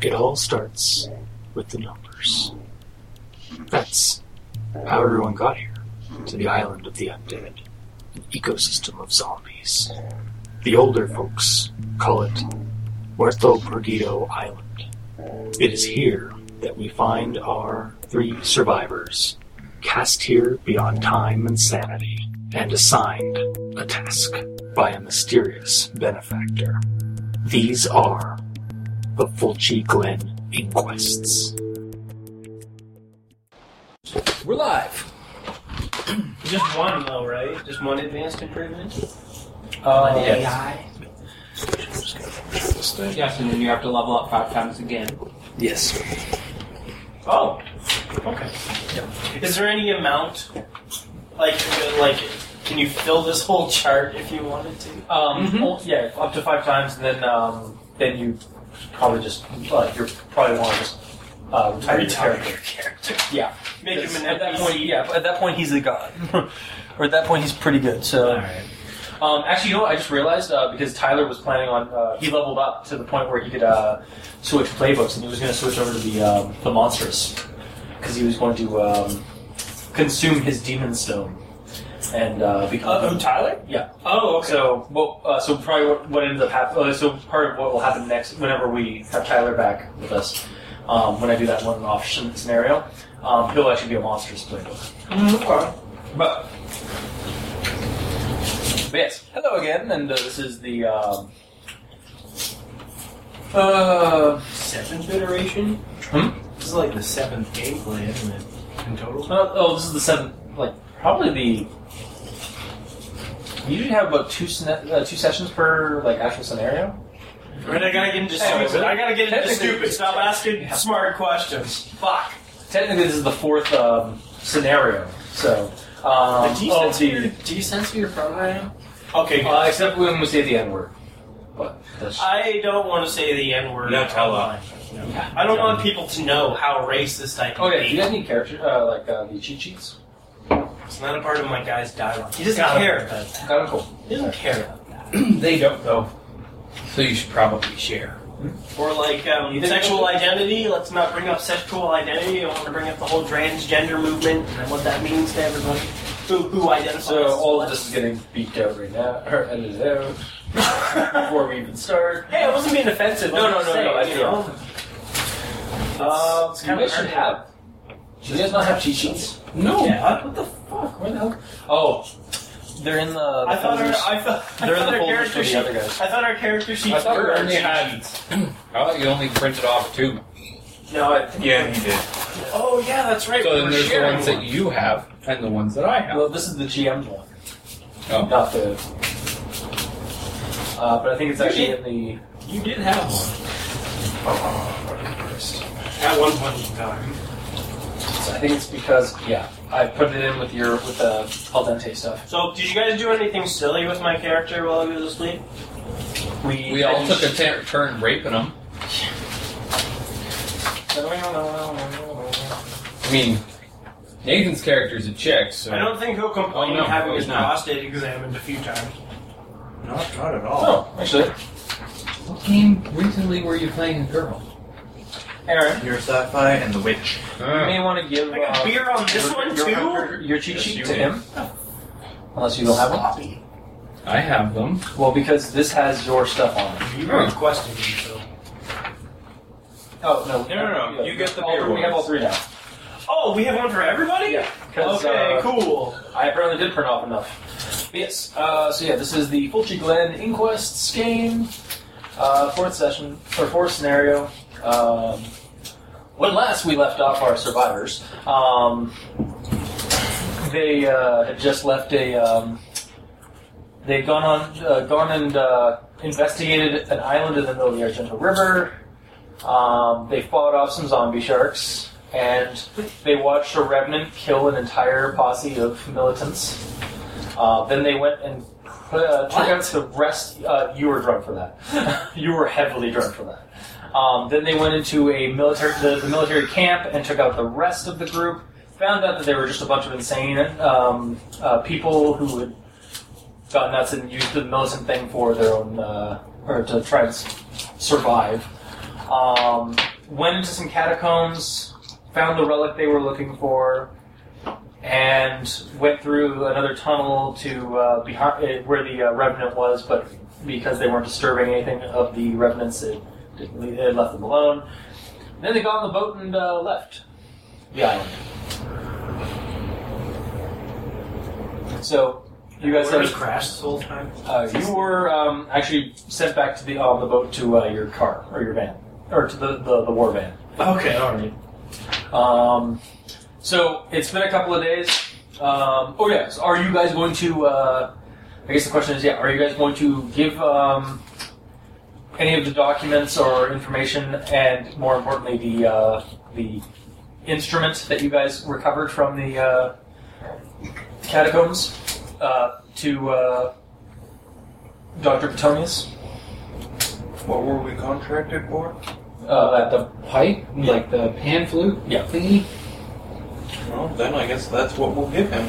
It all starts with the numbers. That's how everyone got here to the island of the undead, an ecosystem of zombies. The older folks call it Muerto Perdido Island. It is here that we find our three survivors, cast here beyond time and sanity, and assigned a task by a mysterious benefactor. These are the Fulci Glen Inquests. We're live. Just one though, right? Just one advanced improvement. Uh, AI. Yes, and then you have to level up five times again. Yes. Oh, okay. Is there any amount? Like, uh, like, can you fill this whole chart if you wanted to? Um, Mm-hmm. oh, yeah, up to five times, and then um, then you probably just like you're probably want to just uh, retire your character. Yeah. Make him an at that NPC. point, yeah. At that point, he's the god. or at that point, he's pretty good. So Um, actually, you know what? I just realized uh, because Tyler was planning on uh, he leveled up to the point where he could uh, switch playbooks, and he was going to switch over to the um, the monstrous because he was going to um, consume his demon stone and uh, become. Tyler? yeah. Oh, So, well, uh, so probably what, what ended up happening. Uh, so part of what will happen next, whenever we have Tyler back with us, um, when I do that one off sc- scenario, um, he'll actually be a monstrous playbook. But But yes, hello again, and uh, this is the um, uh, Seventh iteration? Hmm? This is like the seventh gameplay, isn't it? In total? Uh, oh, this is the seventh. Like probably the. You usually have about two sne- uh, two sessions per like actual scenario. Right, I gotta get into Hey, stupid. I gotta get into technically- stupid. Stop asking Yeah. smart questions. Fuck. Technically, this is the fourth um, scenario. So. Um, do, you oh, censor the- your, do you censor your pronoun? Okay, uh, except when we say the N word. But that's I don't want to say the N word. Oh No, tell I don't want people to know how racist I can Oh yeah, do be. you guys need character uh, like uh, the cheat sheets? It's not a part of my guy's dialogue. He Got doesn't it. care about that. Got it, cool. He doesn't care about that. they don't know. So you should probably share. Or like um, You think- sexual identity. Let's not bring up sexual identity. I want to bring up the whole transgender movement and what that means to everybody who who identifies. So all of this is getting beeped out right now, or edited out before we even start. Hey, I wasn't being offensive. No, I'm no, just no, no, saying, I you know. know. Uh, It's you kinda guys should have. Do you guys not have cheat sheets? No. Yeah. What the fuck? Where the hell? Oh, They're in the. the I thought our folders. I thought, I They're in thought the our folders for character the sheet. other guys. I thought our character sheet. I thought we were only had. Oh, you only printed off two. No, I, Yeah, you did. Oh yeah, that's right. So we then were there's the sharing ones one. that you have and the ones that I have. well, this is the GM one, Oh. not the. Uh, but I think it's actually in the. you did have one. At one point in time. I think it's because yeah, I put it in with your with the al dente stuff. So did you guys do anything silly with my character while he was asleep? We We all took a ter- turn raping them. Oh, I mean, Nathan's character's a chick, so. I don't think he'll complain Oh, no, having his he's not. prostate examined a few times. Not, not at Oh, actually, What game recently were you playing a girl? Aaron, Your sci-fi and the witch. you may want to give I got uh, beer on this your, one your, too. Your, your cheat Yes, sheet you to do. him, unless you don't have one. I have them. Well, because this has your stuff on it. You were requesting me, so. Oh no, No, no, no, you get the all beer three- We have all ones. three now. Oh, we have one for everybody. Yeah, 'cause, Okay, uh, cool. I apparently did print off enough. But yes, uh, so yeah, this is the Fulci Glen Inquests game, uh, fourth session, or fourth scenario. Um, when last we left off our survivors, um, they uh, had just left a. Um, they'd gone on, uh, gone and uh, investigated an island in the middle of the Argento River. Um, they fought off some zombie sharks, and they watched a revenant kill an entire posse of militants. Uh, then they went and uh, took out the rest. Uh, you were drunk for that. you were heavily drunk for that. Um, then they went into a military the, the military camp and took out the rest of the group. Found out that they were just a bunch of insane um, uh, people who had gone nuts and used the militant thing for their own, uh, or to try to s- survive. Um, went into some catacombs, found the relic they were looking for, and went through another tunnel to uh, behind uh, where the uh, revenant was. But because they weren't disturbing anything of the revenants, it, didn't leave, it left them alone. then they got on the boat and uh, left the island. So you guys Where have we crashed this whole time. uh, you were um, actually sent back to the on the boat to uh, your car or your van or to the the, the war van. Okay, all right. Um, so it's been a couple of days. Um, oh yes, are you guys going to? Uh, I guess the question is, yeah, are you guys going to give um, any of the documents or information, and more importantly, the uh, the instrument that you guys recovered from the uh, catacombs uh, to uh, Doctor Petonius What were we contracted for? uh, at the Pipe? Like the pan flute Yeah. thingy? Well, then I guess that's what we'll give him.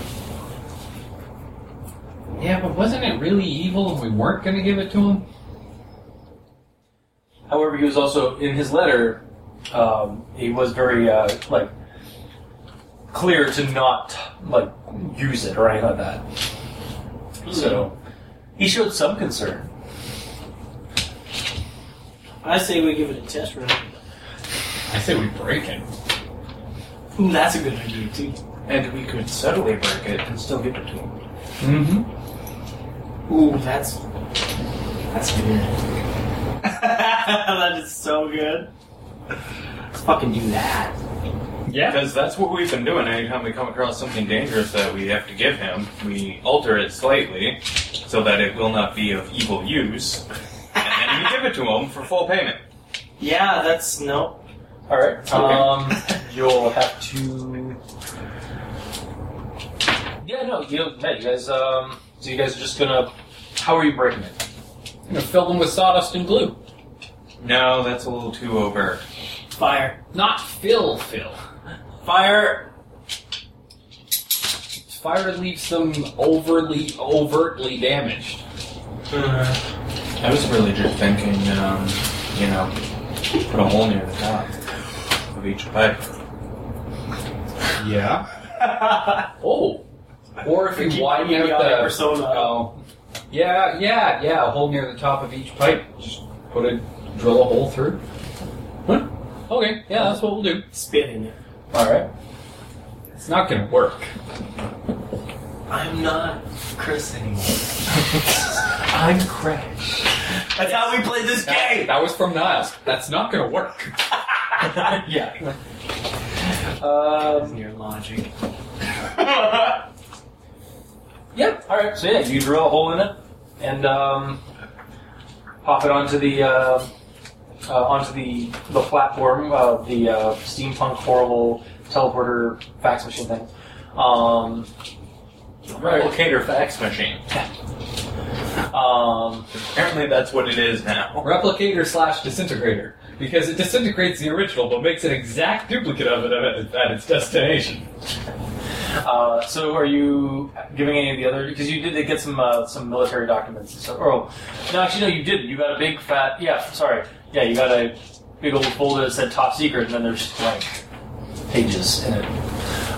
Yeah, but wasn't it really evil and we weren't going to give it to him? However, he was also in his letter. Um, he was very uh, like clear to not like use it or anything like that. Hmm. So he showed some concern. I say we give it a test run. I say we break it. Ooh, that's a good idea too. And we could subtly break it and still give it to him. Mm-hmm. Ooh, that's that's good. that is so good. Let's fucking do that. Yeah. Because that's what we've been doing. Anytime we come across something dangerous that we have to give him, we alter it slightly so that it will not be of evil use, and then we give it to him for full payment. Yeah, that's no. All right. Um, you'll have to. Yeah, no, you know, yeah, you guys. Um, so you guys are just gonna. How are you breaking it? I'm going to fill them with sawdust and glue. No, that's a little too overt. Fire. Not fill, fill. Fire. Fire leaves them overly, overtly damaged. Uh-huh. I was really just thinking, um, you know, put a hole near the top of each pipe. Yeah. Oh. Or if you widen Keep out the the persona. Oh. Yeah, yeah, yeah. A hole near the top of each pipe. Just put a drill a hole through. Huh? Okay, yeah, that's what we'll do. Spit in it. All right. It's not gonna work. I'm not Chris anymore. I'm Crash. That's how we play this That, game. that was from Niles. That's not gonna work. yeah. Um, Your logic. Yep. All right. So yeah, you drill a hole in it and um, pop it onto the uh, uh, onto the the platform of the uh, steampunk horrible teleporter fax machine thing. Um, Replicator fax machine. um, Apparently, that's what it is now. Replicator slash disintegrator. Because it disintegrates the original but makes an exact duplicate of it at, at its destination. uh, so are you giving any of the other? Because you did get some uh, some military documents and stuff. Oh, no, actually no, you didn't. You got a big fat. Yeah, sorry. Yeah, you got a big old folder that said top secret, and then there's blank pages in it.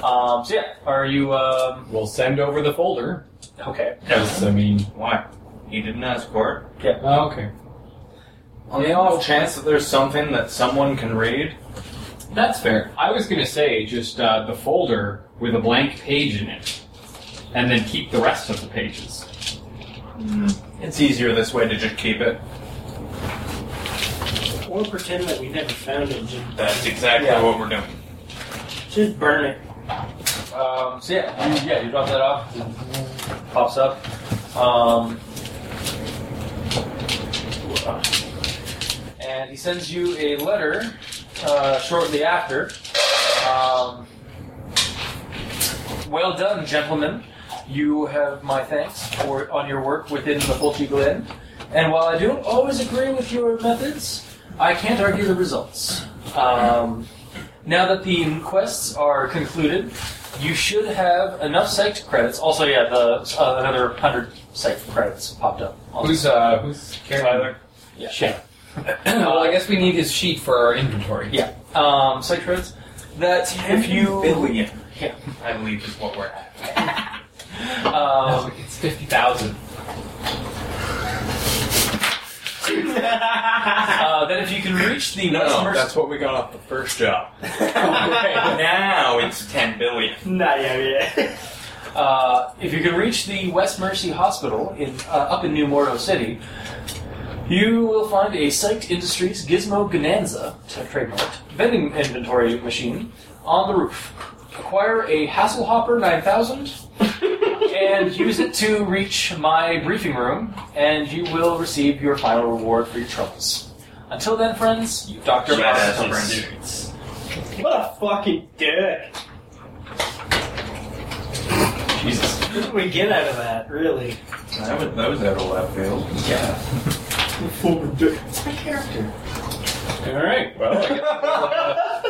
Um, so yeah, are you? Um, We'll send over the folder. Okay. Because, I mean. Why? He didn't ask for it. Oh, okay. On the off chance that there's something that someone can read, That's fair. I was gonna say just uh, the folder with a blank page in it, and then keep the rest of the pages. it's easier this way to just keep it. Or pretend that we never found it. Just, That's exactly Yeah. what we're doing. just burn it. Um, so yeah, you, yeah, you drop that off. Pops up. Um, and he sends you a letter uh, shortly after. Um, well done, gentlemen. You have my thanks for on your work within the Fulci Glen. And while I don't always agree with your methods, I can't argue the results. Um, now that the quests are concluded, you should have enough psych credits. Also, yeah, the uh, another hundred site credits popped up. on Who's uh who's carrying Tyler. Yeah. Shit. well, I guess we need his sheet for our inventory. Yeah. Um, site credits. That if you billion. Yeah. I believe is what we're at. um, Oh, it's fifty thousand. uh, that if you can reach the West Merc- what we got off the first job. Okay. now it's ten billion. Not yet, yeah. Uh, if you can reach the West Mercy Hospital in uh, up in New Mordo City, you will find a Psyched Industries Gizmo Gananza, t- trademarked, vending inventory machine on the roof. Acquire a Hasselhopper 9000 and use it to reach my briefing room, and you will receive your final reward for your troubles. Until then, friends, you Dr. Yes. Badass. What a fucking dick. Jesus. What did we get out of that, really? That was, that was out of left field. All right. Well, I guess we'll, uh,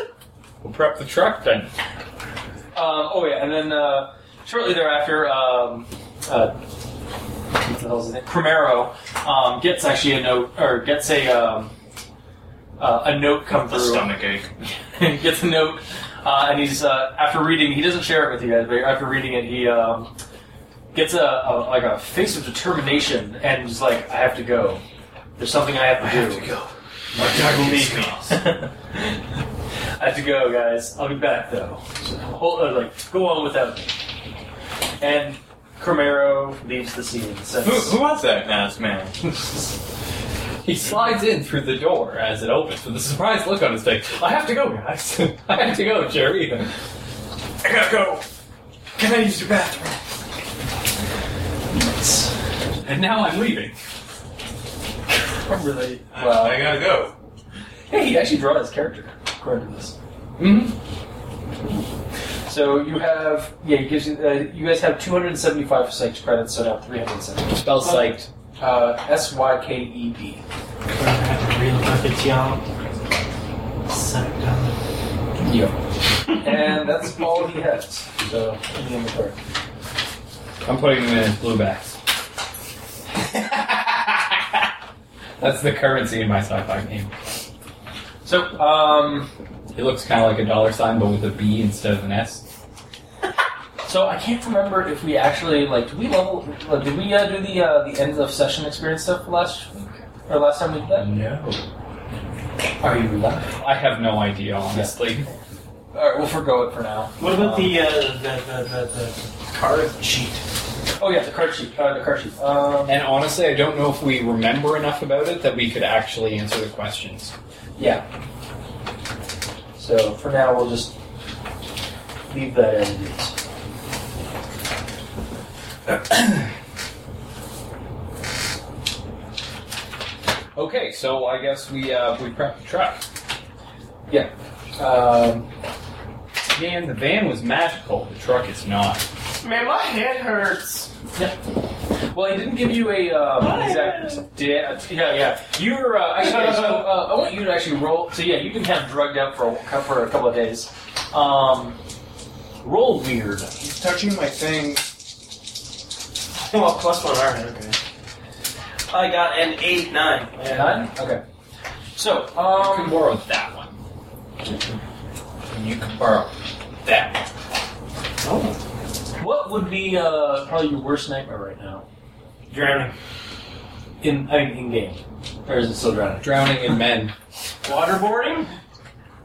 we'll prep the truck then. Um, oh yeah, and then uh, shortly thereafter, um, uh, what the hell is his name? Primero um, gets actually a note, or gets a um, uh, a note come The through. stomach ache. He gets a note, uh, and he's uh, after reading. He doesn't share it with you guys, but after reading it, he um, gets a, a like a face of determination, and is like, "I have to go. There's something I have to do. Believe me. I have to go, guys. I'll be back though. So, hold, uh, like, go on without me. And Cromero leaves the scene. and says- who, who was that masked man? He slides in through the door as it opens with a surprised look on his face. I have to go, guys. I have to go, Jerry. I gotta go. Can I use your bathroom? And now I'm leaving. really? Well, I gotta go. Hey, he actually draws his character according to this. hmm So you have, yeah, he gives you. Uh, you guys have 275 psych credits, so now 370. Spell psyched. Uh, S Y K E D. Real buckets, y'all. Suck it up. and that's all he has. So in the inventory. I'm putting them in as blue backs. That's the currency in my sci-fi game. So um, It looks kind of like a dollar sign, but with a B instead of an S. So I can't remember if we actually like did we level uh, did we uh, do the uh, the end of session experience stuff last week or last time we did that? No. Are you alive? I have no idea, honestly. All right, we'll forgo it for now. What about Um, the, uh, the, the, the, the card sheet? Oh yeah, the card sheet. Uh, the card sheet. Um, And honestly, I don't know if we remember enough about it that we could actually answer the questions. yeah. So for now, we'll just leave that as it is. Okay, so I guess we uh, we prepped the truck. Um, Man, the van was magical. The truck is not. Man, my head hurts. well, he didn't give you a um, exact. Yeah, yeah, yeah. You're uh, actually. so, uh, I want you to actually roll. So yeah, you've been kind of drugged up for a, for a couple of days. Um, roll weird. He's touching my thing. Well, plus one arm, okay. I got an 8, 9. Yeah. Nine? Okay. So, um, borrow that one. And you can borrow that. what would be uh, probably your worst nightmare right now? Drowning. In I mean, in game, or is it still drowning? Drowning in men. Waterboarding?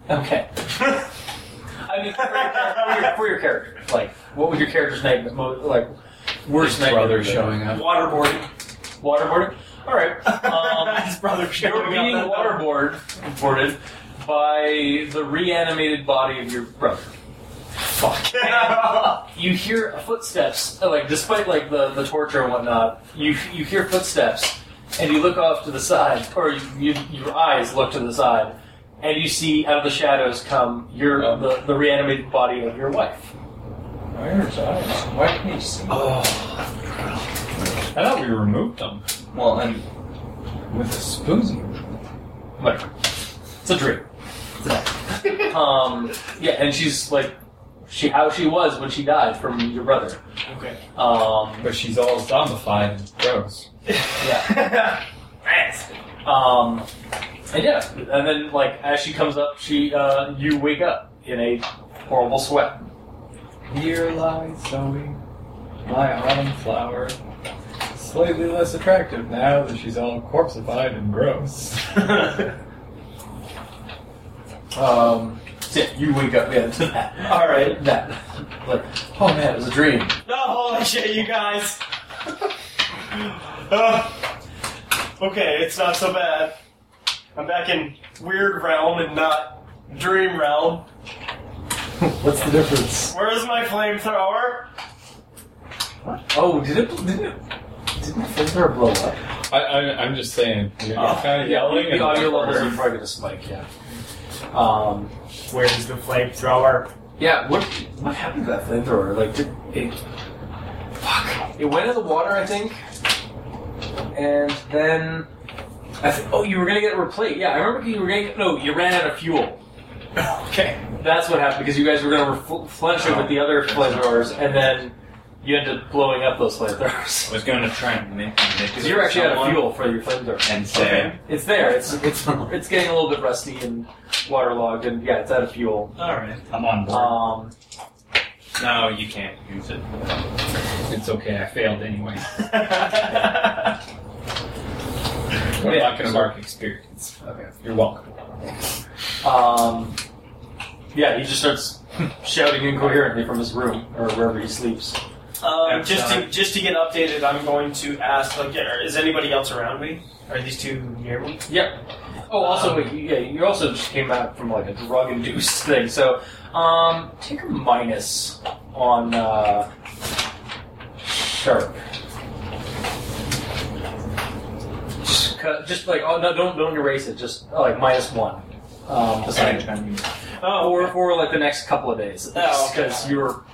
Okay. I mean, for your, for, your, for your character, like, what would your character's nightmare, mo- like, worst His nightmare? brother be? showing up. Waterboarding. Waterboarding. All right. Um, His brother you're showing being up. waterboard, boarded by the reanimated body of your brother. Fuck. you hear footsteps, uh, like despite like the, the torture and whatnot, you you hear footsteps, and you look off to the side, or you, your eyes look to the side, and you see out of the shadows come your Um. the, the reanimated body of your wife. Where's eyes? Why can't you see? Oh. I thought we removed them. Well, and With a spoon. Whatever. It's a dream. It's a nightmare. um, yeah, and she's like, she how she was when she died from your brother. Okay. Um, But she's all zombified and gross. yeah. Nice. Um, and yeah, and then like as she comes up, she uh, you wake up in a horrible sweat. Here lies Zoe, my autumn flower. Slightly less attractive now that she's all corpseified and gross. Um, so yeah, you wake up yeah, to that. All right. That like oh man, it was a dream. No, holy shit, you guys. Uh, okay, it's not so bad. I'm back in weird realm and not dream realm. What's the difference? Where is my flamethrower? Oh, did it didn't it, didn't the flamethrower blow up? I, I, I'm just saying. You're Oh, kind of yelling. the and- audio levels are probably gonna spike. Yeah. Um, Where is the flamethrower? Yeah, what what happened to that flamethrower? Like, did it? Fuck! It went in the water, I think, and then I th- oh, you were gonna get it replaced. Yeah, I remember you were gonna get, no, you ran out of fuel. Okay. That's what happened because you guys were gonna replenish it with the other flamethrowers, and then you ended up blowing up those flamethrowers. I was going to try and make Because you're actually out of fuel for your flamethrower. And say, It's there. It's it's it's getting a little bit rusty and waterlogged, and yeah, it's out of fuel. alright. I'm on board. Um, No, you can't use it. it's okay, I failed anyway. We're not going to mark experience. Okay. You're welcome. Um, yeah, he just starts shouting incoherently from his room or wherever he sleeps. Um, just to just to get updated, I'm going to ask. Like, are- is anybody else around me? Are these two near me? Oh, also, wait, you- yeah, you also just came back from like a drug-induced thing, so um, take a minus on uh, sharp. Just, cut- just like oh no, don't don't erase it. Just uh, like minus one. Um, beside Oh, or for like the next couple of days, Oh, okay. because you're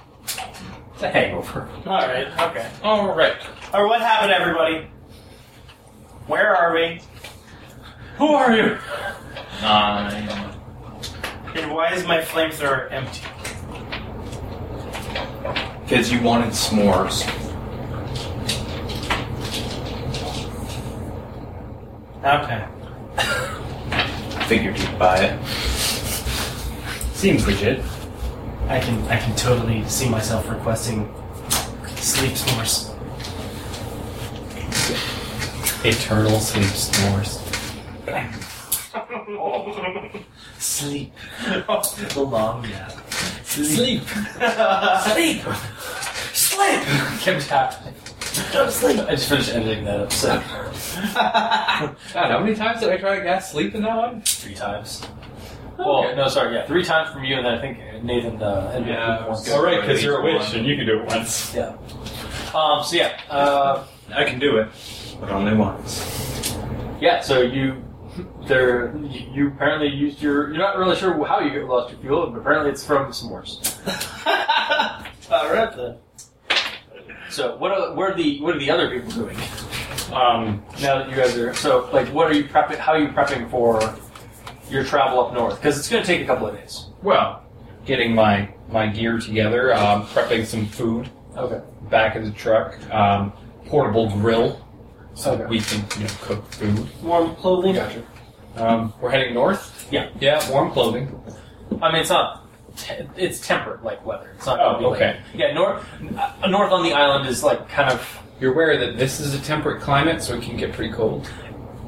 it's a hangover. all right. Okay. Alright. Or what happened, everybody? Where are we? Who are you? Nine. And why is my flamethrower empty? Because you wanted s'mores. Okay. Figured you'd buy it. Seems legit. I can I can totally see myself requesting sleep s'mores. Eternal sleep snores. Sleep. Oh, the long nap. Sleep! Sleep. Sleep. Kim tapped. Don't sleep. I just finished editing that episode God, how many times did I try to get sleep in that one? three times. Well, Okay. no, sorry, yeah, three times from you, and then I think Nathan uh, ended Yeah, up it was once. good. All right, because you're a At least witch one. and you can do it once. Um, so yeah, uh, I can do it, but only once. yeah. So you, there, you, you apparently used your. You're not really sure how you lost your fuel, but apparently it's from s'mores. All right then. So what are what are the what are the other people doing Um, now that you guys are? So like, what are you prepping? How are you prepping for your travel up north? Because it's going to take a couple of days. well, getting my my gear together, um, prepping some food Okay. back of the truck, um, portable grill, so Okay. we can you know, cook food. Warm clothing. Gotcha. Um, we're heading north. Yeah. yeah, warm clothing. I mean, it's not. te- It's temperate like weather. It's not. gonna Oh, be like- okay. yeah, north. Uh, north on the island is like kind of. You're aware that this is a temperate climate, so it can get pretty cold.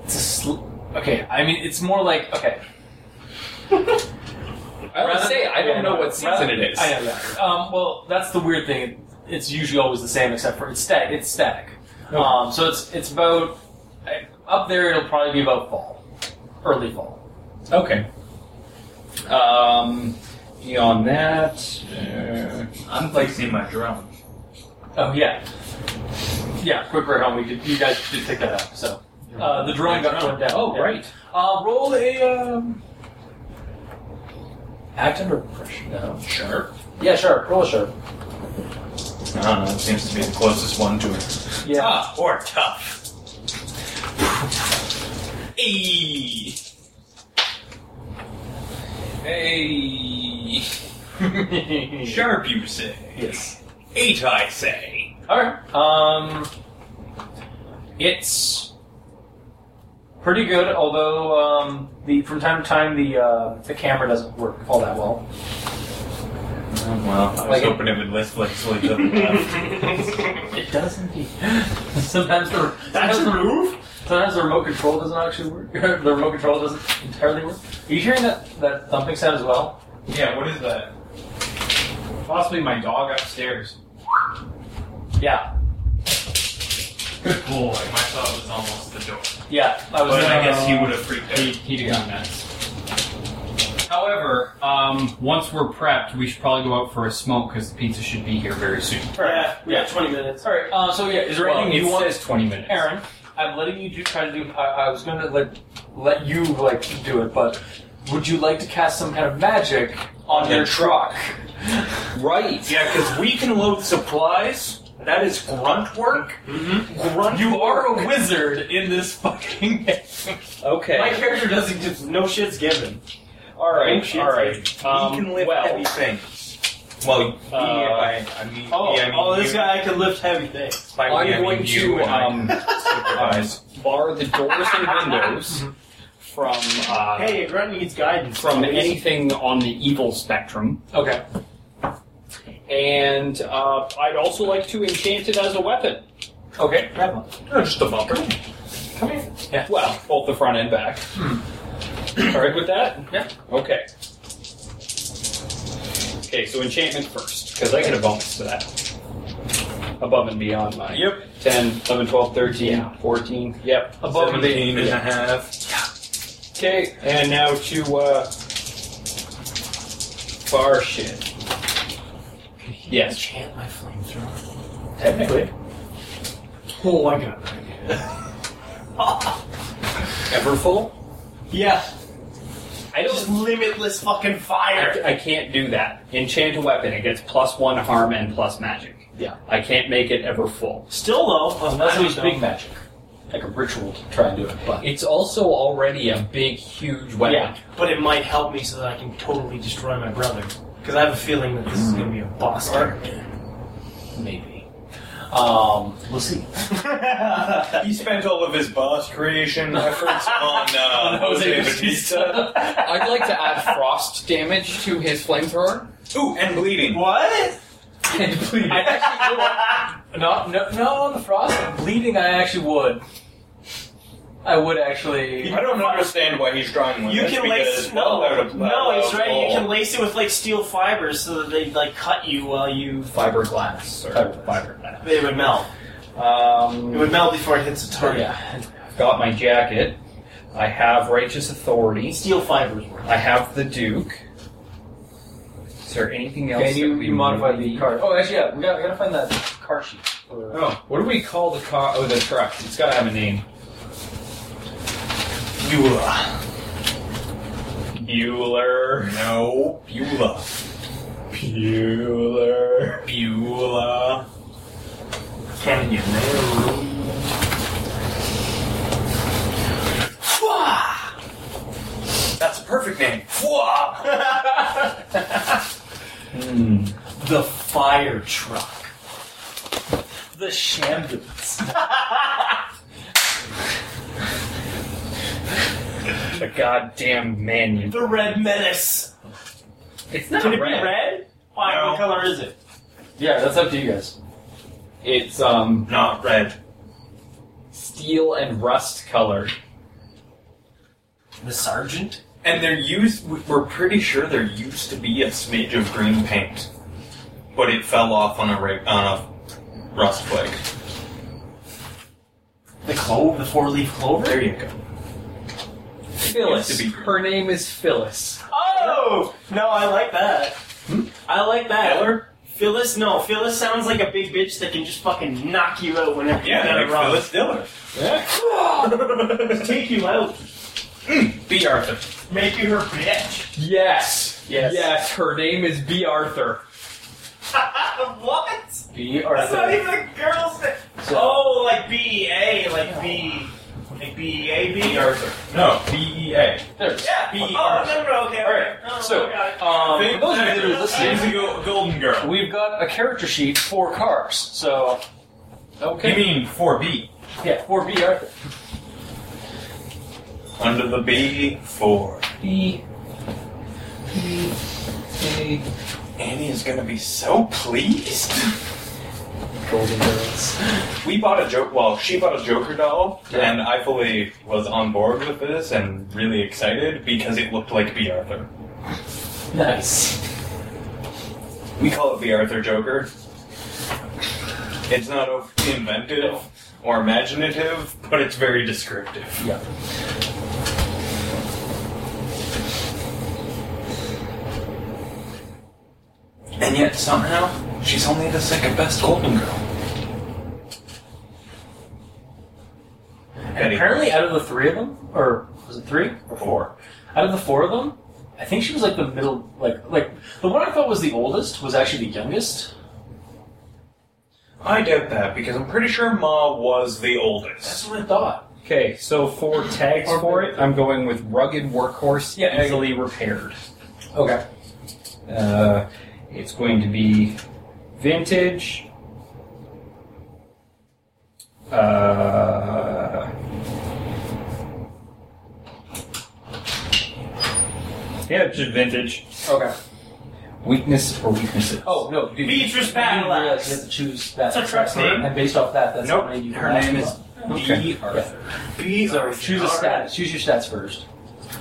It's a sl- okay. I mean, it's more like okay. I would say I don't know what season rather- it is. I know. Yeah. Um, well, that's the weird thing. It's usually always the same, except for it's static. It's static. Oh. Um, so it's it's about uh, up there. It'll probably be about fall, early fall. Okay. Um, beyond that, uh, I'm placing my drone. Oh yeah. Yeah, quick right home. We did. You guys did pick that up. So uh, the drone got torn down. oh Yeah. right, Uh, roll a um, act under pressure. No. sure. Yeah, sure. Roll a sharp. I don't know, it seems to be the closest one to it. Yeah. Ah, Tough or tough. Hey! Hey! Sharp, you say? Ah. Yes. Eight, I say. All right. Um, it's pretty good, although um, the from time to time the uh, the camera doesn't work all that well. Oh, well, I was Like it- hoping it, would list like slowly to the left. It does indeed. sometimes the sometimes the, Sometimes the remote control doesn't actually work. the remote control doesn't entirely work. Are you hearing that that thumping sound as well? Yeah, what is that? Possibly my dog upstairs. Yeah. Good boy. Like, my thought was almost the door. Yeah. I was. But I uh, guess he would have freaked out. He, he'd have gotten that. However, um, once we're prepped, we should probably go out for a smoke because the pizza should be here very soon. Yeah, we got 20 minutes. All right. Uh, so yeah, is there Well, anything you it want? says 20 minutes. Aaron, I'm letting you do try to do. I, I was going to let let you like do it, but would you like to cast some kind of magic on your truck? Right. Yeah, because we can load supplies. That is grunt work. Mm-hmm. Grunt. You are a wizard in this fucking game. okay. My character doesn't just no shit's given. All right. No shit's all right. Um, Um, he can lift well, heavy things. Well, Uh, yeah, I, I mean, Oh, yeah, I mean, oh, this you- guy can lift heavy things. By I'm we, I mean going you to, I um, supervise. bar the doors and windows from uh, Hey, a grunt needs guidance. from Please. anything on the evil spectrum. Okay. And uh, I'd also like to enchant it as a weapon. Okay. No, just the bumper. Come here. Hmm. Well, both the front and back. All right with that? Yeah. Okay. Okay, so enchantment first, because I get a bonus to that. Above and beyond my Yep. 10, 11, 12, 13, Yeah. 14. Yep. Above and beyond. 17 and a half. Okay, and now to uh, bar shit. Yes. Chant my flamethrower. Technically. Oh, I got an idea. Everfull? Yeah, I don't just limitless fucking fire. I, I can't do that. Enchant a weapon, it gets plus one harm and plus magic. Yeah. I can't make it ever full. Still though, Unless it was I big magic, like a ritual to try and do it, but It's also already a big, huge weapon. Yeah, but it might help me so that I can totally destroy my brother. Because I have a feeling that this is going to be a boss character. maybe. Um, we'll see. He spent all of his boss creation efforts on uh, Jose Batista. I'd like to add frost damage to his flamethrower. Ooh, and bleeding. what? I actually would. Not, no, no, on the frost bleeding. I actually would. I would actually. I don't understand why he's drawing one. You That's can because, lace well, no, out of- no, out it's of right. You all- can lace it with like steel fibers so that they like cut you while you Fiberglass. Or fiberglass. they would melt. It Um, would melt before it hits a target. yeah. I've got my jacket. I have Righteous Authority. Steel fibers work. I have the Duke. Is there anything else? Can that you, we you modify really- the card? Oh, actually, yeah. We got. We gotta find that car sheet. for- Oh, what do we call the car? Oh, the truck. It's got to have a name. Beulah. Bueller. No, Beulah. Bueller. Beulah. Can you That's a perfect name. Hmm. The fire truck. The shambulance. The goddamn man. The red menace. It's not Can it red. be red? Why? No. What color is it? yeah, that's up to you guys. It's um Not red. steel and rust color. The sergeant. And they're used. We're pretty sure there used to be a smidge of green paint, but it fell off on a ra- on a rust flake. The clove. The four-leaf clover. There you go. Phyllis. be- Her name is Phyllis. Oh no, I like that. I like that. Feller? Phyllis, no, Phyllis sounds like a big bitch that can just fucking knock you out whenever you Yeah, got like it wrong. Phyllis Diller. Just take you out, B. Arthur. make you her bitch. Yes. Yes. Yes. Her name is B. Arthur. what? B That's not Arthur. even a girl's name. So- oh, like B A, like B, like B A B. B. Arthur. No, B. E. A. There it is. Yeah. B. oh, Arthur. no, no, no, okay. All okay. right, Oh, so, I got it. Um, for those of you that are She's listening, a go- golden girl. we've got a character sheet for cars. So Okay. You mean 4B? yeah, 4B Arthur. Under the B four. B. B. A. Annie is gonna be so pleased. Golden Girls. We bought a joke. Well, she bought a Joker doll, and I fully was on board with this and really excited because it looked like B Arthur. Nice. We call it B Arthur Joker. It's not overly inventive or imaginative, but it's very descriptive. Yeah. And yet somehow she's only the second best Golden Girl. And apparently, out of the three of them, or was it three or four? Out of the four of them, I think she was like the middle, like like the one I thought was the oldest was actually the youngest. I doubt that because I'm pretty sure Ma was the oldest. That's what I thought. Okay, so for tags for it, I'm going with rugged workhorse, Yeah, easily repaired. Okay. Uh, it's going to be vintage. Uh, yeah, just vintage. Okay. Weakness or weaknesses? Oh no, dude. Beatrice I didn't Battleaxe. realize You have to choose that. That's her truck's name. And based off that, that's Nope, the name you can her ask name about. is Okay. B. Arthur. Bees So choose a stats. Choose your stats first.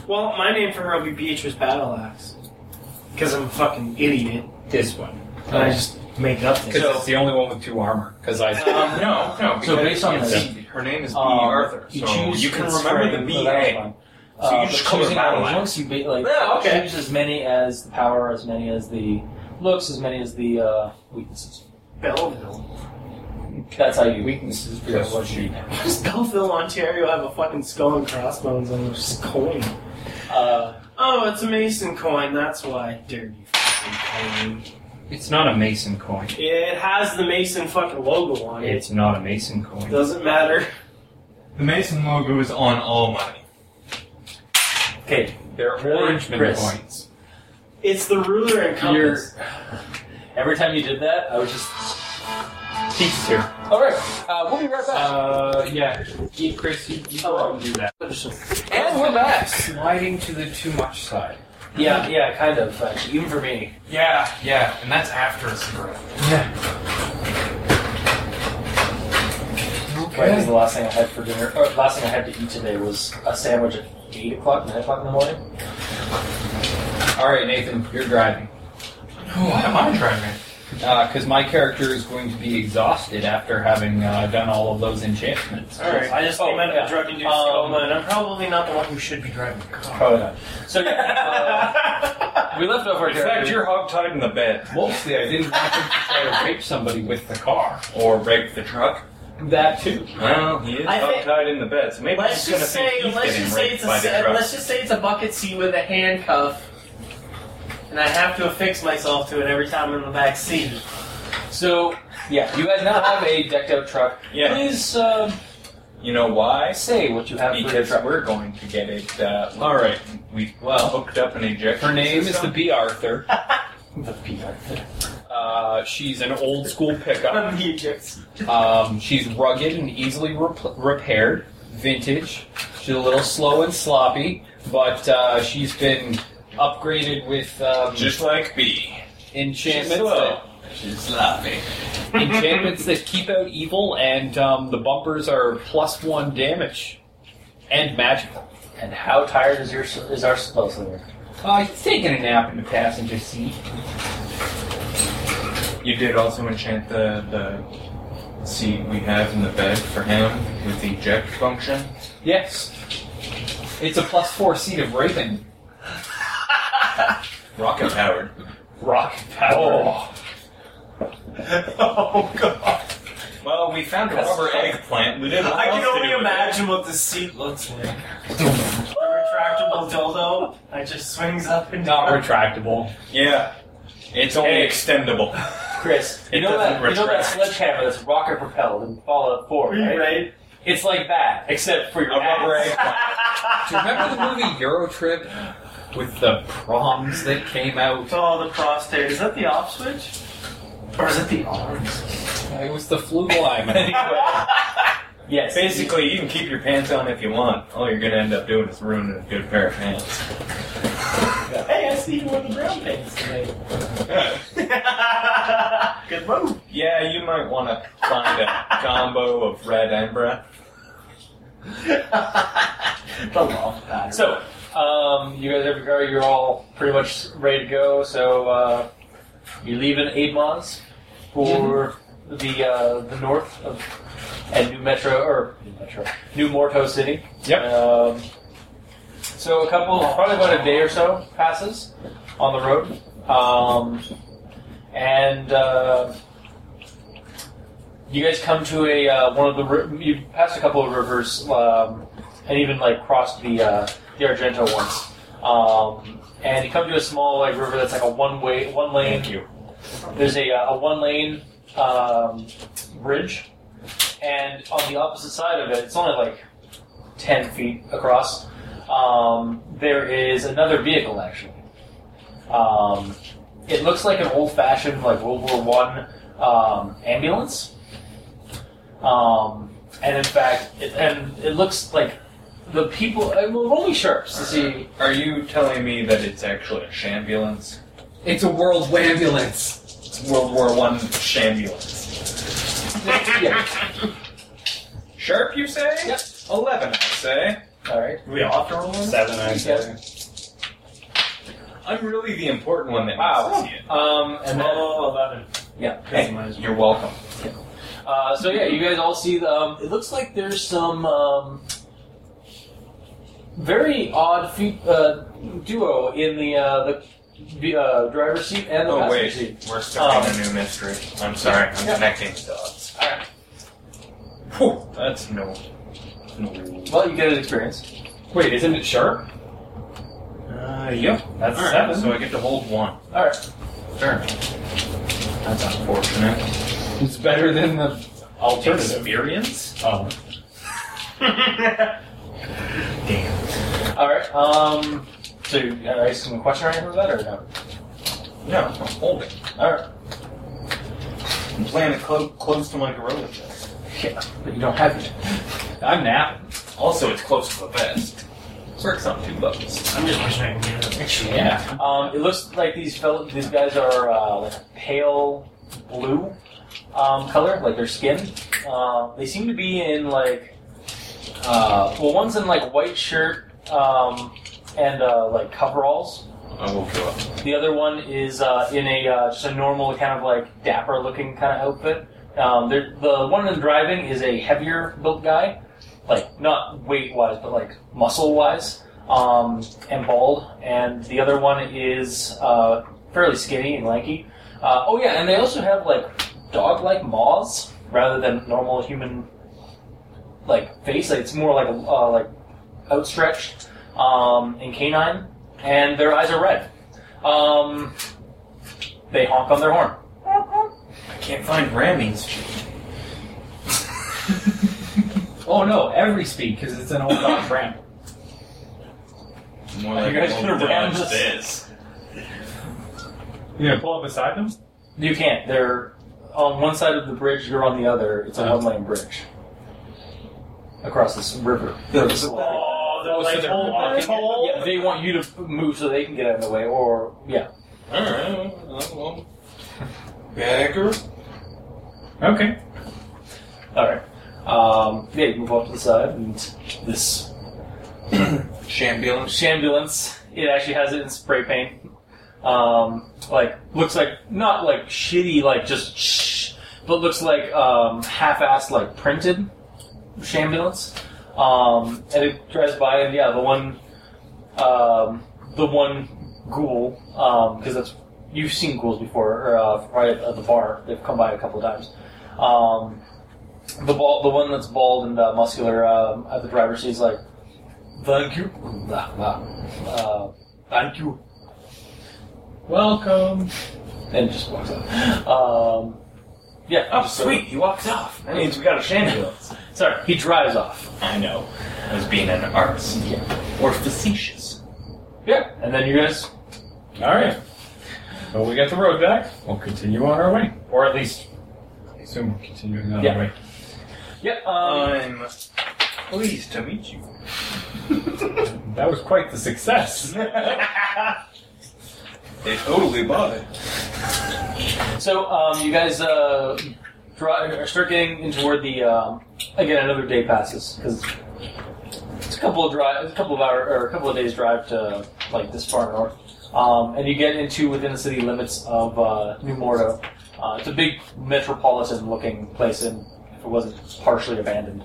Well, my name for her will be Beatrice Battleaxe. Because I'm a fucking idiot. This one. And I just make up things. Because it's the only one with two armor. Because I. Um, no, no. So because based on it's- this, her name is B. um, Arthur. you so choose Uh, you can it's remember the frame, B. so that was A. fine. Uh, you just but call her choosing all Battleaxe. the looks, you ba- like Yeah, okay. choose as many as the power, as many as the looks, as many as the uh, weaknesses. Belleville. That's how you Weaknesses That's what you. Why does Belleville, Ontario have a fucking skull and crossbones on this coin? Uh, Oh, it's a Mason coin, that's why. Dirty fucking coin. It's not a mason coin. It has the Mason fucking logo on it. It's not a mason coin. Doesn't matter. The Mason logo is on all money. okay, They're Really? orangeman Chris. coins. It's the ruler and you're. compass. Every time you did that, I was just. Pete's here. All right, uh, we'll be right back. Uh, yeah. You- Chris, you, you go out and do that. And we're back. Sliding to the too much side. yeah, yeah, kind of. Uh, even for me. Yeah, yeah. And that's after a cigarette. Right, 'cause the last thing I had for dinner, or last thing I had to eat today was a sandwich at eight o'clock, nine o'clock in the morning. All right, Nathan, you're driving. Why am I driving? Because Uh, my character is going to be exhausted after having uh, done all of those enchantments. Alright, I just Oh, came out yeah. of a drug induced Um, coma, and I'm probably not the one who should be driving the car. Probably uh, not. So yeah, uh, we left off our In fact, character. you're hogtied in the bed. Mostly, I didn't want him to try to rape somebody with the car. Or rape the truck. That too. Well, he is I think- hogtied in the bed, so maybe Let's he's going just to say, think he's let's getting just say raped it's a, by the se- truck. let's just say it's a bucket seat with a handcuff, and I have to affix myself to it every time I'm in the back seat. So yeah, you guys now have a decked out truck. Yeah. Please um, You know why? say what you have for your Because truck. we're going to get it. Uh, all right. We well hooked up an ejection. Her name is the B. Arthur. The peanut. Uh, she's an old school pickup. I'm the ejects. Um, she's rugged and easily rep- repaired, vintage. She's a little slow and sloppy, but uh, she's been upgraded with um, just like B. She's enchantments, slow. that, She's laughing. enchantments that keep out evil, and um, the bumpers are plus one damage and magical. And how tired is your is our supposed to Uh, he's taking a nap in the passenger seat. You did also enchant the the seat we have in the bed for him with the eject function. Yes, it's a plus four seat of raping. Rocket powered. Rock power. Oh god! Well, we found a rubber eggplant. We didn't. I can know what else to only do with imagine what this seat looks like. a retractable dildo that just swings up and Not down. retractable. it. Yeah. It's only Hey. extendable. Chris, you It know that doesn't you know that retract. sledgehammer that's rocket propelled in Fallout Four, right? Right? It's like that, except for A your rubber ass. eggplant. Do you remember the movie Eurotrip with the proms that came out? Oh, the prostate. Is that the off switch? Or is it the arms? It was the flu lime. Yes. Basically, you can keep your pants on if you want. All you're gonna end up doing is ruining a good pair of pants. Hey, I see you wore the brown pants today. Good move. yeah, you might want to find a combo of red and brown. The love pattern. So, um, you guys have your car, you're all pretty much ready to go, so uh, you're leaving Admons for the uh, the north of and New Metro or New Metro. New Morto City. Yep. Um, so a couple probably about a day or so passes on the road. Um, and uh, you guys come to a uh, one of the ri- you pass a couple of rivers um, and even like cross the uh, the Argento once. Um, and you come to a small like river that's like a one way, one lane. Thank you. There's a, uh, a one lane um, bridge, and on the opposite side of it, it's only like ten feet across. Um, there is another vehicle actually. Um, it looks like an old fashioned like World War One um, ambulance. Um, and in fact, it, and it looks like the people. uh, Well, roll me sharps to see. Are you telling me that it's actually a shambulance? It's a world ambulance. It's World War One shambulance. Sharp, you say? Yep. Eleven, I say. All right. We all have to roll one? Seven, I say. I'm really the important one that Wow. needs to see it. Um, and then, Roll 11. yeah. Hey, you're welcome. Uh, so yeah, you guys all see. The, um, it looks like there's some um, very odd fe- uh, duo in the uh, the the, uh, driver's seat and the Oh passenger wait, seat. we're starting Um, a new mystery. I'm sorry, I'm Yeah. connecting dots. Alright. Whew, that's no. no. Well, you get an experience. Wait, isn't it sharp? Uh, yep, that's All right, seven. So I get to hold one. All right. Sure. That's unfortunate. It's better than the alternative. Experience? Oh. Damn. All right. Um, so you- are you asking a question or anything like that, or no? No, I'm holding. All right. I'm playing it clo- close to my gorilla chest. But you don't have it. I'm napping. Also, it's close to the vest. Works on two levels. I'm just wishing I could get another picture. Yeah. Um, it looks like these fellow, these guys are uh, like pale blue um, color, like their skin. Uh, they seem to be in like uh, well, one's in like white shirt um, and uh, like coveralls. I woke you up. The other one is uh, in a uh, just a normal kind of like dapper looking kind of outfit. Um, they're- the one in driving is a heavier built guy, like not weight wise, but like muscle wise, um, and bald. And the other one is uh, fairly skinny and lanky. Uh, oh yeah, and they also have like dog like maws rather than normal human like face. Like, it's more like uh, like outstretched um, and canine, and their eyes are red. Um, they honk on their horn. I can't find Rammy's. Oh no, every speed because it's an old dog brand. More You guys oh, could've dodge rammed this. this. You gonna pull up beside them? You can't. They're on one side of the bridge. You're on the other. It's a one lane bridge across this river. Oh, they're Oh, so like they're holding blocking the it. toll. Yeah, they want you to move so they can get out of the way, or yeah. Alright, well. Bagger? Okay. All right. Um, yeah, you move off to the side, and this Shambulance? shambulance. um, It actually has it in spray paint. Um, like looks like not like shitty, like just shh, but looks like um, half-assed, like printed shambulance. Um, and it drives by, and yeah, the one, um, the one ghoul, because that's you've seen ghouls before, or uh, right at the bar. They've come by a couple times. Um, the ball, the one that's bald and uh, muscular um, at the driver's seat is like, thank you, Blah, blah. Uh, thank you, Welcome. and just walks out. Um, yeah. Oh, so- sweet, he walked off. That means we got a shambulance. Sorry, he drives off. I know. I was being an artist. Or facetious. Yeah, and then you guys. All right. Well, we got the road back. We'll continue on our way, or at least assume we're continuing on, Yeah. right? Yep. Um, I'm pleased to meet you. That was quite the success. They totally bought it. so um, you guys uh, dri- or start getting in toward the. Um, again, another day passes because it's a couple of drive, it's a couple of hour or a couple of days drive to like this far north, um, and you get into within the city limits of uh, New Mordo. Uh, it's a big metropolitan-looking place, and if it wasn't partially abandoned.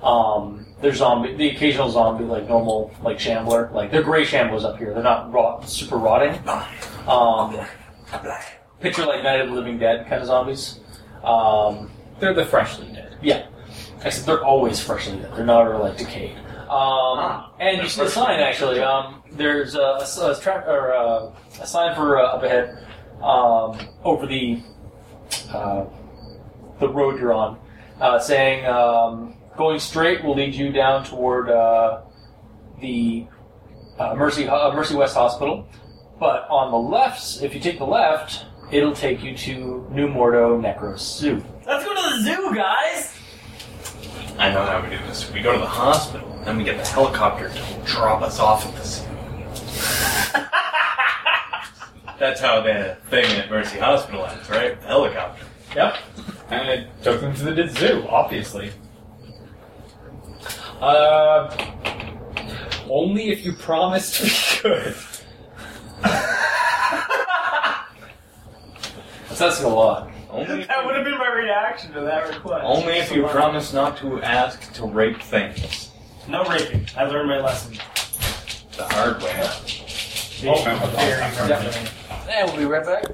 Um, there's zombie, the occasional zombie, like normal, like shambler, like they're gray shamblers up here. They're not rot, super rotting. Um, picture like Night of the Living Dead kind of zombies. Um, They're the freshly dead. yeah, except they're always freshly dead. They're not ever like decayed. Um, and you see a sign actually. Um, there's a, a s- a tra- or a, a sign for uh, up ahead um, over the uh, the road you're on, uh, saying um, going straight will lead you down toward uh, the uh, Mercy Ho- uh, Mercy West Hospital. But on the left, if you take the left, it'll take you to New Mordo Necro Zoo. Let's go to the zoo, guys. I know how we do this. We go to the hospital, then we get the helicopter to drop us off at the zoo. That's how the thing at Mercy Hospital ends, right? The helicopter. Yep. And it took them to the zoo, obviously. Uh, only if you promise to be good. That's asking a lot. Only if That would you, have been my reaction to that request. only if you So, uh, promise not to ask to rape things No raping. I learned my lesson. the hard way. Oh, I'm- I'm- I'm- Definitely. And we'll be right back.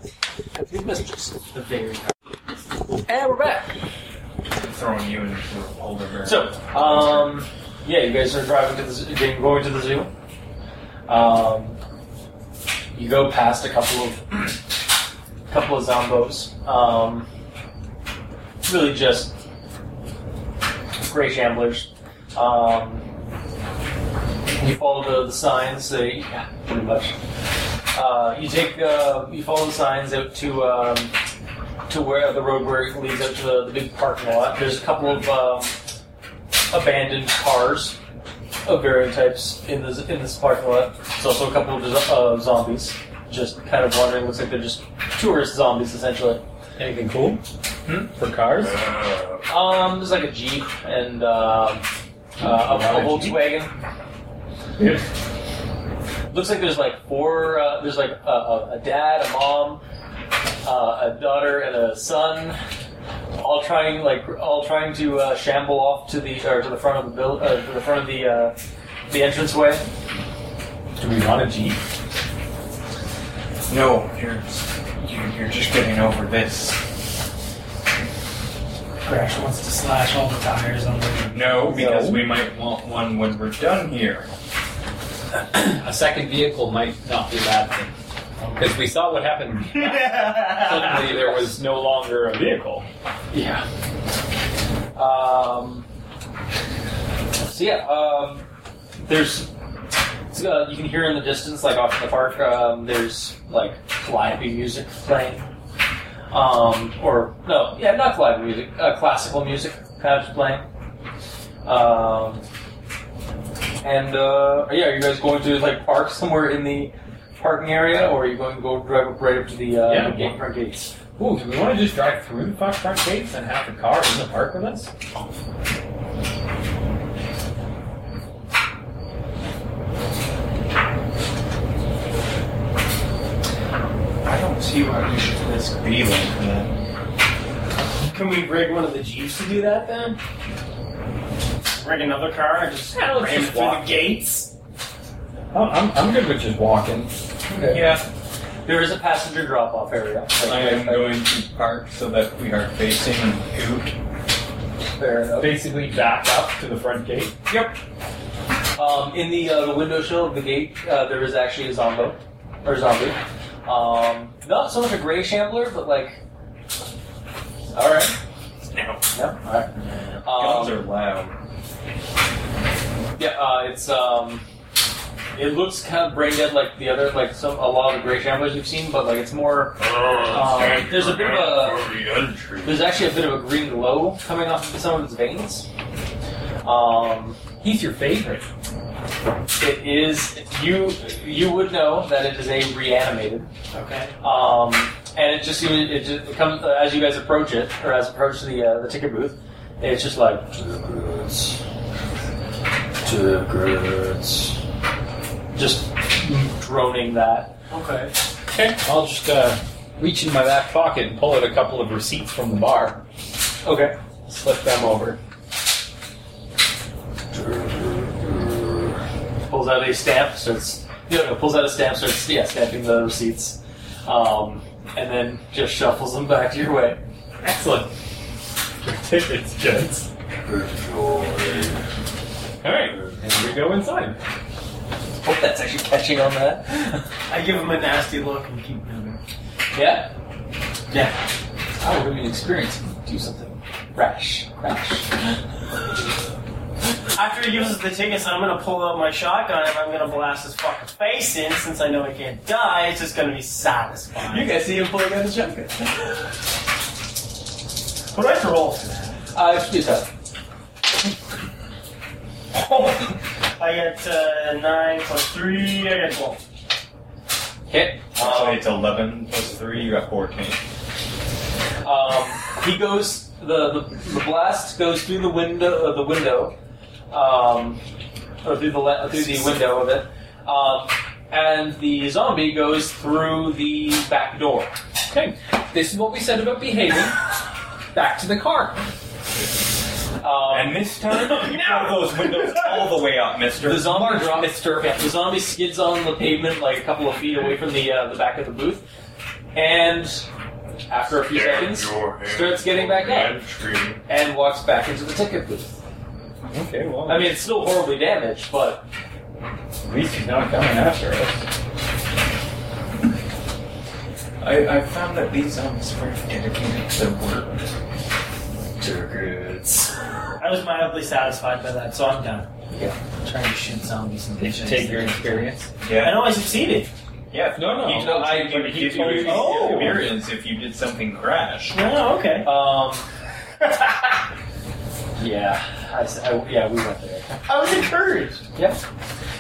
That's your mistress. The very And we're back. I'm throwing you into a polar bear. So, um, yeah, you guys are driving to the zoo, getting- going to the zoo. Um, you go past a couple of couple of zombos. Um, really just gray shamblers. Um, you follow the, the signs. They, yeah, pretty much. Uh, you take uh, you follow the signs out to um, to where the road where it leads out to the, the big parking lot. There's a couple of um, abandoned cars of varying types in this in this parking lot. There's also a couple of zo- uh, zombies just kind of wandering. Looks like they're just tourist zombies essentially. Anything cool? Hmm? For cars? Uh, Um, there's like a jeep and um uh, a, a Not a Jeep? Volkswagen. Yep. Looks like there's like four. Uh, there's like a, a, a dad, a mom, uh, a daughter, and a son. All trying like all trying to uh, shamble off to the or to the front of the build, uh, to the front of the uh, the entranceway. Do we want a Jeep? no, you're, you're you're just getting over this. Crash wants to slash all the tires on the. No, because No. we might want one when we're done here. A second vehicle might not be a bad thing. Because we saw what happened. Suddenly there was no longer a vehicle. Yeah. Um, so yeah, um, there's. it's, Uh, you can hear in the distance, like off in the park, um, there's like calliope music playing. Um, or no, yeah, not calliope music, uh, classical music kind of playing. Um, and uh, yeah, are you guys going to like park somewhere in the parking area, or are you going to go drive up right up to the uh, Yeah. gate front gates? Ooh, do we want to just drive through the front front gates and have the car in the park with us? I don't see why we should risk being like that. Can we rig one of the jeeps to do that then? Rig another car and just Yeah, let's ram just through walk. the gates. Oh, I'm, I'm good with just walking. Yeah, There is a passenger drop-off area. Like, I am going to park so that we are facing out. Fair enough. Basically back up to the front gate. Yep. Um, in the, uh, the window sill of the gate, uh, there is actually a zombo or zombie. Um, not so much a gray shambler, but like, all right, Now, yeah, all right. guns Um, are loud. yeah, uh, it's um, It looks kind of brain dead like the other, like some a lot of the gray shamblers we've seen, but like it's more. Um, there's a bit of a. There's actually a bit of a green glow coming off of some of its veins. Um, He's your favorite. it is you. You would know that it is a reanimated. Okay. Um, and it just it, it just it comes uh, as you guys approach it or as approach the uh, the ticket booth. It's just like tickets, tickets, just droning that. Okay. Okay. I'll just uh, reach in my back pocket and pull out a couple of receipts from the bar. Okay. Slip them over. Pulls out a stamp, starts. No, no. Pulls out a stamp, starts yeah, stamping the receipts, um, and then just shuffles them back your way. Excellent. Tickets, gents. All right, and we go inside. Hope that's actually catching on that. I give him a nasty look and keep moving. yeah. Yeah. I will give you an experience. Do something rash, rash. After he uses the tickets, I'm gonna pull out my shotgun and I'm gonna blast his fucking face in. Since I know I can't die, it's just gonna be satisfying. You guys see him pulling out his shotgun. What do I have to roll? for that? Uh, excuse that. I got uh, nine plus three. I got twelve. Hit. So it's 11 plus 3, you got 14. Um, he goes. The, the the blast goes through the window. Uh, the window. Um, or through the le- through the window of it. Um, and the zombie goes through the back door. Okay, this is what we said about behaving. Back to the car. Um, And this time, you pull those windows all the way up, mister. the zombie drops. Yeah, the zombie skids on the pavement like a couple of feet away from the uh, the back of the booth, and after a few seconds, starts getting back up and walks back into the ticket booth. Okay, well, I mean, it's still horribly damaged, but at least he's not coming after us. I, I found that these zombies were dedicated to work. I was mildly satisfied by that, so I'm done. Yeah. Trying to shoot zombies and Did you take your experience? I Yeah. know I succeeded. Yeah. No, no, He told I- you but to he give told you you- the Oh. experience if you did something rash. Oh, okay. um, yeah, I s I yeah, we went there. I was encouraged. Yep.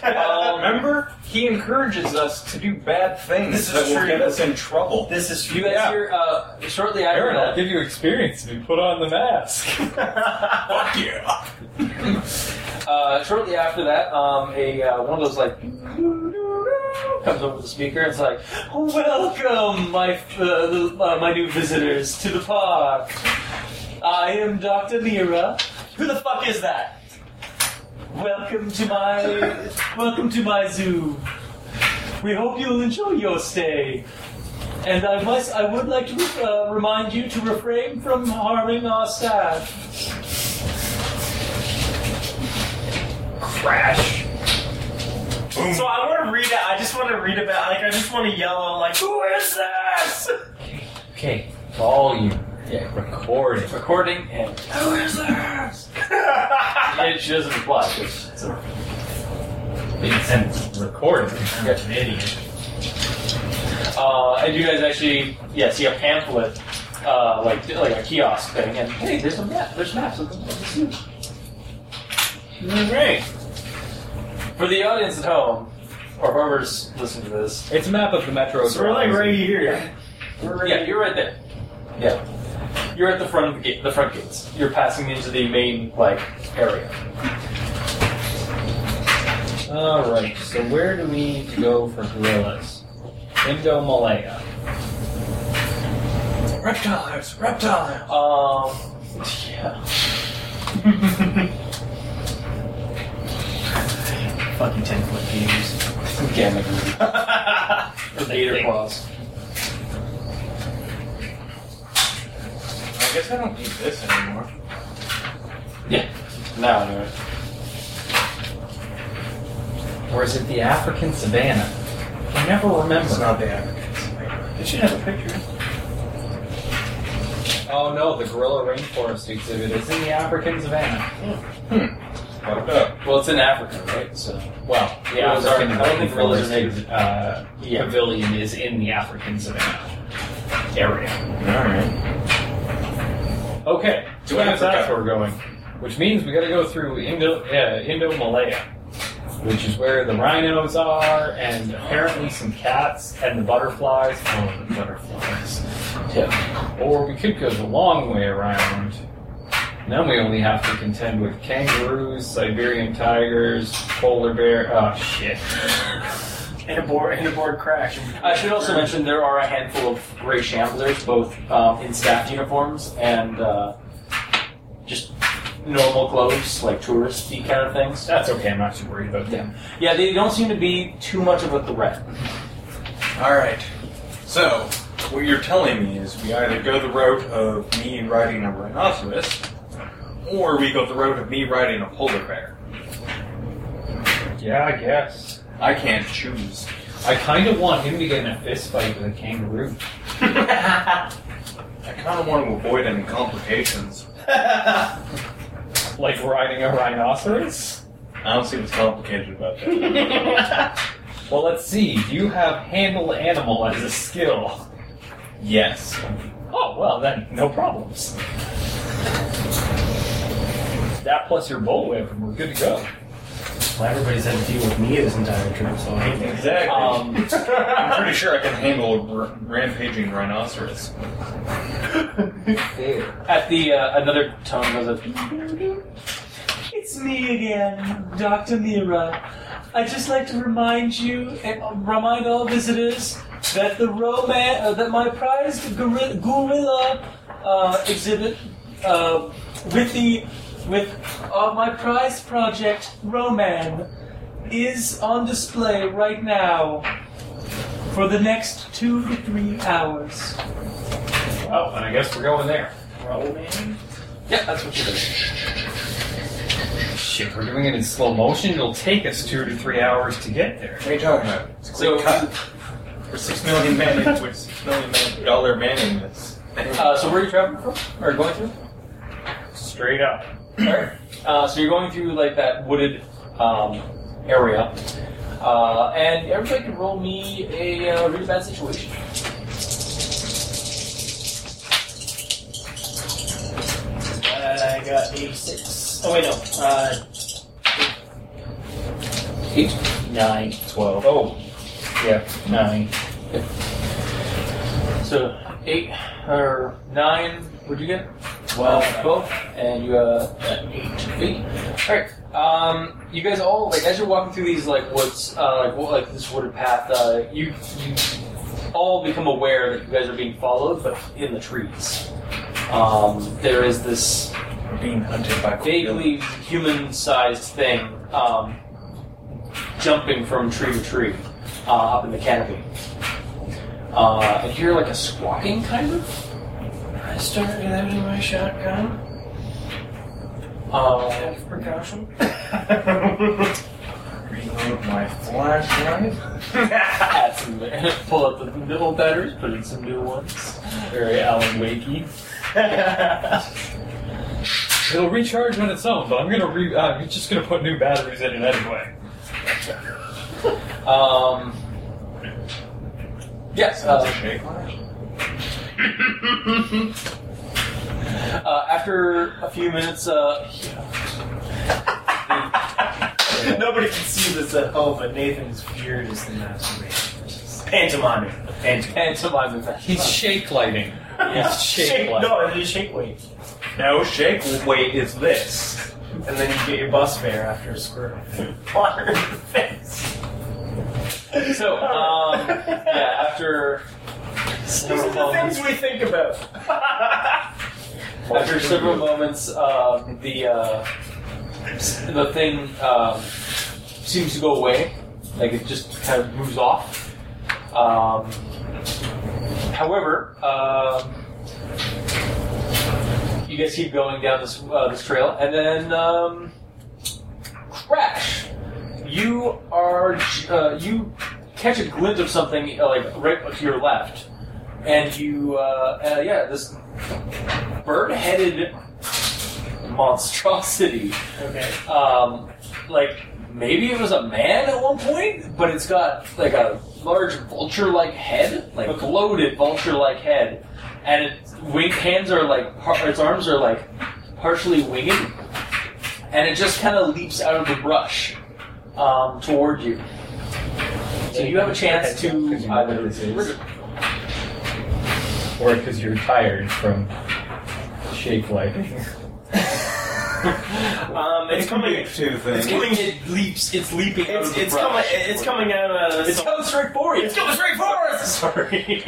Um, Remember, he encourages us to do bad things This is that will true. get us in trouble. This is you guys Yeah. hear uh, shortly after Aaron, I'll that. give you experience if you put on the mask. Fuck you. Uh, shortly after that, um, a uh, one of those like comes over the speaker. It's like, welcome, my uh, the, uh, my new visitors to the park. I am Doctor Lira. Who the fuck is that? Welcome to my welcome to my zoo. We hope you'll enjoy your stay. And I must, I would like to uh, remind you to refrain from harming our staff. So I want to read it. I just want to read about. Like I just want to yell out, like, "Who is this? Okay, volume. Yeah, record it. Recording and Who is this?" it, she doesn't reply. It's, it's a, It's recorded. uh, and you guys actually, yeah, see a pamphlet, uh, like like a kiosk thing, and hey, there's a map. There's maps of the, of the zoo. Great. Mm, For the audience at home, or whoever's listening to this, It's a map of the metro. So we're like Horizon. right here. We're right Yeah, you're right there. Yeah, you're at the front of the gate. The front gates. You're passing into the main like area. All right. So where do we need to go for gorillas? Indo Malaya. Reptiles! Reptiles! Um, yeah. fucking ten foot games. Gamma The gator claws. I guess I don't need this anymore. Now, anyway. Or is it the African savannah? I never remember. It's not the Africans. It should have a picture. Oh no, the gorilla rainforest exhibit is in the African savannah. Fucked up. Well, it's in Africa, right? So Well, the Those are- African I don't think those are forested, uh, Yeah. pavilion is in the African savannah area. Alright. Okay, so To that's Africa. where we're going, which means we got to go through Indo uh, Indo Malaya, which is where the rhinos are, and apparently some cats and the butterflies. Oh, the butterflies! Yeah. Or we could go the long way around. Then we only have to contend with kangaroos, Siberian tigers, polar bear. Oh shit! And a board, and a board crash. I should also mention there are a handful of gray shamblers, both um, in staff uniforms and uh, just normal clothes, like touristy kind of things. That's okay. I'm not too worried about them. Yeah, they don't seem to be too much of a threat. Alright. So, what you're telling me is we either go the route of me riding a rhinoceros, or we go the route of me riding a polar bear. Yeah, I guess. I can't choose. I kind of want him to get in a fist fight with a kangaroo. I kind of want to avoid any complications. Like riding a rhinoceros? I don't see what's complicated about that. Well, let's see. Do you have handle animal as a skill? yes. Oh, well, then no problems. That plus your bullwhip, and we're good to go. Well, everybody's had to deal with me this entire trip, so I hate Exactly. Um, I'm pretty sure I can handle a r- rampaging rhinoceros. at the uh, another tone goes up. It's me again, Doctor Mira. I would just like to remind you and remind all visitors that the romance uh, that my prized gorilla, gorilla uh, exhibit uh, with the with uh, my prized project Roman is on display right now for the next two to three hours. Well, and I guess we're going there. Yep, that's what you're doing. Shit, we're doing it in slow motion. It'll take us two to three hours to get there. What are you talking about? It's a So- quick cut. We're Uh, six million man. We're six million man dollar manning this. Uh, so where are you traveling from? Or going through? Straight up. Uh, so you're going through like that wooded um, area, uh, and everybody can roll me a uh, really bad situation. I got 86. Oh, wait, no. Uh, Nine. Twelve. Oh. Yeah, nine. So eight or nine? What'd you get? Twelve. Twelve, and you uh, uh, eight. Eight. All right. Um, you guys all like as you're walking through these like woods, uh, like wo- like this wooded path, uh, you you all become aware that you guys are being followed, but in the trees. Um, there is this We're being hunted by vaguely human-sized thing um, jumping from tree to tree uh, up in the canopy. Uh, and hear like a squawking kind of. I started having my shotgun. Uh, Out of precaution. Reload my flashlight. add some, pull up the the old batteries, put in some new ones. Very Alan Wakey. It'll recharge on its own, but I'm gonna re- uh, I'm just gonna put new batteries in it anyway. Um, yes. That's a Uh, shake flash. uh, after a few minutes, uh, Nobody can see this at home, but Nathan's furious than that to me. Pantomiming. Pantomime. pantomime effect. He's shake lighting. Yeah. He's shake, lighting. No, it's shake weight. No shake weight is this. And then you get your bus fare after a squirrel. Water in the face. So, um, yeah, after. These are the things we think about. After several moments, uh, the uh, the thing um, seems to go away, like it just kind of moves off. Um, however, um you guys keep going down this uh, this trail, and then um, crash. You are uh, you catch a glint of something uh, like right to your left, and you uh, uh, yeah this bird-headed monstrosity, Okay. um, like Maybe it was a man at one point, but it's got like a large vulture-like head, like bloated vulture-like head, and its wing hands are like par- its arms are like partially winged, and it just kind of leaps out of the brush um, toward you. So you have a chance to Because you know what this is. either. Or because you're tired from shake lighting. Um, it's coming. two It's things. coming. It's It leaps. It's leaping. out of the it's brush. coming. It's coming out of. It's coming straight for you. It's coming straight for us. Sorry.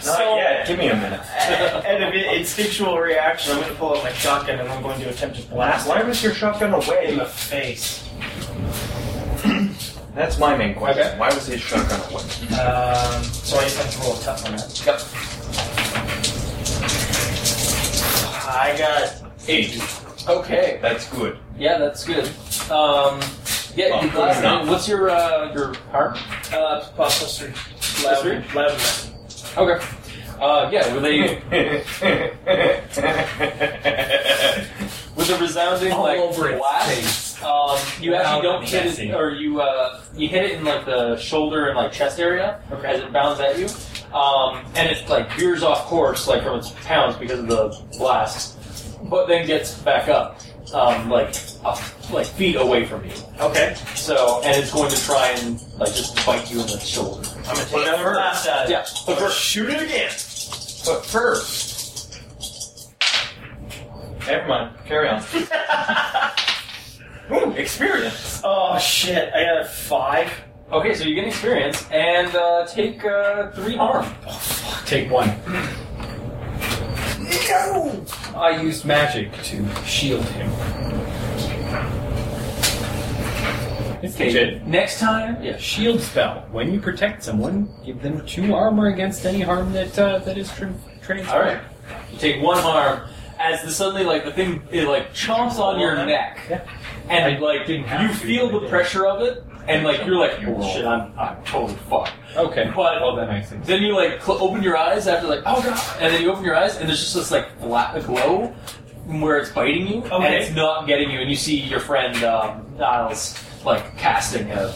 So, give me a minute. out of it- instinctual reaction, I'm going to pull out my shotgun and I'm going to attempt to blast it Why was your shotgun in away? the face. That's my main question. Why was his shotgun away? Um, so I just have to roll a tough on that. Yep. I got Eight. Okay. That's good. Yeah, that's good. Um, yeah, Well, you blast good enough. it. What's your uh, your harm? uh, plus plus three. Plus Loud, three? loud enough. Okay. Uh, yeah, with a with a resounding All like over its blast. Um, you Loud actually don't and hit messy. it, or you uh, you hit it in like the shoulder and like chest area as it bounds at you, um, and it like veers off course like from its pounds because of the blast, but then gets back up, um, like up, like feet away from you. Okay, So and it's going to try and like just bite you in the shoulder. I'm going to take another blast at it. Yeah, I'm gonna shoot it again. But first. Never mind. Carry on. Ooh, experience. Oh shit! I got a five. Okay, so you get experience and uh, take uh, three harm. Take one. I used magic to shield him. It's legit. Next time, Yeah, shield spell. When you protect someone, give them two armor against any harm that uh, that is tra- transferred. All right. You take one harm as the suddenly like the thing it like chomps on your neck, Yeah. and I like didn't have you to, feel but I the did. pressure of it, and like you're like, You oh, roll. shit, I'm I'm totally fucked. Okay. But- well, then I see. Then you like cl- open your eyes after like oh god, and then you open your eyes and there's just this like flat glow from where it's biting you, and Okay. it's not getting you, and you see your friend um, Niles like casting a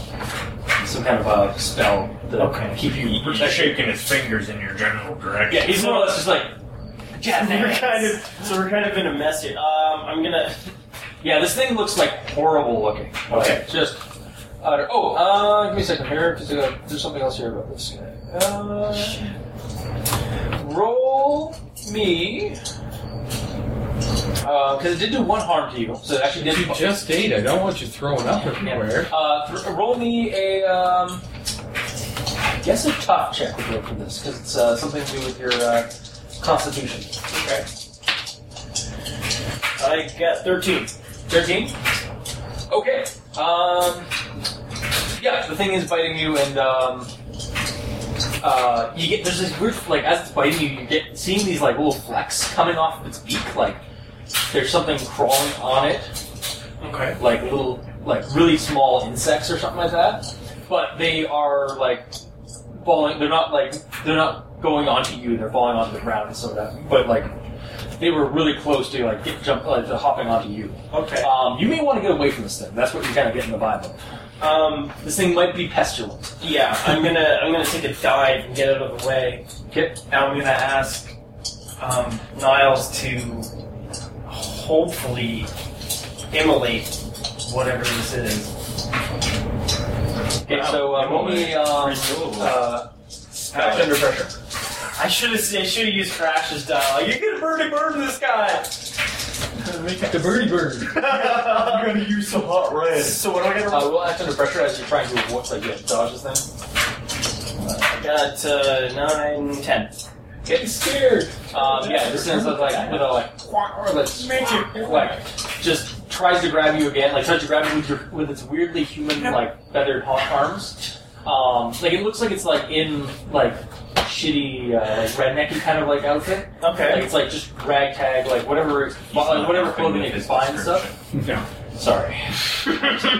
some kind of a spell to Okay. keep you He's protected. shaking his fingers in your general Yeah, direction. he's more or less just like So jabbing we're at kind it. of so we're kind of in a mess here. Um, I'm gonna. Yeah, this thing looks like horrible looking. Okay. Like, just. utter- oh, uh, give me a second here, because there's something else here about this guy. Uh, roll me. Because it did do one harm to you, so it actually did. You just ate. I don't want you throwing up everywhere. Uh, th- roll me a. Um, I guess a tough check would work for this, because it's uh, something to do with your uh, constitution. Okay. I got thirteen. 13? Okay. Um, yeah, the thing is biting you, and um, uh, you get there's this weird like as it's biting you, you get seeing these like little flecks coming off of its beak, like there's something crawling on it, Okay. like little like really small insects or something like that. But they are like falling. They're not like they're not going onto you. They're falling onto the ground and so that. But like they were really close to like get, jump like to hopping onto you. Okay. Um, you may want to get away from this thing. That's what you're kind of getting the vibe of. Um, This thing might be pestilent. yeah, I'm gonna I'm gonna take a dive and get out of the way. Okay. And I'm gonna ask um, Niles to hopefully immolate whatever this is. Okay. So uh, roll me. Um, uh, act under pressure. I should have I should have used Crash's dialogue. You're gonna birdie burn this guy. The birdie bird. so gonna use some hot red. what do I get? Uh, roll act under pressure as you're trying to avoid, like, yeah, dodge this thing. I got uh, nine, ten. Get scared. Um, yeah, this thing is like with a like, quack, or like, like, just tries to grab you again. Like tries to grab you with your with its weirdly human like feathered ha- arms. Um, like it looks like it's like in like shitty uh, like rednecky kind of like outfit. Like Okay. it's like just ragtag, like whatever, like, whatever clothing it can find and stuff. No. Sorry.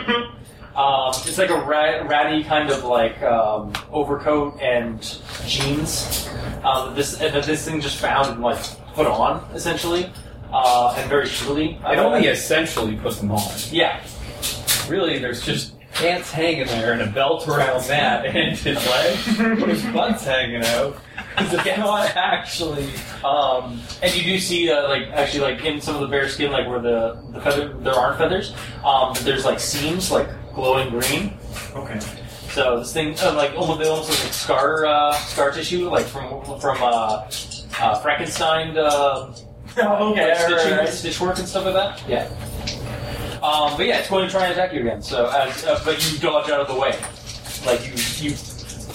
Um, it's like a ra- ratty kind of like um, overcoat and uh, jeans um, that this that this thing just found and like put on essentially. uh, and very shrilly. It only essentially puts them on. yeah. Really, there's just ants hanging there and a belt around that and his leg. His butt's hanging out. It's not actually. Um, and you do see, uh, like, actually, like in some of the bear skin, like where the the feather there aren't feathers. Um, but there's like seams, like glowing green. Okay. So this thing, uh, like almost, they almost look like scar uh, scar tissue, like from from uh, uh, Frankenstein. Uh, Oh, okay, like right, stitching, right, right. stitch work and stuff like that. Yeah. Um, but yeah, it's going to try and attack you again. So, as, uh, but you dodge out of the way, like you you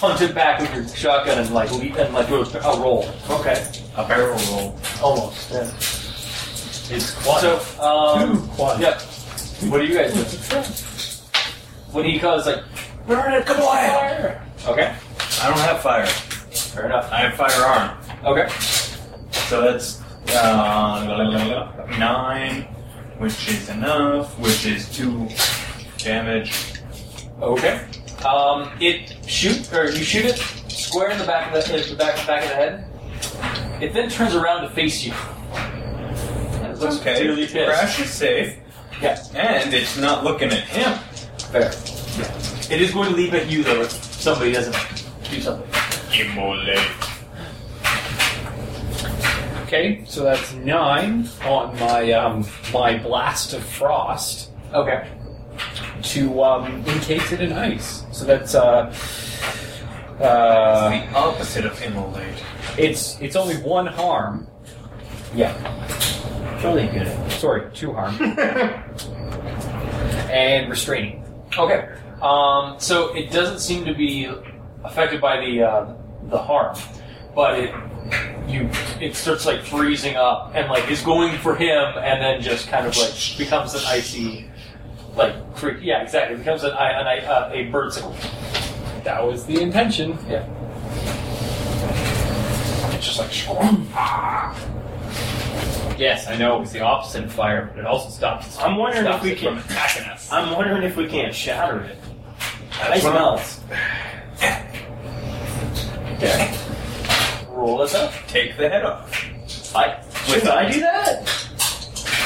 punch it back with your shotgun and like leap and like do a, a roll Okay. A barrel roll. almost. Yeah. It's quite. So, um, Two quads. yep. What do you guys do? What do you call it? It's like burn it, come on! Okay, I don't have fire. fair enough. I have firearm. Okay. So that's uh, la, la, la, la, nine, which is enough, which is two damage. Okay. Um, it shoot or you shoot it square in the back of the, uh, the back back of the head. It then turns around to face you. And it looks Okay, really pissed. Crash is safe, Yeah, and it's not looking at him. fair. It is going to leap at you though if somebody doesn't do something. Immolate. Okay, so that's nine on my um, my blast of frost Okay. to um, encase it in ice. So that's uh, uh, the opposite of immolate. it's it's only one harm. Yeah. Really good. Sorry, two harm and restraining. Okay. Um, so it doesn't seem to be affected by the uh, the harm, but it you it starts like freezing up and like is going for him and then just kind of like becomes an icy like freak. Yeah, exactly. It becomes an, i- an i- uh, a birdsicle. That was the intention. Yeah. It's just like shoo. Yes, I know it was the opposite of fire, but it also stops. I'm wondering if stops we it can- from attacking us. I'm wondering if we can't shatter it. That's Ice what I'm- melts. okay. Roll this up. Take the head off. I should I do that?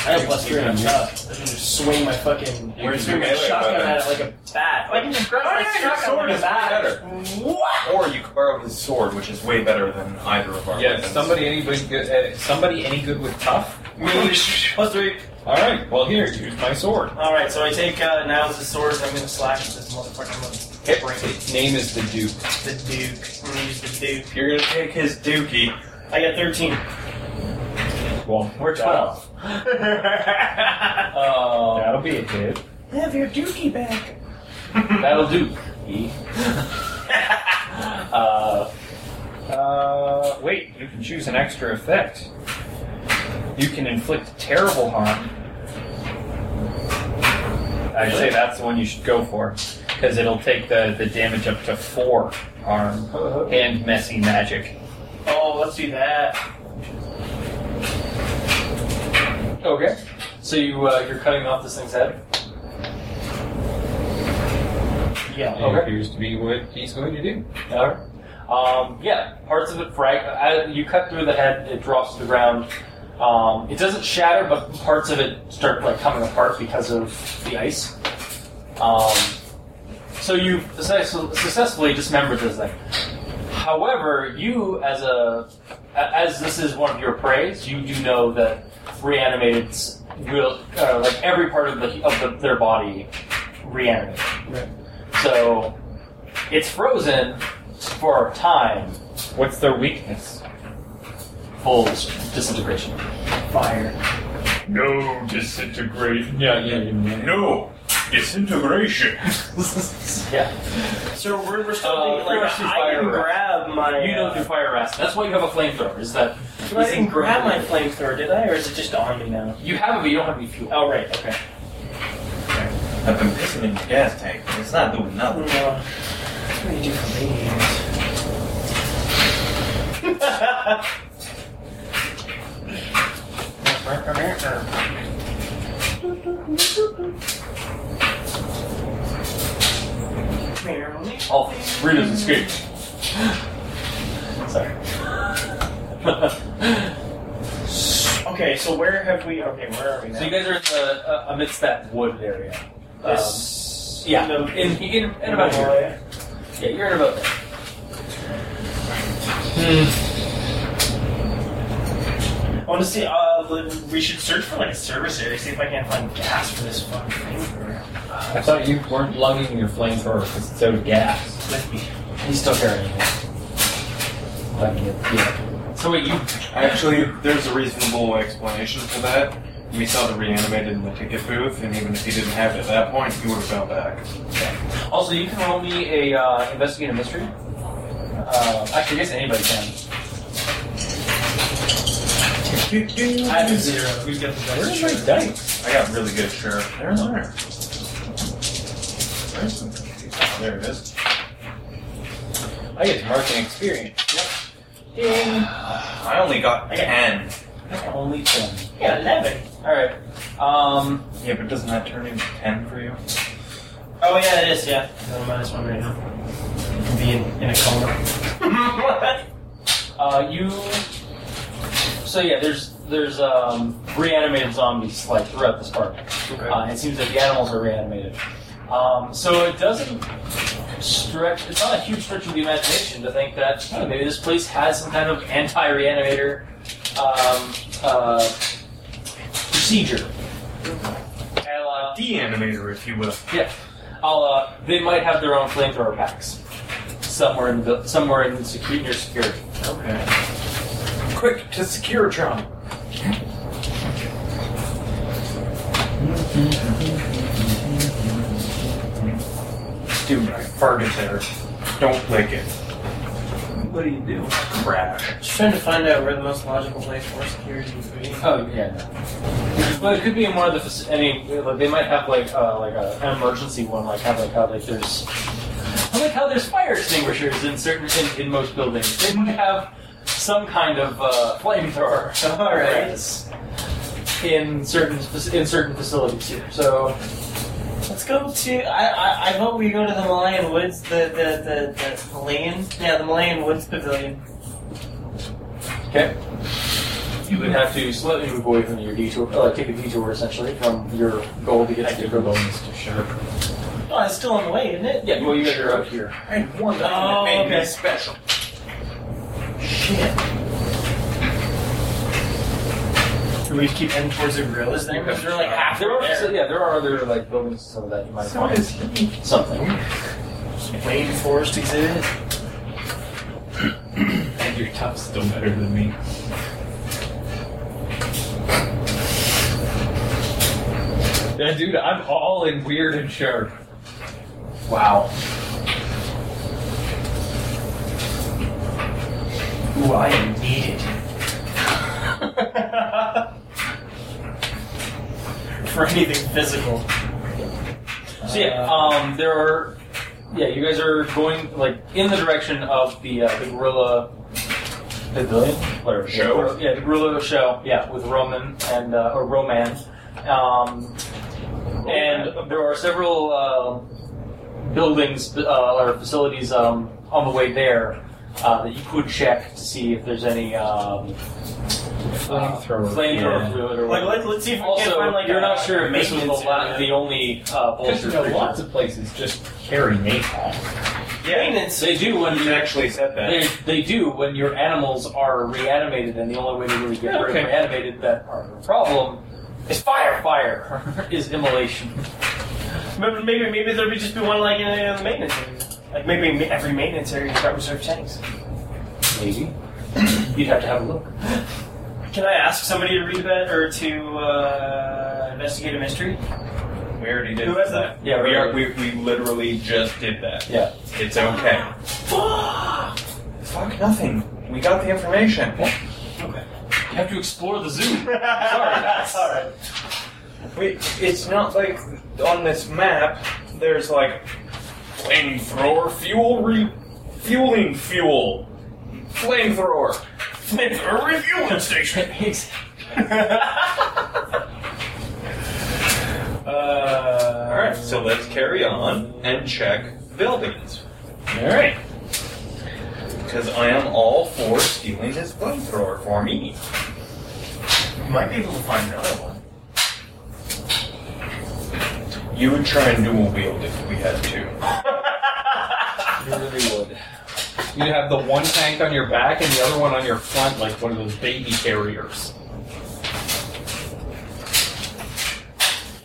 I have less gear and I'm not. I can just swing my fucking Where's swing your my melee shotgun weapon? at it like a bat. I can just grab Oh, my yeah, your shotgun sword like a is bat. What? Or you could borrow his sword, which is way better than either of our Yes, weapons. somebody any good? Uh, somebody any good with tough? Plus three. All right. Well, here, use my sword. All right, so I take uh, now's the sword. I'm gonna slash this motherfucker. I'm gonna break Its name is the Duke. the Duke. I'm gonna use the Duke. You're gonna take his dookie. I got 13. Well, We're twelve. Uh, that'll be it, dude. Have your Dookie back. That'll do. E. uh, Uh, wait, you can choose an extra effect. You can inflict terrible harm. I'd say that's the one you should go for, because it'll take the, the damage up to four harm and messy magic. Oh, let's do that. okay. So you uh, you're cutting off this thing's head. Yeah. Okay. appears to be what he's going to do. Alright. Um, yeah, parts of it frag. uh, You cut through the head, it drops to the ground. Um, it doesn't shatter, but parts of it start like coming apart because of the ice. Um, so you success- successfully dismembered this thing. However, you as a a- as this is one of your preys, you do know that reanimated s- will uh, like every part of the of the, their body reanimated. So it's frozen for a time. What's their weakness? Full disintegration. Fire. No disintegration. Yeah, yeah, yeah. No disintegration. Yeah. So we're, we're still Uh, thinking, like uh, first is I fire can arrest. grab my. You don't do fire arrest. That's why you have a flamethrower. Is that uh, I didn't grab my flamethrower, did I, or is it just on me now? you have it, but you don't have any fuel. Oh right. Okay. I've been pissing in the gas tank. It's not doing Oh, No. nothing. What do you do for me? Oh, Rita's escaped. Sorry. Oh, Okay, so where have we? Okay, where are we now? So you guys are in the, uh, amidst that wood area. Um, this, yeah, the- in, in, in about here. Yeah, you're in about there. Honestly, uh, li- we should search for like a service area. See if I can't find gas for this fucking thing. I thought you weren't lugging your flamethrower because it's out of gas. With me. He's still carrying it. But, yeah. So wait, you Actually, there's a reasonable explanation for that. We saw the reanimated in the ticket booth, and even if he didn't have it at that point, he would have fell back. also you can roll me a uh, investigate a mystery. Uh, actually, I guess anybody can. I have a zero. Who's got the Where best? are my dice? I got really good sheriff. They're in there. Where's the- Oh, There it is. I get to mark an experience. I only got I got- ten. Only ten. Yeah, eleven. All right. Um, Yeah, but doesn't that turn into ten for you? Oh yeah, it is. Yeah, I'm minus one right now. Be in, in a coma. uh, you. So yeah, there's there's um, reanimated zombies like throughout this park. okay. Uh, it seems that the animals are reanimated. Um, so it doesn't stretch. It's not a huge stretch of the imagination to think that hmm, maybe this place has some kind of anti-reanimator um, uh, procedure. uh, A la- Deanimator, if you will. yeah, I'll, uh, they might have their own flamethrower packs somewhere in the, somewhere in secure near security. Okay. Quick to Securitron. Dude, I farted there. Don't lick it. What do you do? Crash. Just trying to find out where the most logical place for security would be. Oh yeah. No. Well, it could be in one of the faci- any. Like, they might have like uh, like a, an emergency one, like how like how like there's I like how there's fire extinguishers in certain in, in most buildings. They might have some kind of uh, flamethrower. All right. apparatus In certain faci- in certain facilities here, so Let's go to. I, I I vote we go to the Malayan Woods. The the the, the Malayan. Yeah, the Malayan Woods Pavilion. Okay. You would have to slightly move away from your detour, uh, like take a detour essentially from your goal to get to your goal. Oh, it's still on the way, isn't it? Yeah, well, you guys are up here. I had one Oh, that made okay. me special. Shit. Do we keep heading towards the gorillas then? Because we're like half There are, there. so, yeah, there are other like buildings and stuff that you might So find is he. something. Wayne Forest exhibit. And your top's still better than me. Yeah, dude, I'm all in weird and sharp. Wow. Ooh, I am needed. For anything physical. So yeah, um, there are. Yeah, you guys are going like in the direction of the uh, the gorilla pavilion, whatever Show? Yeah, the gorilla show. Yeah, with Roman and uh, or Roman, um, and there are several uh, buildings uh, or facilities um, on the way there uh, that you could check to see if there's any um, Flamethrower. flamethrower Yeah. fluid or Like, let, whatever. let's see if we can Also, find like you're a, not sure if this was the, maintenance la- the area. only Because uh, bolster. you know, creature. lots of places just carry napalm. maintenance. They do when You you actually said that. they, they do when your animals are reanimated, and the only way to really get rid Okay. of reanimated that are a problem is fire. Fire is immolation. Maybe, maybe, maybe there would just be one like in the maintenance area. Like maybe ma- every maintenance area has got reserved tanks. Maybe you'd have to have a look. Can I ask somebody to read that or to uh, investigate a mystery? We already did Who has that. Yeah, we we are. We, we literally just did that. Yeah. It's okay. Fuck nothing. We got the information. You have to explore the zoo. Sorry, that's- all right. We, it's not like on this map. There's like flamethrower fuel refueling fuel. Flamethrower. Flamethrower refueling station. Uh, Uh, All right, so let's carry on and check buildings Alright. because I am all for stealing this flamethrower for me. You might be able to find another one. You would try and dual wield if we had to. You really would. You'd have the one tank on your back and the other one on your front, like one of those baby carriers.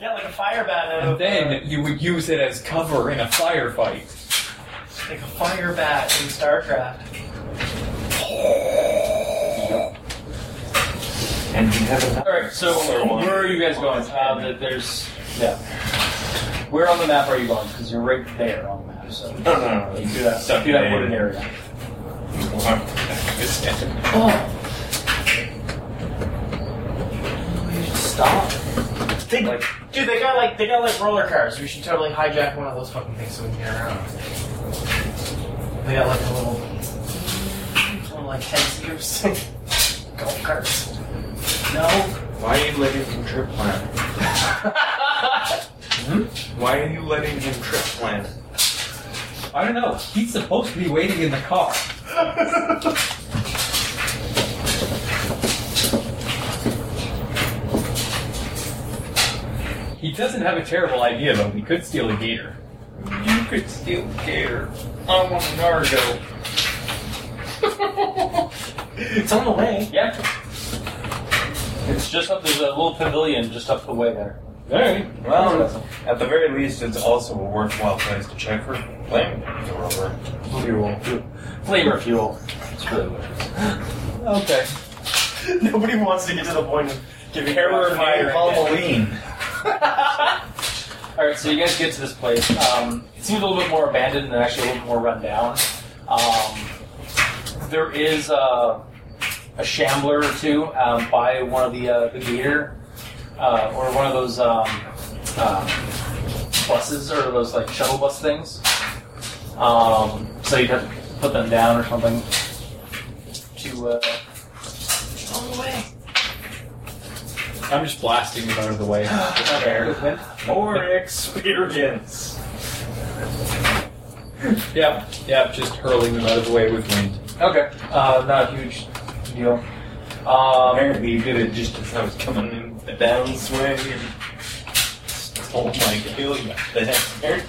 Yeah, like a fire bat out And of uh, then you would use it as cover in a firefight. like a fire bat in StarCraft. And we have a All right. So where are you guys going? Uh, the, there's yeah. Where on the map are you going? Because you're right there on the map. So No, no, no. you do that. Stuck do that in. wooded area. It's- Oh. Stop. They, Like- dude, they got like they got like roller cars. We should totally hijack one of those fucking things so we can get around. They got like a little, little like head skiers, golf carts. No. Why are you letting him trip plan? Why are you letting him trip plan? I don't know. He's supposed to be waiting in the car. he doesn't have a terrible idea though. He could steal a gator. You could steal Gator. I want a Nargo. It's on the way. Yeah. It's just up. There's a little pavilion just up the way there. Alright. Well, at the very least, it's also a worthwhile place to check for flame thrower. Fuel. Flavor fuel. That's really what it is. Okay. Nobody wants to get to the point of giving Terror fire. by Halloween. All right. So you guys get to this place. Um, it seems a little bit more abandoned and actually a little bit more run down. Um, there is a, a shambler or two um, by one of the uh, the gator uh, or one of those um, uh, buses or those like shuttle bus things. Um, so you'd have to put them down or something to. Uh, On the way. I'm just blasting him out of the way. prepare. More experience. Yep, yep, just hurling them out of the way with wind. Okay. Uh, not a huge deal. Um, Apparently, you did it just as I was coming in the downswing and stole my kill. You bastard.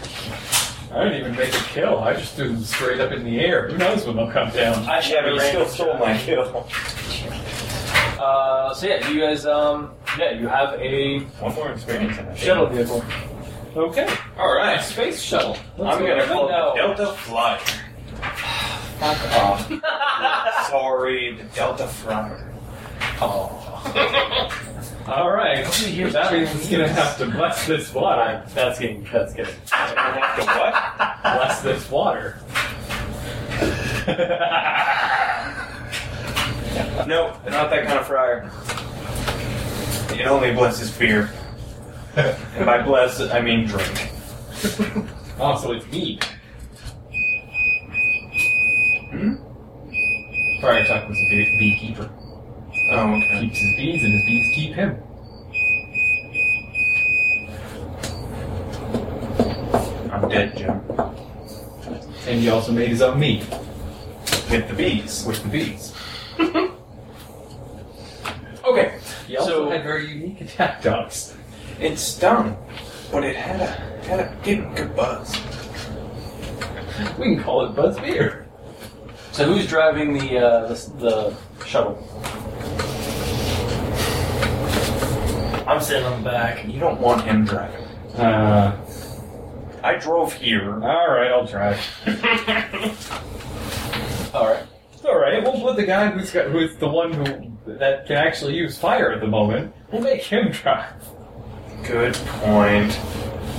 I didn't even make a kill. I just threw them straight up in the air. Who knows when they'll come down? I Yeah, but you still stole my kill. uh, so yeah, you guys. Um, yeah, you have a One more experience and I think- shuttle vehicle. Okay. All right. Space shuttle. I'm gonna call No. the Delta Flyer. Fuck off. Sorry, the Delta Flyer. Oh. All right. That means it's gonna have to bless this water. That's getting. That's getting. The what? Bless this water. No, not that kind of fryer. It only blesses beer. and by bless, I mean drink. Oh, so it's meat. Hmm? Friar Tuck was a bee- beekeeper. Oh, okay. Keeps his bees, and his bees keep him. I'm dead, Jim. And he also made his own meat With the bees. with the bees. Okay. He also So- had very unique attack dogs. It's dumb, but it had a had a good, good buzz. We can call it Buzz Beer. So who's driving the uh, the, the shuttle? I'm sitting on the back. You don't want him driving. Uh, I drove here. all right, I'll try. All right. It's all right. We'll put the guy who's got who's the one who that can actually use fire at the moment. We'll make him drive. Good point.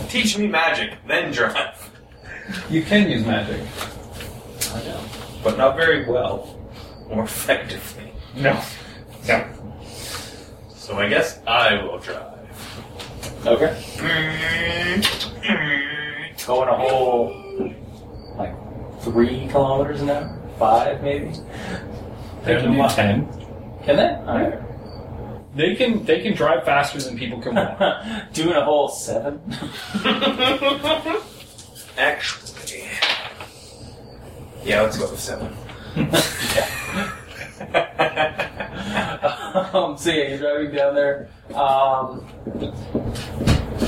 Teach me magic, then drive. You can use magic. I know. But not very well or effectively. No. No. So I guess I will drive. Okay. Going a whole like three kilometers an hour, five maybe. They can do ten. Can they? All right. They can they can drive faster than people can walk. Doing a whole seven. Actually, yeah, let's go with seven. Um, so yeah, you're driving down there. Um,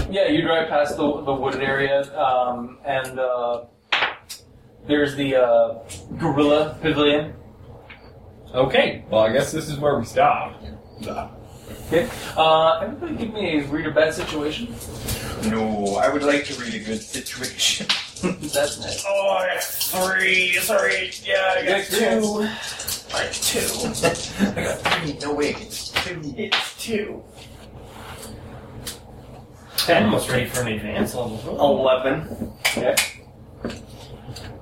yeah, you drive past the, the wooded area, um, and uh, there's the uh, gorilla pavilion. Okay, well, I guess this is where we stop. Uh, everybody, give me a read a bad situation. No, I would like to read a good situation. That's next. Oh, that's three. Sorry. Yeah, I got two. Like two. no way, it's two. It's two. Ten. Almost ready for an advanced level. Eleven. Okay.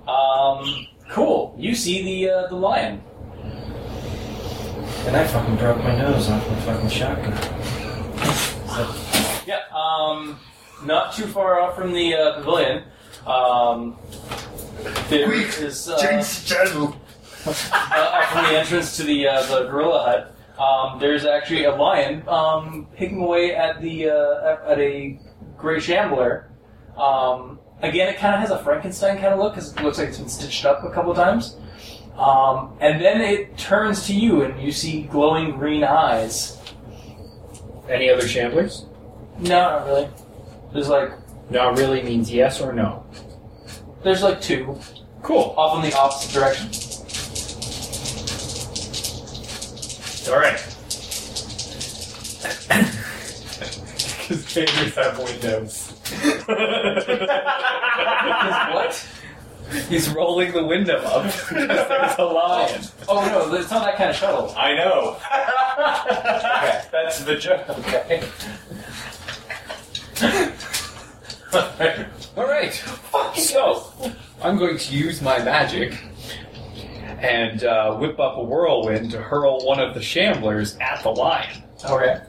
Um, cool. You see the uh, the lion. And I fucking broke my nose off my fucking shotgun. Yeah, um, not too far off from the uh, pavilion. Um, there Quick, is, uh, channel. uh, up from the entrance to the uh, the gorilla hut. Um, there's actually a lion um, picking away at the uh, at- at a gray shambler. Um, again, it kind of has a Frankenstein kind of look because it looks like it's been stitched up a couple times. Um, and then it turns to you, and you see glowing green eyes. Any other shamblers? No, not really. There's like No, it really means yes or no. there's like two Cool. off in the opposite direction. All right. Because chambers have windows. what? He's rolling the window up. 'cause There's a lion. Oh no, it's not that kind of shuttle. I know. That's the joke. Okay. All right. So I'm going to use my magic and uh, whip up a whirlwind to hurl one of the shamblers at the lion. Okay.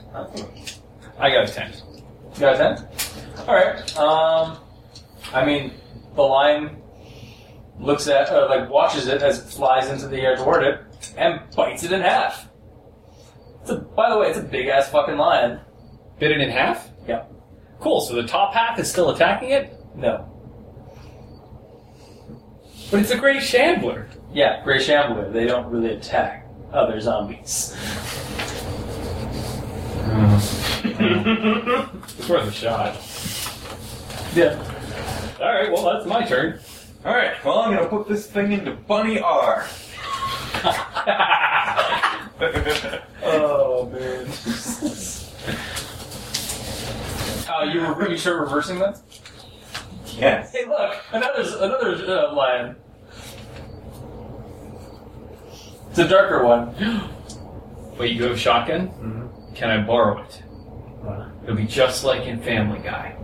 I got a ten. You got a ten? Alright. Um I mean the lion looks at uh, like watches it as it flies into the air toward it and bites it in half. It's a, by the way, it's a big ass fucking lion. Bit it in half. Yep. Cool. So the top half is still attacking it, No. but it's a great shambler. Yeah, Grey Shambler, they don't really attack other zombies. It's worth a shot. Yeah. All right. Well, that's my turn. Alright, well, I'm gonna put this thing into Bunny R. Oh man. Uh, you were you sure reversing that? yes. Hey, look, another another uh, lion. It's a darker one. Wait, you have a shotgun? Can I borrow it? It'll be just like in Family Guy.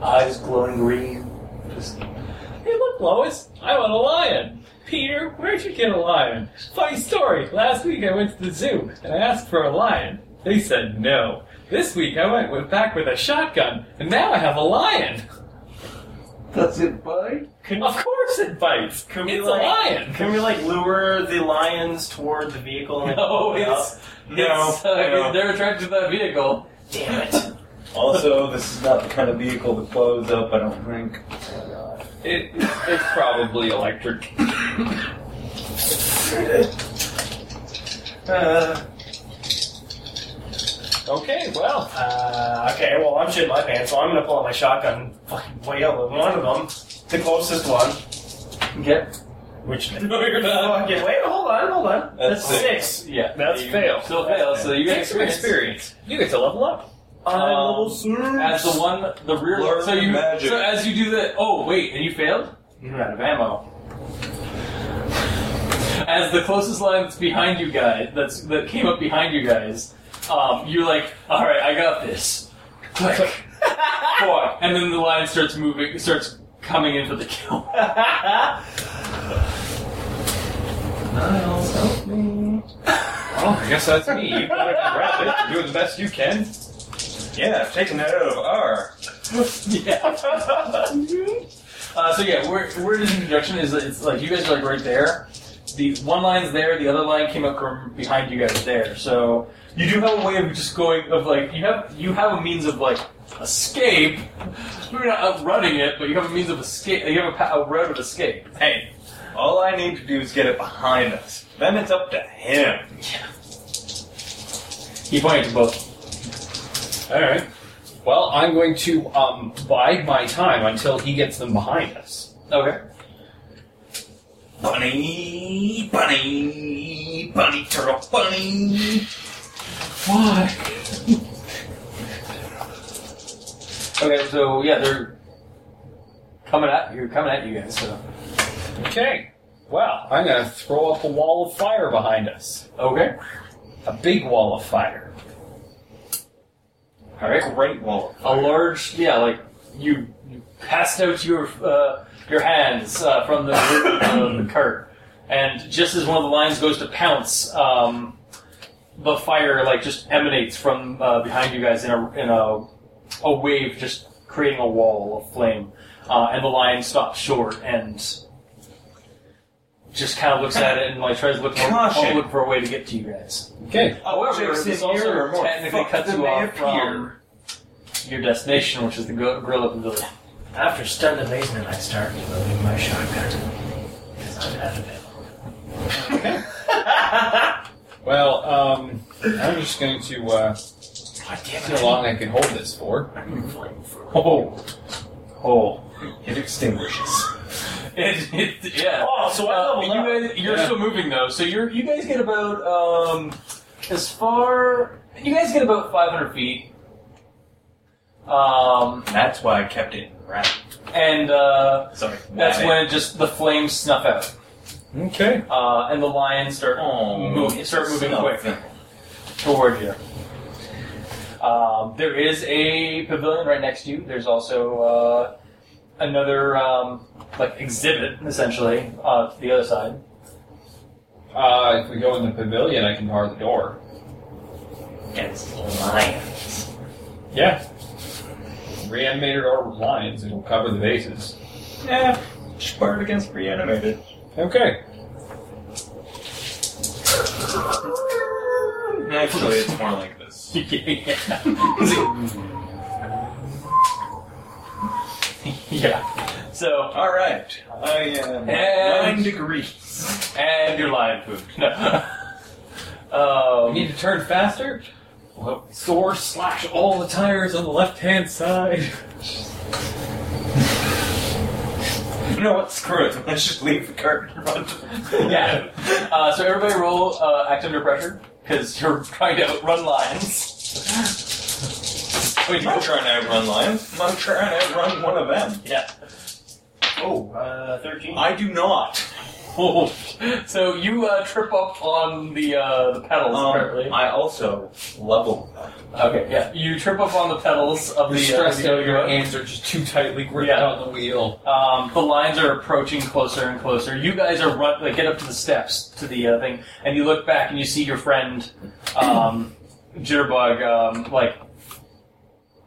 Eyes glowing green. Just Hey, look, Lois, I want a lion. Peter, where'd you get a lion? Funny story. Last week I went to the zoo and I asked for a lion. They said no. This week I went with, back with a shotgun and now I have a lion. That's it, bud. Of course it bites. Can we It's a like- lion. Can we like lure the lions toward the vehicle? And no, it's, No, it's, uh, no. they're attracted to that vehicle. damn it. Also, this is not the kind of vehicle that blows up, I don't think. It, it's probably electric. Uh, Okay, well, uh, okay, well I'm shitting my pants, so I'm gonna pull out my shotgun, and fucking wail at one of them, the closest one. Okay. Which no, you're not. fucking wait, hold on, hold on. That's six. Yeah. That's fail. Still fails, so you get Take some experience. You get to level up. Um, as the one, the rear. Learn so you, magic. so as you do the, oh wait, and you failed. You're out of ammo. As the closest line that's behind you guys, that's that came up behind you guys, um, you're like, all right, I got this. Click. Boy, and then the line starts moving, starts coming in for the kill. Oh, I guess that's me. You gotta grab it. You're doing the best you can. Yeah, taking that out of R. yeah. uh, so yeah, where where this introduction is, it's like you guys are like right there. The one line's there, the other line came up from behind you guys there. So you do have a way of just going of like you have you have a means of like escape. You're not outrunning it, but you have a means of escape. You have a, pa- a road of escape. Hey, all I need to do is get it behind us. Then it's up to him. He pointed to both. All right. Well, I'm going to um, bide my time until he gets them behind us. Okay. Bunny, bunny, bunny, turtle, bunny. Okay, so yeah, they're coming at you. Coming at you guys. So Okay. Well, I'm going to throw up a wall of fire behind us. okay. A big wall of fire. All right. Great wall. A large, yeah, like you, you passed out your uh, your hands uh, from the, uh, the cart, and just as one of the lions goes to pounce, um, the fire like just emanates from uh, behind you guys in a in a a wave, just creating a wall of flame, uh, and the lion stops short and. Just kind of looks at it and like tries to look for, Caution. look for a way to get to you guys. Okay. However, Objects this in mirror are also more technically fucked cuts than you they off from appear. your destination, which is the gor- gorilla pavilion. After stunned amazement, I start reloading my shotgun. Because I'm out of ammo. Well, um, I'm just going to uh, God see damn how it. long I can hold this for. Oh, oh, It extinguishes. it, it, yeah. Oh, so I Uh, leveled up. you guys, you're Yeah. still moving though, so you're you guys get about um as far you guys get about 500 feet. Um, That's why I kept it wrapped. and uh, Sorry. that's when just the flames snuff out, Okay. uh, and the lions start Oh, move, start moving quick. toward you. Um, there is a pavilion right next to you. There's also uh, another um, like exhibit, essentially, uh, to the other side. Uh, if we go in the pavilion, I can bar the door. It's lion. Yeah. Reanimated or lions, it'll cover the bases. Yeah. Sparred against reanimated. Okay. Actually, it's more like this. yeah. yeah. So All right. I am And- nine degrees. and your lion food. We need um, to turn faster. well, Thor slash all the tires on the left hand side. You know what? Screw it. Let's just leave the cart and run to the yeah. Uh, so everybody roll uh, act under pressure because you're trying to outrun lions. Wait, you're trying to outrun lions. I'm trying to outrun one of them. Yeah. Oh, uh, 13. I do not. Oh, so you uh, trip up on the uh, the pedals Um, apparently. I also level up. okay, yeah, you trip up on the pedals of You're the. stressed uh, out, the your hands are just too tightly gripped Yeah. on the wheel. Um, the lines are approaching closer and closer. You guys are run. Like, get up to the steps to the uh, thing, and you look back and you see your friend um, Jitterbug, um, like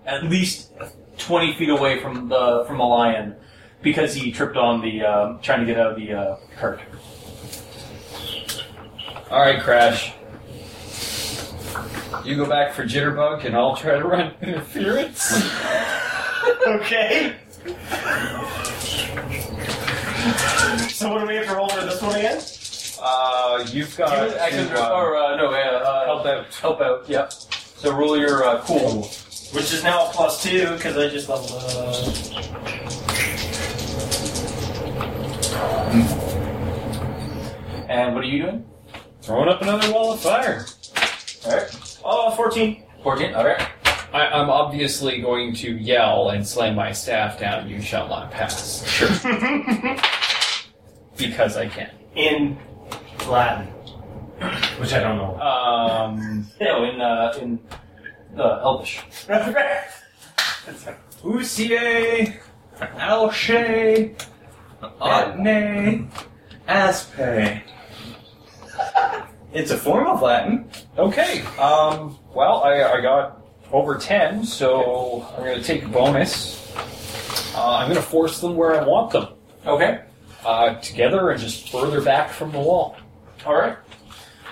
at least twenty feet away from the from the lion because he tripped on the um trying to get out of the uh, cart. Alright, Crash. You go back for Jitterbug and I'll try to run interference. Okay. so what do we have to roll for this one again? Uh, you've You got would actually- to, uh, or uh, no, uh, uh, help out. Help out, yep. So roll your uh, cool. Which is now a plus two because I just leveled up. And what are you doing? Throwing up another wall of fire. Oh, 14. 14? Alright. I, I'm obviously going to yell and slam my staff down. You shall not pass. Sure. because I can. In Latin. Which I don't know. Um, No, in, uh, in uh, Elvish. Usie, Alshay, Otne, Aspe. It's a form of Latin. okay. Um, well, I, I got over 10, so I'm going to take a bonus. Uh, I'm going to force them where I want them. Okay. Uh, together and just further back from the wall. Alright.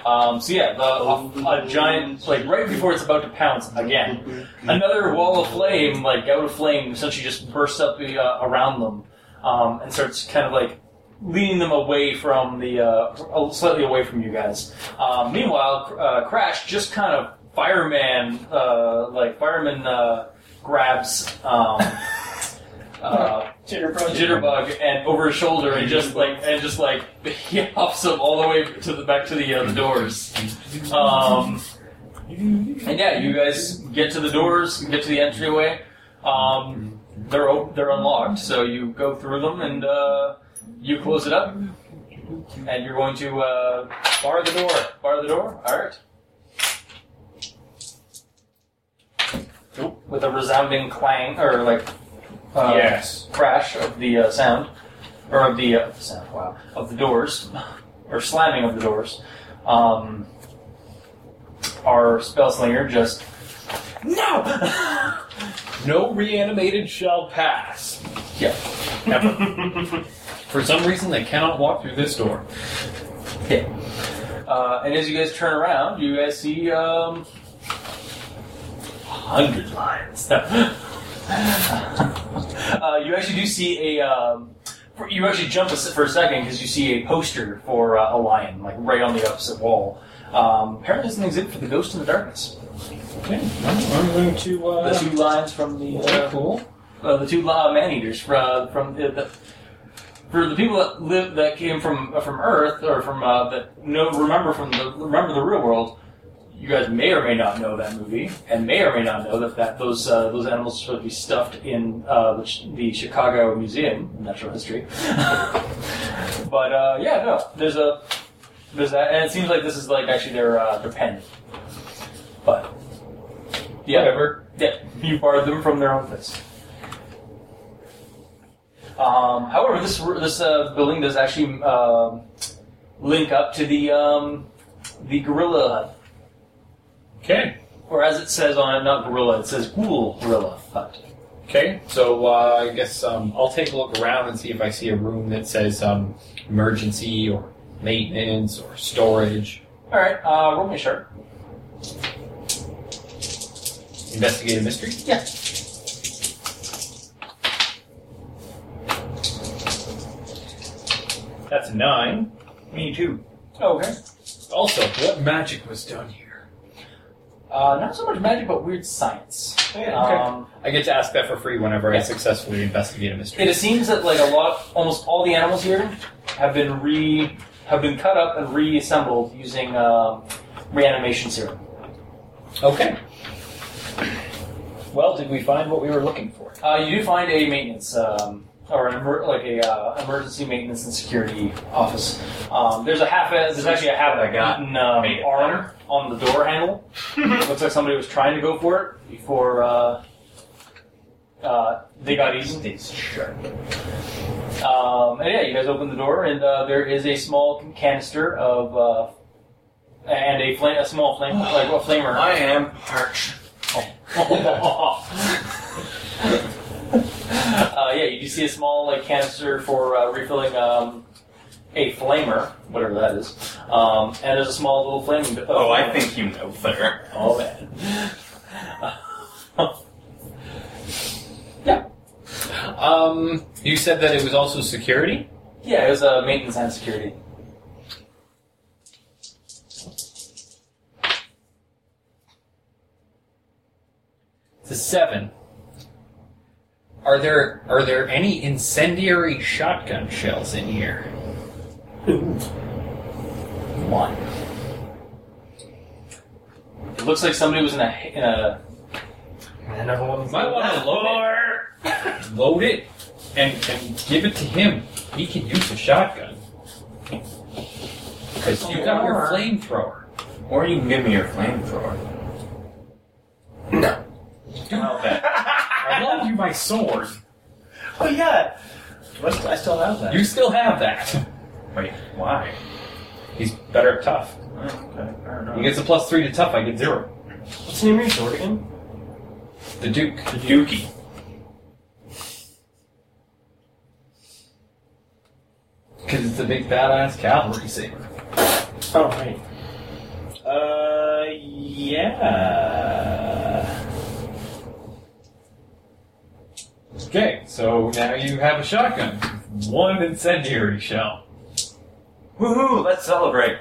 Um, so yeah, the, a, a giant, like right before it's about to pounce again, another wall of flame, like out of flame, essentially just bursts up uh, around them um, and starts kind of like leading them away from the, uh, slightly away from you guys. Um, meanwhile, uh, Crash just kind of fireman, uh, like fireman, uh, grabs um, uh, Jitterbug. jitterbug and over his shoulder and just like and just like he hops him all the way to the back to the uh, the doors. Um, and yeah, you guys get to the doors, get to the entryway. Um, they're op- they're unlocked, so you go through them and uh, you close it up, and you're going to uh, bar the door. Bar the door. All right. With a resounding clang or like uh, yes. crash of the uh, sound, or of the uh, sound, wow, of the doors, or slamming of the doors, um, our spell slinger just no. No reanimated shall pass. Yeah. Ever. For some reason, they cannot walk through this door. uh, and as you guys turn around, you guys see um, a hundred lions. uh, you actually do see a. Um, for- you actually jump a, se- for a second because you see a poster for uh, a lion, like right on the opposite wall. Um, apparently, it's an exhibit for the Ghost in the Darkness. I'm going to. uh, the two lines from the uh, cool. uh, the two law man eaters from from uh, the, the for the people that live that came from uh, from Earth or from uh, that know remember from the remember the real world. You guys may or may not know that movie, and may or may not know that, that those uh, those animals are supposed to be stuffed in uh, the, Ch- the Chicago Museum of Natural History. but uh, yeah, no, there's a there's that, and it seems like this is like actually their uh, their pen. But yeah, Whatever. yeah, you barred them from their own place. Um, however, this this uh, building does actually um link up to the um, the gorilla hut, Okay. or as it says on it, not gorilla, it says ghoul gorilla hut. Okay. So uh, I guess um, I'll take a look around and see if I see a room that says um, emergency or maintenance or storage. All right, uh, roll me a sharp. Investigate a mystery. Yeah. That's a nine. Me too. Oh, okay. Also, what magic was done here? Uh, not so much magic, but weird science. Uh, Um, I get to ask that for free whenever I Yeah. successfully investigate a mystery. it seems that like a lot, almost all the animals here have been re have been cut up and reassembled using um reanimation serum. Okay. Well, did we find what we were looking for? Uh, you do find a maintenance, um, or an emer- like a uh, emergency maintenance and security office. Um, there's a half. There's actually a half I got eaten um, made it arm on the door handle. Looks like somebody was trying to go for it before uh, uh, they got eaten. It's sharp. Um, and yeah, you guys open the door, and uh, there is a small canister of uh, and a flame, a small flame, like a flamer. I am parched. uh, yeah, you do see a small like canister for uh, refilling um, a flamer, whatever that is, um, and there's a small little flame. uh, Oh, I flamer. think you know there. Oh man. Um, you said that it was also security. yeah, it was uh, maintenance and security. It's a seven. Are there are there any incendiary shotgun shells in here? One. It looks like somebody was in a in a. And everyone Might want to load it. Load it and, and give it to him. He can use a shotgun. Because you got your flamethrower. Or you can give me your flamethrower. Oh, I loaned you my sword. Oh yeah. What, I still have that. You still have that. Wait, why? He's better at tough. Oh, okay, fair He enough. gets a plus three to tough. I get zero. What's the name of your sword again? The Duke. The Dookie. Because it's a big badass cavalry saber. Oh, right. Uh, yeah. Okay, so now you have a shotgun. One incendiary shell. Woohoo, let's celebrate.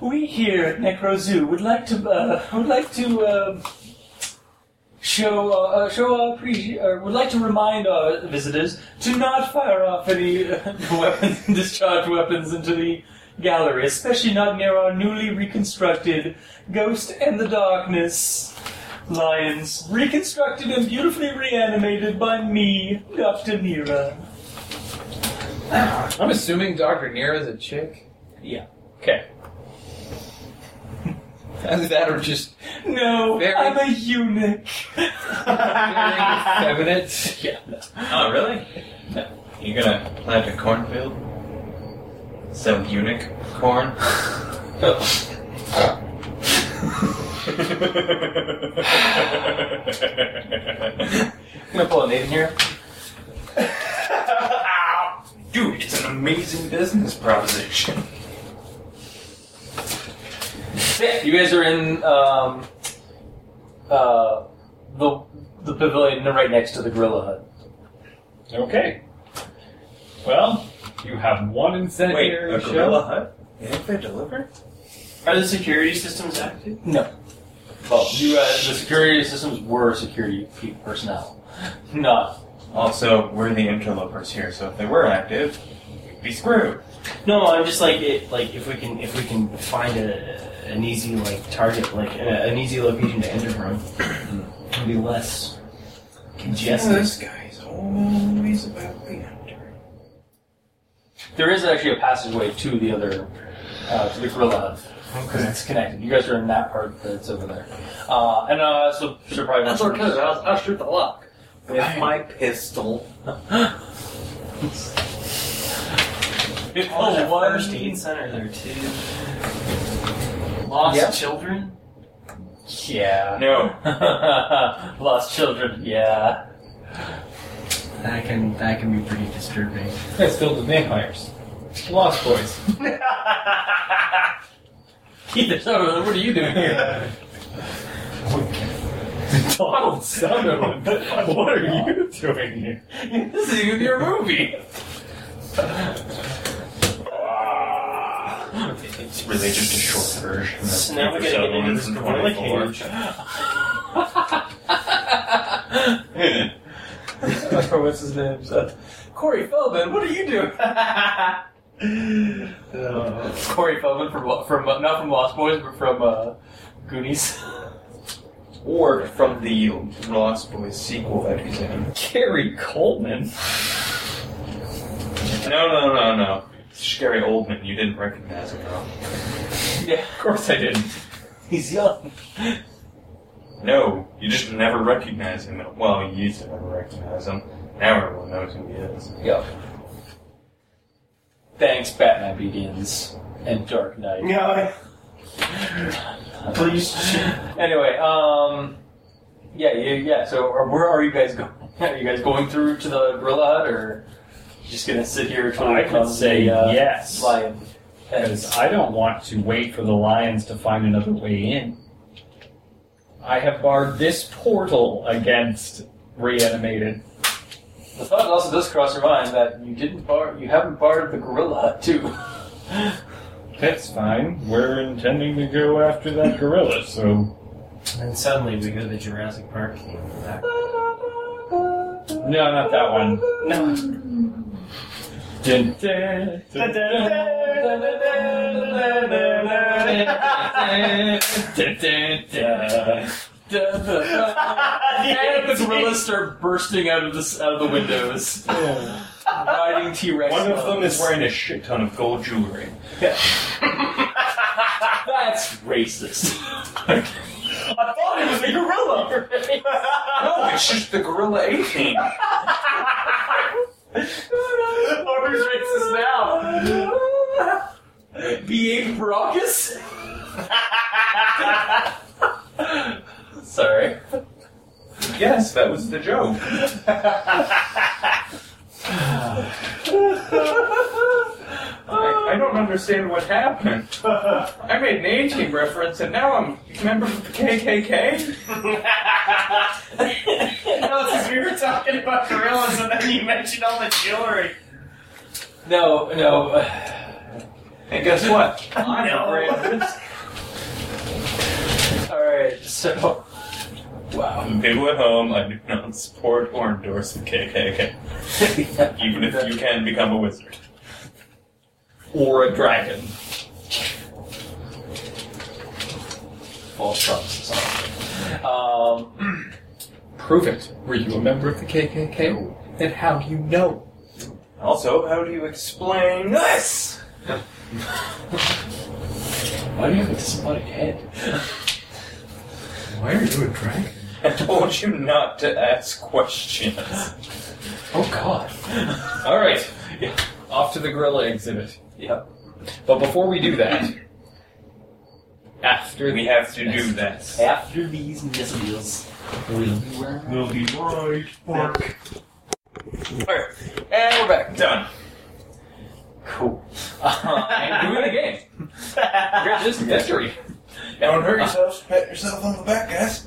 We here at NecroZoo would like to uh, would like to um show uh, uh, show our appreci- or would like to remind our visitors to not fire off any uh, weapons, discharge weapons into the gallery, especially not near our newly reconstructed Ghost and the Darkness lions, reconstructed and beautifully reanimated by me, Dr. Nira. I'm assuming Dr. Nira's a chick. Yeah. Okay. Either that or just No, Very- I'm a eunuch. very effeminate. Yeah. no. Oh, really? You gonna plant a cornfield? Sell eunuch corn? I'm gonna pull a name here. Dude, it's an amazing business proposition. Yeah, you guys are in um, uh, the the pavilion right next to the gorilla hut. Okay. Well, you have one incendiary Wait, a shell. gorilla hut? You think they deliver? Are the security systems active? Well, you, uh, the security systems were security pe- personnel, not. Also, we're the interlopers here, so if they were active, we'd be screwed. No, I'm just like it. Like if we can, if we can find a, an easy like target, like a, an easy location to enter from, it'll be less congested. this guy's always about the under. There is actually a passageway to the other uh, to the gorilla hut. Because it's connected. You guys are in that part that's over there. Uh, and uh, so, so probably That's okay. I'll, I'll shoot the lock. With my pistol. Oh, one- first aid center there too. Lost Yeah. children. Yeah. No. Lost children, yeah. That can that can be pretty disturbing. It's filled with vampires. Lost boys. Keith, it's over there. What are you doing here? Donald Sutherland. what are you doing here? this is even your movie. It's really just a short version. of So now we gotta get into this gorilla 24. cage. or what's his name? Uh, Corey Feldman, what are you doing? Uh, Corey Feldman from Lo- from uh, not from Lost Boys, but from uh, Goonies. Or from the Lost Boys sequel that he's in. Gary Coleman. No, no, no, no. It's Gary Oldman. You didn't recognize him, though. yeah, Of course I didn't. he's young. No, you just never recognize him. Well, you used to never recognize him. Now everyone knows who he is. Yo. Thanks, Batman Begins and Dark Knight. No, please. Anyway, um, yeah, yeah, yeah. So, are, where are you guys going? Are you guys going through to the gorilla hut, or just gonna sit here till I we could come say the, uh, yes. lion? heads? Because I don't want to wait for the lions to find another way in. I have barred this portal against reanimated. The thought also does cross your mind that you didn't bar, you haven't barred the gorilla hut too. That's fine. We're intending to go after that gorilla, so. And suddenly we go to the Jurassic Park. No, not that one. No. Dun, dun, dun, dun, dun, dun. the gorillas start bursting out of the out of the windows, riding T Rex. One of them is wearing a shit ton of gold jewelry. That's racist. I thought it was a gorilla! no, it's just the gorilla A team. Who's racist now? Being Baracus? Sorry. Yes, that was the joke. I, I don't understand what happened. I made an A team reference and now I'm member of the KKK? no, because we were talking about gorillas and then you mentioned all the jewelry. No, no. uh, And guess what? I'm No. all right. So, wow. I'm people at home. I do not support or endorse the KKK. Even if you can become a wizard. Or a dragon. False promises. Um, Prove it. Were you a member of the KKK? And how do you know? Also, how do you explain this? why do you have a disembodied head? Why are you a dragon? I told you not to ask questions. Oh God. All right, off to the gorilla exhibit. Yep. But before we do that, after the We have to do that. After these missiles, will you wear? We'll be right back. Alright, and we're back. Done. Cool. do it again. Congratulations, victory. Don't hurt yourselves. Pat yourself on the back, guys.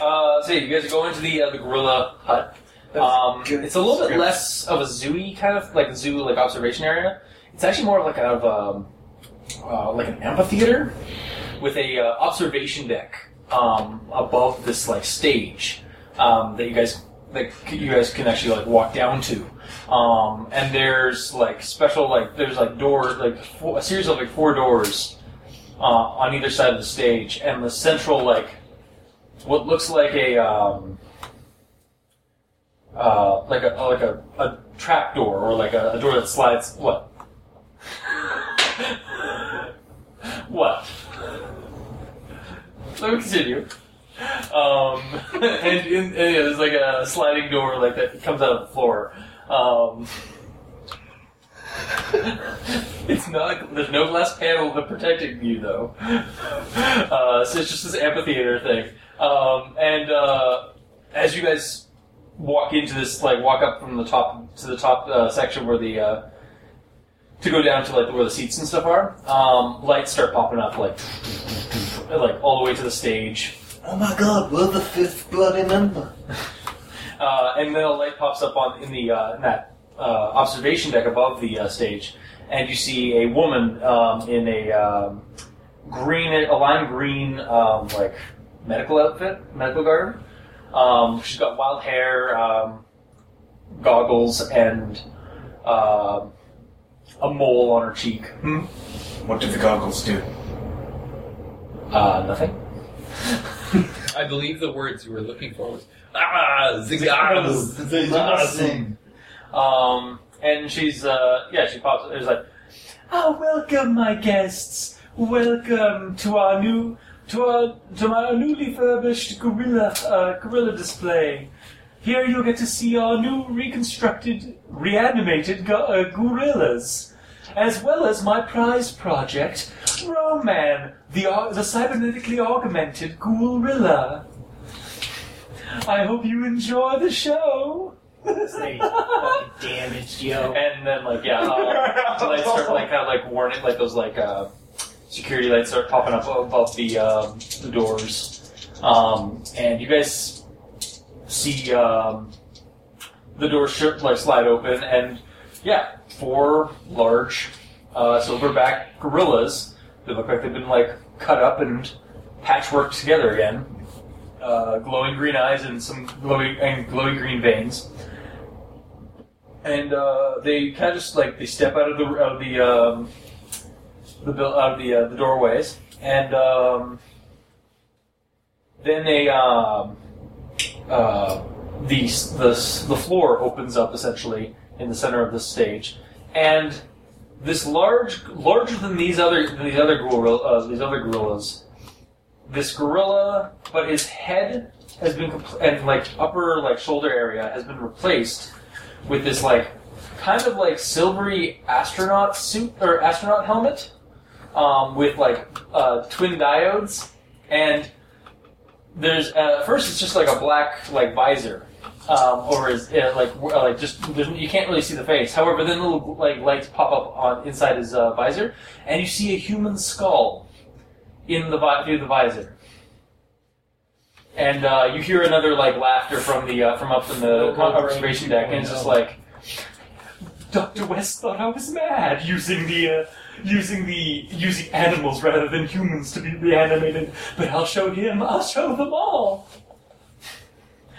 Uh, so yeah, you guys are going to the uh, the gorilla hut. Um, it's a little bit less of a zooey kind of like zoo like observation area. It's actually more of like kind of um, uh, like an amphitheater with a uh, observation deck um, above this like stage um, that you guys like you guys can actually like walk down to. Um, and there's like special like there's like doors like four, a series of like four doors uh, on either side of the stage, and the central like what looks like a um, uh, like a like a, a trap door or like a, a door that slides what what let me continue um, and, in, and yeah, there's like a sliding door like that comes out of the floor um, it's not there's no glass panel that protecting you though uh, so it's just this amphitheater thing um, and uh, as you guys walk into this, like walk up from the top to the top uh, section where the uh, to go down to like where the seats and stuff are, um, lights start popping up, like like all the way to the stage. Oh my god, we're the fifth bloody member. uh, and then a light pops up on in the uh, in that uh, observation deck above the uh, stage, and you see a woman um, in a um, green, a lime green, um, like medical outfit, medical garb. Um, she's got wild hair, um, goggles, and uh, a mole on her cheek. Hmm? What do the goggles do? Uh, nothing. I believe the words you were looking for was ah zigaz. Um, and she's uh, yeah, she pops. It's like, oh, welcome, my guests. Welcome to our new to our to my newly furbished gorilla uh, gorilla display. Here you'll get to see our new reconstructed, reanimated go- uh, gorillas, as well as my prize project, Roman, the au- the cybernetically augmented gorilla. I hope you enjoy the show. They fucking damaged, yo. And then like yeah, uh, lights start like kind of like warning, like those like uh, security lights start popping up above the um, the doors, um, and you guys see um, the door shift like slide open, and yeah, four large uh, silverback gorillas that look like they've been like cut up and patchworked together again. Uh, glowing green eyes and some glowing and glowing green veins and uh, they kind of just like they step out of the out of the um, the buil- out of the uh, the doorways, and um, then they um, uh, the s- the s- the floor opens up essentially in the center of the stage, and this large larger than these other than these other gorilla uh, these other gorillas, this gorilla, but his head has been compl- and like upper like shoulder area has been replaced with this like kind of like silvery astronaut suit or astronaut helmet um, with like uh, twin diodes and there's uh, first it's just like a black like visor um, over his uh, like w- uh, like just there's, you can't really see the face however then little like lights pop up on inside his uh, visor and you see a human skull in the vi- through the visor. And uh, you hear another like laughter from the uh, from up in the con- observation deck, and it's just like Doctor West thought I was mad using the uh, using the using animals rather than humans to be reanimated. But I'll show him. I'll show them all.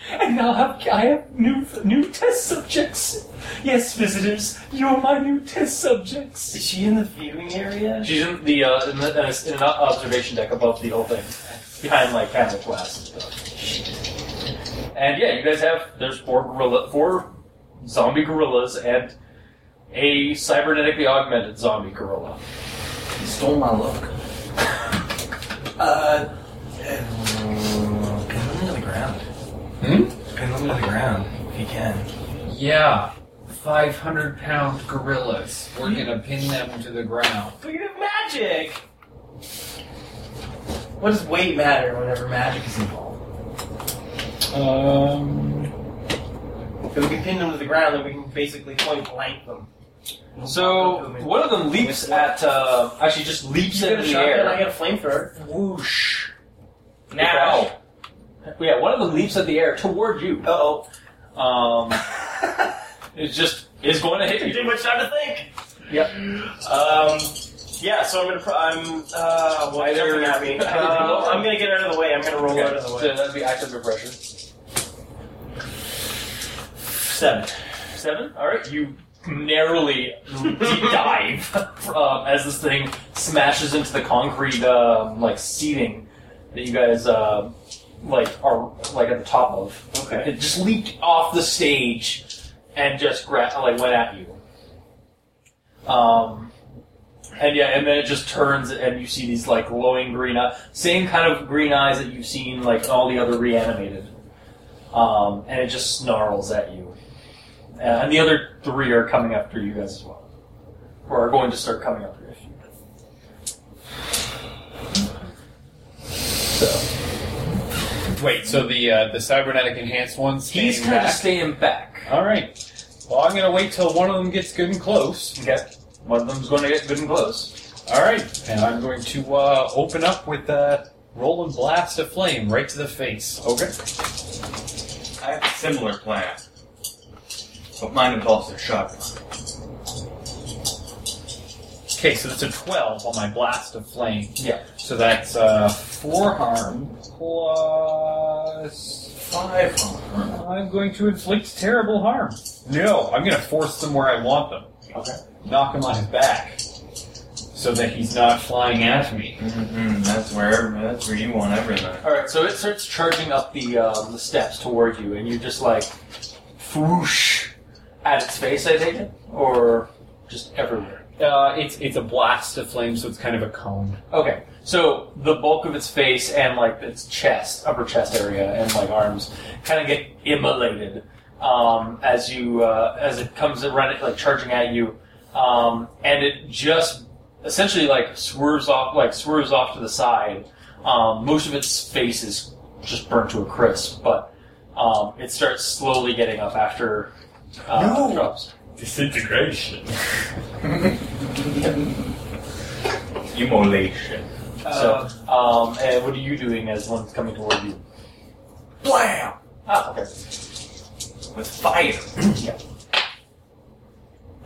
And now have, I have new new test subjects. Yes, visitors, you're my new test subjects. Is she in the viewing area? She's in the uh, in, the, in, a, in an observation deck above the whole thing, behind like kind of glass and stuff. And yeah, you guys have there's four gorilla, four zombie gorillas, and a cybernetically augmented zombie gorilla. He stole my look. Uh, um, pin them to the ground. Hmm? Pin them to the ground if you can. Yeah. 500 pound gorillas. We're gonna pin them to the ground. But you have magic. What does weight matter whenever magic is involved? Um, If we can pin them to the ground, then we can basically point blank them. So one of them leaps at uh, actually just leaps You got into a the shotgun, I air. got a flamethrower. Whoosh! Now. Yeah, one of them leaps at the air toward you. Uh-oh. Um, it's just is going to hit you. Too much time to think. Yep. Um, yeah, so I'm gonna. Pro- I'm. Uh, well, Either- jumping at me. Uh, I'm gonna get out of the way. I'm gonna roll out of the so way. that'd uh, be active pressure. Seven. Seven. All right, you narrowly deep dive um, as this thing smashes into the concrete um, like seating that you guys uh, like are like at the top of. Okay. It just leaped off the stage and just gra- like went at you. Um, and yeah, and then it just turns and you see these like glowing green eyes, same kind of green eyes that you've seen like all the other reanimated. Um, and it just snarls at you. Uh, and the other three are coming after you guys as well. Or are going to start coming after you. So Wait, so the uh, the cybernetic enhanced one's he's standing kind of back. staying back. All right. Well, I'm gonna wait till one of them gets good and close. Okay. One of them's going to get good and close. All right, and I'm going to uh, open up with uh, roll and blast of flame right to the face. Okay. I have a similar plan, but mine involves a shotgun. Okay, so that's a 12 on my blast of flame. Yeah. So that's uh, four harm plus five harm. I'm going to inflict terrible harm. No, I'm going to force them where I want them. Okay. Knock him on his back so that he's not flying at me. Mm-hmm, that's where that's where you want everything. All right. So it starts charging up the um, the steps toward you, and you just like whoosh at its face. I take it, or just everywhere. Uh, it's it's a blast of flame, so it's kind of a cone. Okay. So the bulk of its face and like its chest, upper chest area, and like arms, kind of get immolated um, as you uh, as it comes and run it like charging at you, um, and it just essentially like swerves off like swerves off to the side. Um, most of its face is just burnt to a crisp, but um, it starts slowly getting up after uh, No. drops. disintegration. Immolation. Uh, so, um, and what are you doing as one's coming toward you? blam! Ah, okay. With fire.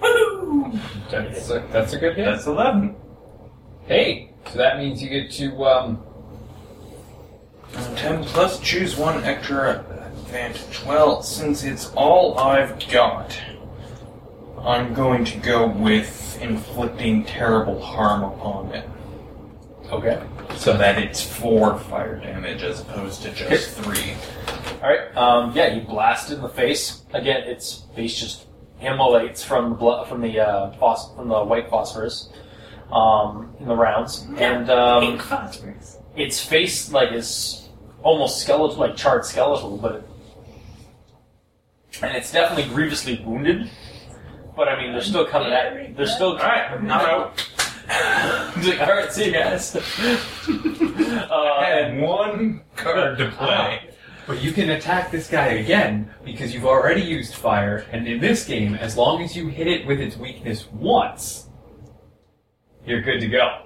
Woohoo! That's a, that's a good hit. That's 11. Hey, so that means you get to um, 10 plus, choose one extra advantage. Well, since it's all I've got, I'm going to go with inflicting terrible harm upon it. Okay. So that it's 4 fire damage as opposed to just 3. All right. Um, yeah, you blast it in the face. Again, its face just immolates from the blood, from the uh, phos- from the white phosphorus um, in the rounds, and um, phosphorus. its face like is almost skeletal, like charred skeletal, but it, and it's definitely grievously wounded. But I mean, they're still coming at. They're still. All right, I'm out. like, all right, see you guys. uh, and And one card to play. But you can attack this guy again because you've already used fire, and in this game, as long as you hit it with its weakness once, you're good to go. Ah,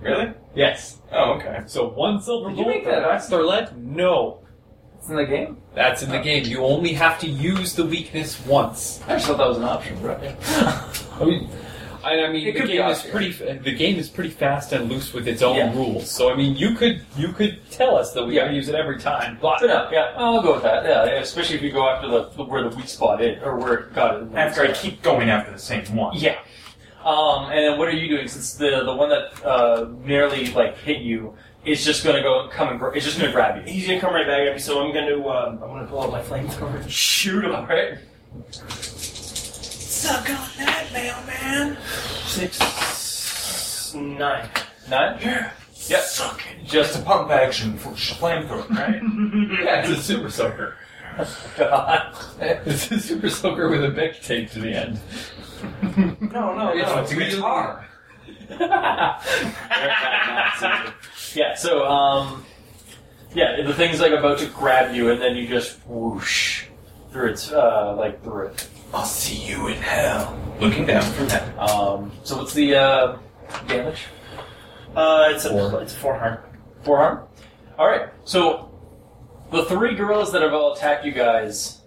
Really? Yes. Oh, okay. So one silver Did you bullet make for that up? wax or lead? No. It's in the game. That's in the game. You only have to use the weakness once. I just thought that was an option, right? I mean, I, I mean, It the could be game is obvious. pretty. The game is pretty fast and loose with its own Yeah. rules. So I mean, you could you could tell us that we Yeah. gotta use it every time, but But no, yeah, I'll go with that. Yeah, yeah, especially if you go after the, the where the weak spot is or where it got it. After I keep going after the same one. Yeah. Um, and then what are you doing since the the one that uh, nearly like hit you is just gonna go come and gra- it's just gonna grab you. He's gonna come right back at me, so I'm gonna um, I'm gonna pull out my flamethrower. Shoot him, right? Suck on that, mailman. Six, nine. Nine. Yep. Just a pump action for sh- flamethrower, right? yeah, it's a super soaker. God. It's a super soaker with a Bic tape to the end. no, no, It's no. It's a really- guitar. yeah. So um, yeah, the thing's like about to grab you, and then you just whoosh through its uh, like through it. I'll see you in hell. Looking down from heaven. Um, so what's the uh, damage? Uh, it's a it's a four hard. Forearm. All right. So the three gorillas that have all attacked you guys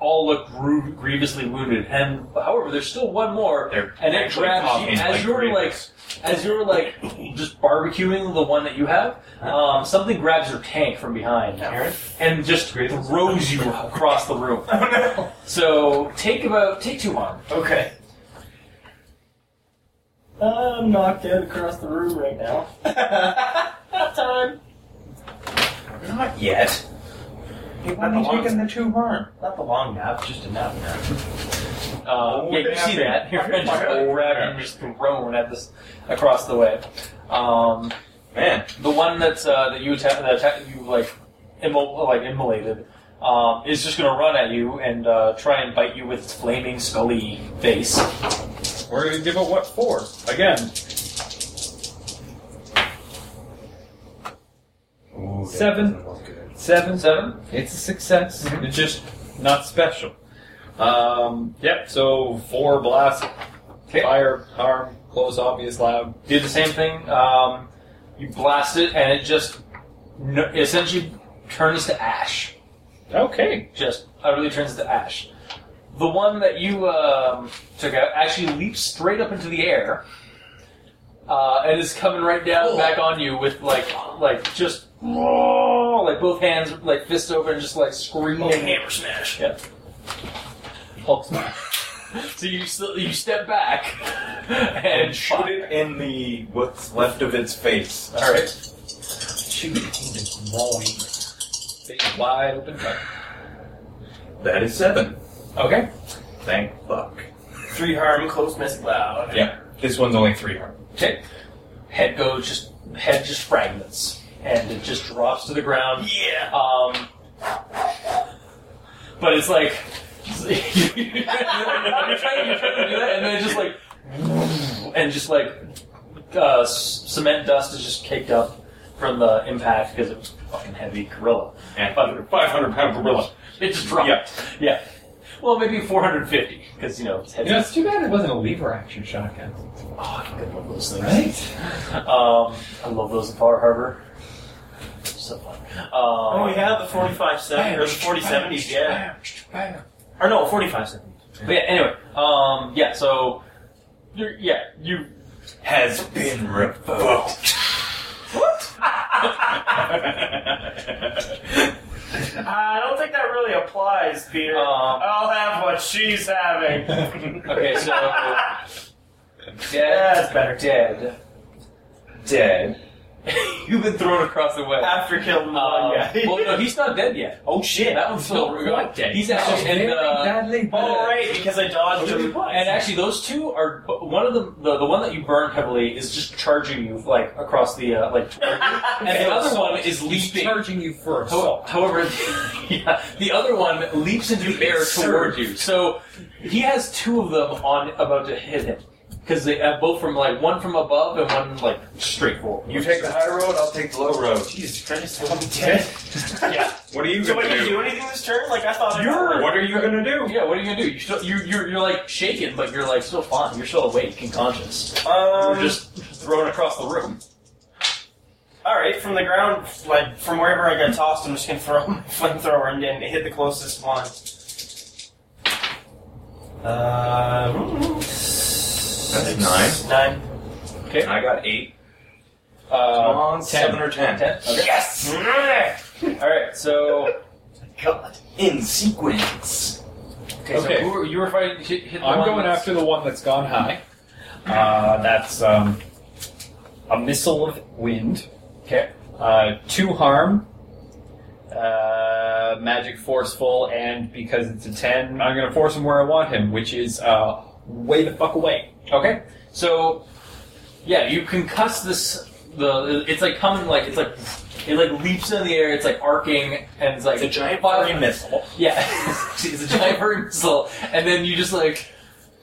all look gru- grievously wounded, and however, there's still one more, They're and it actually grabs you talking as like you're like creeps. as you're like just barbecuing the one that you have. Um, something grabs your tank from behind and just throws you across the room. So take about take two harm. Okay. I'm knocked dead across the room right now. Not time. Not yet. You've only taken the two harm. Not the long nap, just a nap nap. Uh, Oh, yeah, you yeah. see that. Your friend just like, Oh, grabbed yeah. and just thrown at this across the way. Um, Man, the one that's uh, that you attack, that attack you like, immo- like immolated, um, is just gonna run at you and uh, try and bite you with its flaming, scully face. We're gonna give it what for again. Seven. Seven. Seven. It's a success. It's just not special. Um, yep. So four blast, fire, harm, close, obvious, loud. Do the same thing. Um, you blast it, and it just no- essentially turns to ash. Okay. just utterly turns into ash. The one that you um, took out actually leaps straight up into the air uh, and is coming right down Oh. back on you with like like just "Whoa," like both hands like fist over and just like screaming hammer smash. Yeah. Hulk smash. so you still, you step back and and shoot shoot it in the what's left of its face. All right. Big wide open. Fire. That is seven. Okay. Thank fuck. Three harm, close miss, loud. Yeah, this one's only three harm. Okay. Head goes just head just fragments and it just drops to the ground. Yeah. Um, but it's like you're trying, you're trying to do that, and then it's just like and just like uh, s- cement dust is just caked up from the impact because it was a fucking heavy gorilla. And 500 pound gorilla. It just dropped. Yeah. Yeah. Well, maybe 450 because you know it's heavy. You know, it's too bad it wasn't a lever action shotgun. Oh, I love those things. Right? Um, I love those in Far Harbor. So fun. Um, Oh yeah, the forty-five seventies or the forty seventies, yeah. Or no, forty-five seventies. But yeah, anyway, um, yeah, so you're, yeah, you Has been revoked. Uh, I don't think that really applies, Peter. Um, I'll have what she's having. okay, so Yeah, dead, that's better. dead. Dead. You've been thrown across the way. After killing the Um, one guy. well, no, he's not dead yet. oh shit! That one's still Not going. dead. He's actually and uh, badly Oh right, because I dodged him. and actually those two are one of them. The, the one that you burned heavily is just charging you like across the uh, like, toward you. and the other one is leaping. charging you first. Ho- However, yeah, the other one leaps into the air toward you. So he has two of them on about to hit him because they uh, both from like one from above and one like straight forward. You take the high road, I'll take the low road. Jesus Christ, I'm dead. yeah, What are you So gonna I didn't do? do anything this turn? Like I thought. You're- I What are you gonna do? yeah. What are you gonna do? You still, you you're, you're like shaken, but you're like still fine. You're still awake and conscious. Um, you're just thrown across the room. all right, from the ground, like from wherever I got tossed, I'm just gonna throw my flamethrower and then hit the closest one. Uh, that's nine. Nine. I got eight. Come Uh, on, seven or ten. ten. Okay. Yes. All right. So God. In sequence. okay. So Okay. who were, you were fighting? Hit, hit the I'm one going that's- after the one that's gone high. Uh, that's um, a missile of wind. Okay. Uh, two harm. Uh, magic forceful, and because it's a 10, I'm going to force him where I want him, which is uh, way the fuck away. Okay, so yeah, you concuss this. The it's like coming like it's like it like leaps in the air. It's like arcing and it's like It's a giant five- fiery missile. Yeah, it's a giant furry missile, and then you just like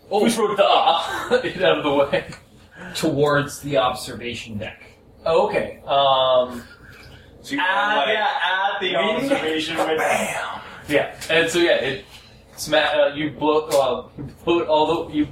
oh throw da it ah, out of the way. Towards the observation deck. Oh, okay, um, So you Ah, like, yeah, at the observation window. yeah, and so yeah, it sma- uh, you blow uh, you blow it all the you.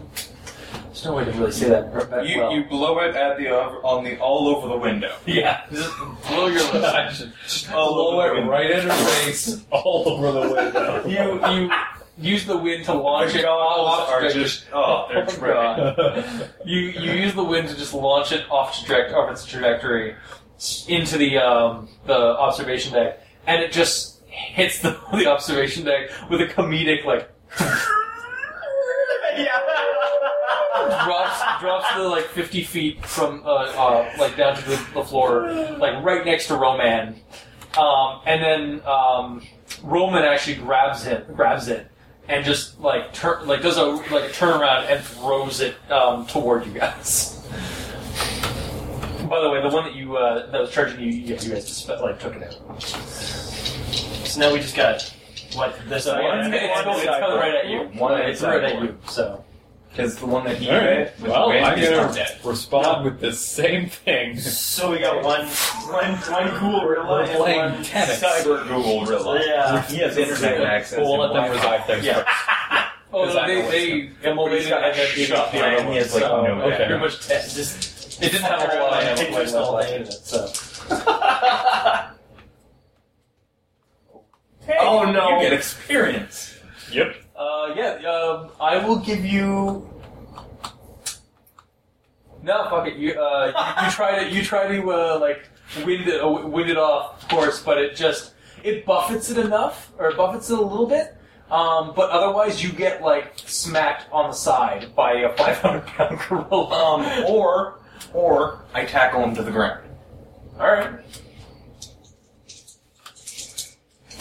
There's no way to really say that. that you, well. you blow it at the ov- on the all over the window. yeah, just blow your lips. All Blow over the it window. right in her face, all over the window. you you use the wind to launch The it goggles off are trajectory. just oh, they're Oh, terrific. you you use the wind to just launch it off traject- off its trajectory s- into the um, the observation deck, and it just hits the, the observation deck with a comedic like drops drops the like fifty feet from uh, uh, like down to the, the floor, like right next to Roman, um, and then um, Roman actually grabs it grabs it and just like turn like does a like a turnaround and throws it um, toward you guys. By the way, the one that you uh, that was charging you, you you guys just like took it out. So now we just got what this So one. it's, it's, going- it's coming right at you. One it's right at you. So Because the one that he All right. hit with Well, the wind I'm is gonna- not dead. Respond with the same thing. So we got one, one, one cool gorilla We're and playing one tennis. Cyber Google realized. Yeah. He has internet access. But we'll let and them Wi-Fi. revive theirs Yeah. first. oh, Because I know it's they they immolated it got and then beat up the shot, other and one. he has, like, so, no okay. back. pretty much dead. Just it didn't have a Everyone lot had of interest all day in it, so. Oh no! You get experience. Yep. Uh, yeah, um, I will give you. No, fuck it. You, uh, you, you try to, you try to, uh, like, wind it, uh, wind it off course, but it just, it buffets it enough, or buffets it a little bit, um, but otherwise you get, like, smacked on the side by a 500 pound gorilla. Um, or or I tackle him to the ground. Alright.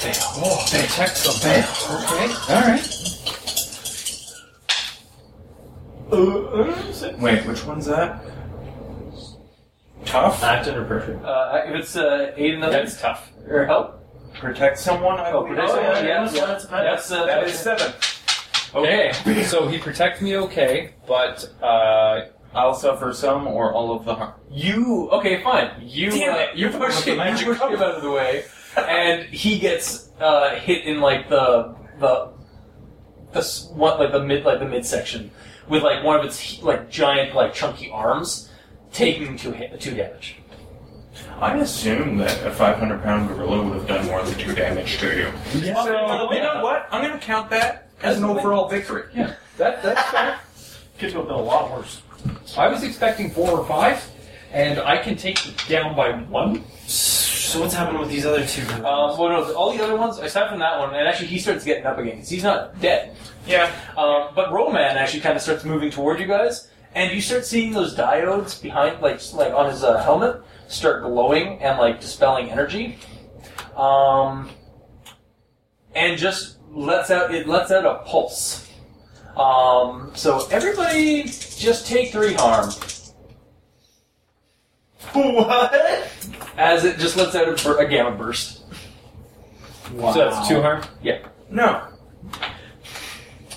Oh, they attacked something. Okay. All right. uh, Wait, which one's that? Tough. Act under pressure. Uh, if it's, uh, eight another. That's tough. Or help? Protect someone. I Oh, believe. protect someone, yeah. yeah. That's, That's, uh, That is seven. Okay. So he protects me okay, but uh, I'll suffer some or all of the harm. You okay? Fine. You Damn uh, it. you push With the him, you magic push him out of the way, and he gets uh, hit in like the the the s- what like the mid like the midsection with like one of its like giant like chunky arms, taking two hit two damage. I assume that a 500 pound gorilla would have done more than two damage to you. Yeah. So, you know what? I'm going to count that as an overall victory. that that's fair. Could have been a lot worse. I was expecting four or five, and I can take it down by one. So what's happening with these other two? Um, well, no, all the other ones aside from that one, and actually he starts getting up again because he's not dead. Yeah. Um, but Roman actually kind of starts moving toward you guys, and you start seeing those diodes behind, like like on his uh, helmet, start glowing and like dispelling energy, um, and just lets out it lets out a pulse. Um, so everybody, just take three harm what? as it just lets out a, bur- a gamma burst. So that's two harm. No.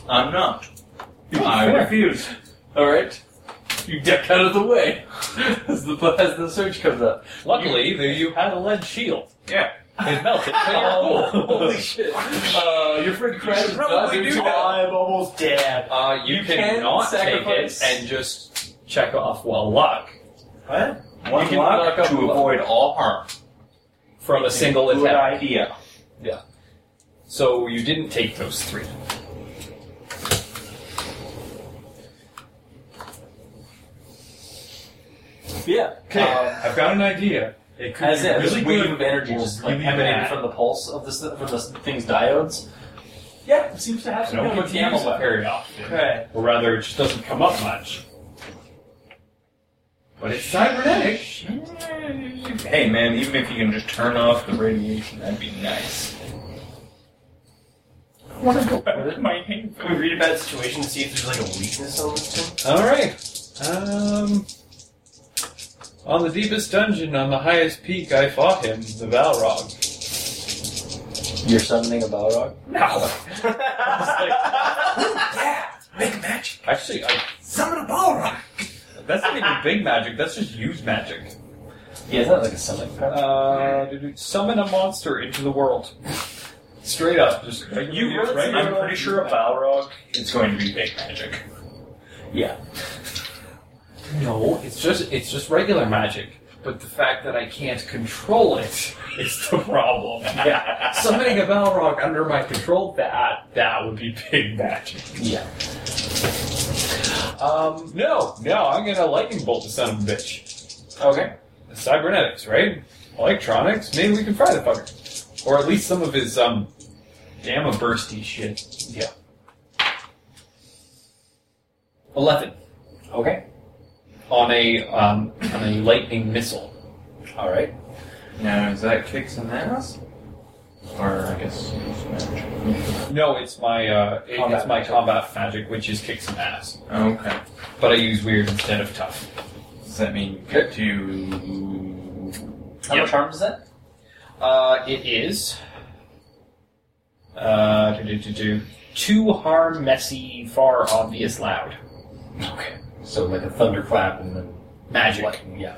I'm not. I Fair. refuse. All right, you duck out of the way as the as the surge comes up. Luckily, the, you had a lead shield. Yeah. It melted. but you're Oh, cool. holy shit! Uh, your friend Crash is probably dodging do too that. hard. I'm almost dead. Uh, you, You can cannot take it sacrifice. and just check off well luck. What? One can block knock up to a- avoid all harm. from a single Good attack. idea. So you didn't take those three. Yeah. Okay, Um, I've got an idea. It could As be if this really wave good of energy or just like really emanated bad. from the pulse of this from this thing's diodes. Yeah, it seems to have I some don't kind get of to use it gamma very often. Okay. Or rather, it just doesn't come up much. But it's cybernetic. Hey man, even if you can just turn off the radiation, that'd be nice. I want to go back to my hand. Can we read about the situation to see if there's like a weakness on this thing? All right. Um, on the deepest dungeon, on the highest peak, I fought him, the Balrog. You're summoning a Balrog? No. Big magic. Actually, I, Summon a Balrog. That's not even big magic. That's just use magic. Yeah, it's not like a summoning power. uh, summon a monster into the world. Straight up, just You really- I'm pretty sure a Balrog is going to be big magic. No, it's just it's just regular magic. But the fact that I can't control it is the problem. Yeah, summoning a Balrog under my control that that would be big magic. Yeah. Um, no, no, I'm gonna lightning bolt the son of a bitch. Okay. Cybernetics, right? Electronics. Maybe we can fry the fucker, or at least some of his um, gamma bursty shit. Yeah. Eleven Okay. on a um, on a lightning missile. All right. Now is that kicks and ass? Or I guess use magic. No, it's my uh, it- Combat it's my combat magic, which is kick some ass. Okay. But I use weird instead of tough. Does that mean you get to? How much harm is that? Uh, it is uh, do, do, do, do. two harm, messy, far, obvious, loud Okay. So like a thunderclap and then magic. lightning. Yeah.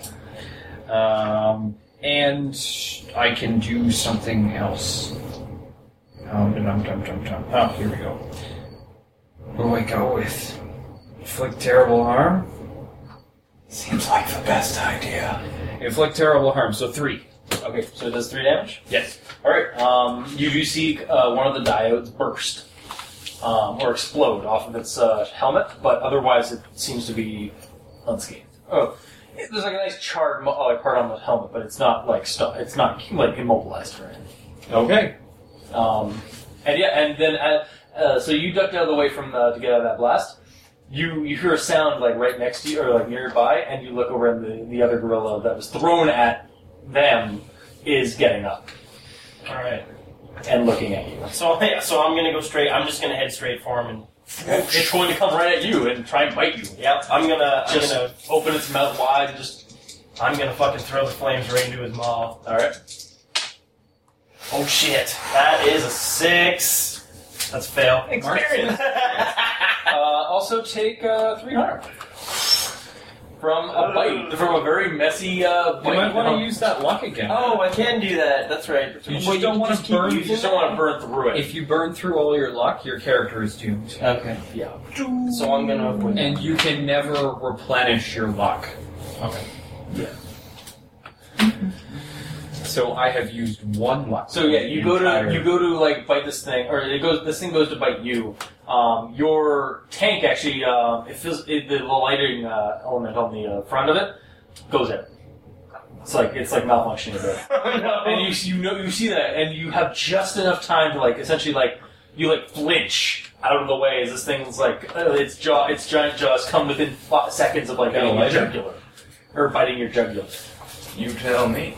Um, and I can do something else. Um, dum, dum, dum, dum. Oh, here we go. What do I go with? Inflict terrible harm? Seems like the best idea. Inflict terrible harm, so three. Okay, so it does three damage. Yes. All right. Um, you do see uh, one of the diodes burst um, or explode off of its uh, helmet, but otherwise it seems to be unscathed. Oh, it- there's like a nice charred mo- uh, like part on the helmet, but it's not like stuck. It's not like immobilized or anything. Okay. Um, and yeah, and then uh, uh, so you ducked out of the way from the, to get out of that blast. You you hear a sound like right next to you or like nearby, and you look over, and the, the other gorilla that was thrown at them is getting up All right. and looking at you. So yeah, so I'm gonna go straight. I'm just gonna head straight for him and It's going to come right at you and try and bite you. yep. I'm gonna Just- I'm gonna Open its mouth wide and just I'm gonna fucking throw the flames right into his maw. all right. Oh shit! That is a six. That's a fail. Experience. Uh, also take uh, three harm from a bite from a very messy uh, You bite. might want to use that luck again. Oh, I can do that. That's right. You just Well, don't want just to keep- burn You just don't want to burn through it. If you burn through all your luck, your character is doomed. Okay. Yeah. So I'm gonna avoid And you can never replenish your luck. Okay. So I have used one luck. So yeah, you go to Entire- you go to like bite this thing, or it goes. This thing goes to bite you. Um, your tank actually, um, it feels it, the lighting uh, element on the uh, front of it goes out. It's like it's like malfunctioning a bit, and you you know you see that, and you have just enough time to like essentially like you like flinch out of the way as this thing's like uh, its jaw its giant jaws come within five seconds of like Got a biting your lighter? jugular or biting your jugular, You tell me.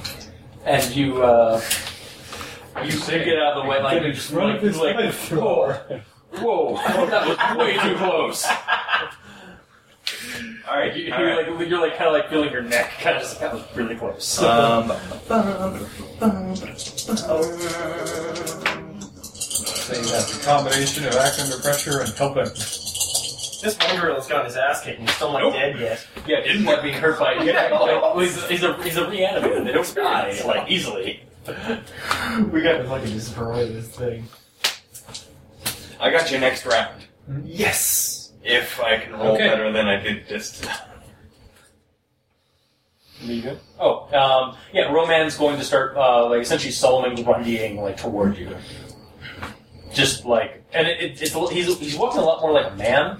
and you. Uh, You you take it out of the way, like you just like, like whoa, that was way too close. All right. You- all You're right. like you're like kind of like feeling your neck, kind of just that was really close. Um, So you have the combination of act under pressure and helping. This one gorilla's got his ass kicked. and He's still not Nope. dead yet. Yeah, didn't like being hurt by yeah. Like, he's, a, he's a he's a reanimator. They don't die like easily. We gotta fucking destroy this thing. I got you next round. Yes. If I can roll Okay. better than I did this time. Are you good? Oh, um, yeah. Roman's going to start uh, like essentially Solomon Grundying like toward you. Just like, and it, it, it's a li- he's he's walking a lot more like a man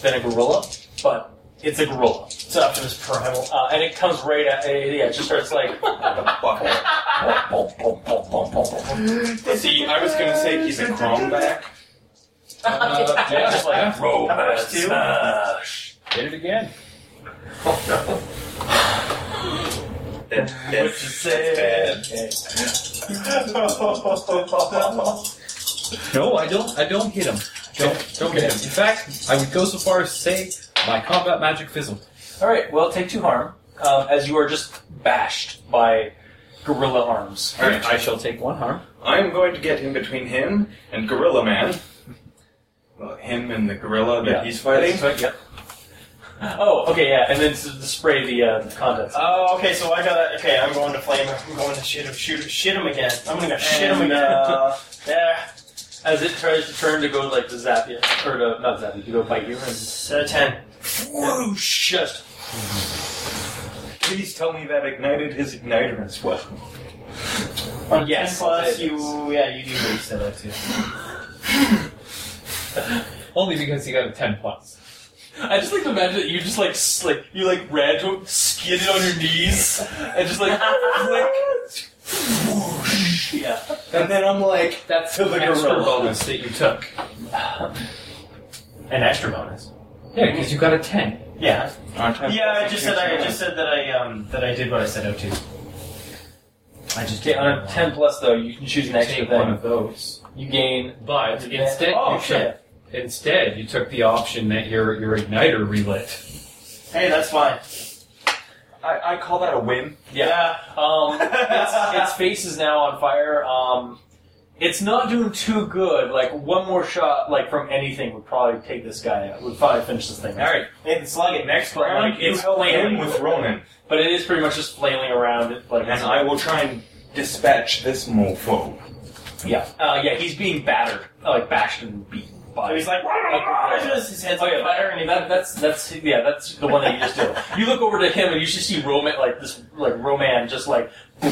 than a gorilla, but it's a gorilla. It's up to this primal. Uh, and it comes right at it, yeah. It just starts like. See, I was gonna say he's a cromback. Uh, yeah, just like yeah. robot smash. Hit it again. That's, What you said. No, I don't. I don't hit him. Don't don't hit him. In fact, I would go so far as to say my combat magic fizzled. All right. Well, take two harm um, as you are just bashed by gorilla arms. All right, I shall take one harm. I'm going to get in between him and Gorilla Man. Well, him and the gorilla that Yeah. he's fighting. Yep. Oh, okay, yeah, and then s- spray the uh, contents. Oh, okay. So I got. Okay, I'm going to flame. him. I'm going to shoot him. Shoot, shit him again. I'm gonna go shit him And, again. uh, there. As it tries to turn to go like to zap you, or to not zap you, to go bite you, and So ten. whoosh, just Please tell me that ignited his igniter as well. On Yes, ten plus, it is. you yeah, you do boost that up too. Only because he got a ten plus. I just like to imagine that you just like s- like you like ran to him, skidded on your knees, and just like flick. Whoosh. Yeah. And then I'm like, That's To the extra gorilla. bonus that you took. An extra bonus. Yeah, because you got a ten. Yeah. Yeah, I just said I I just said that I um that I did what I set out to. I just Okay, on a ten plus though, you can choose an extra Take one thing. of those. You gain. But instead, Oh, you took, instead you took the option that your your igniter relit. Hey, that's fine. I, I call that a win. Yeah. Um, its, its face is now on fire. Um, it's not doing too good. Like one more shot, like from anything, would probably take this guy out. Would probably finish this thing. All right, Hey, then slug it next But round. like you it's help him flailing, with Ronan, but it is pretty much just flailing around. Like and I will try and dispatch this mofo. yeah, uh, yeah, he's being battered, uh, like bashed and beaten. So By. he's like, "Rah!" just his head's Oh on yeah, fire, that, and he that, that's that's yeah, that's the one that you just did. You look over to him and you just see Roman like this like Roman just like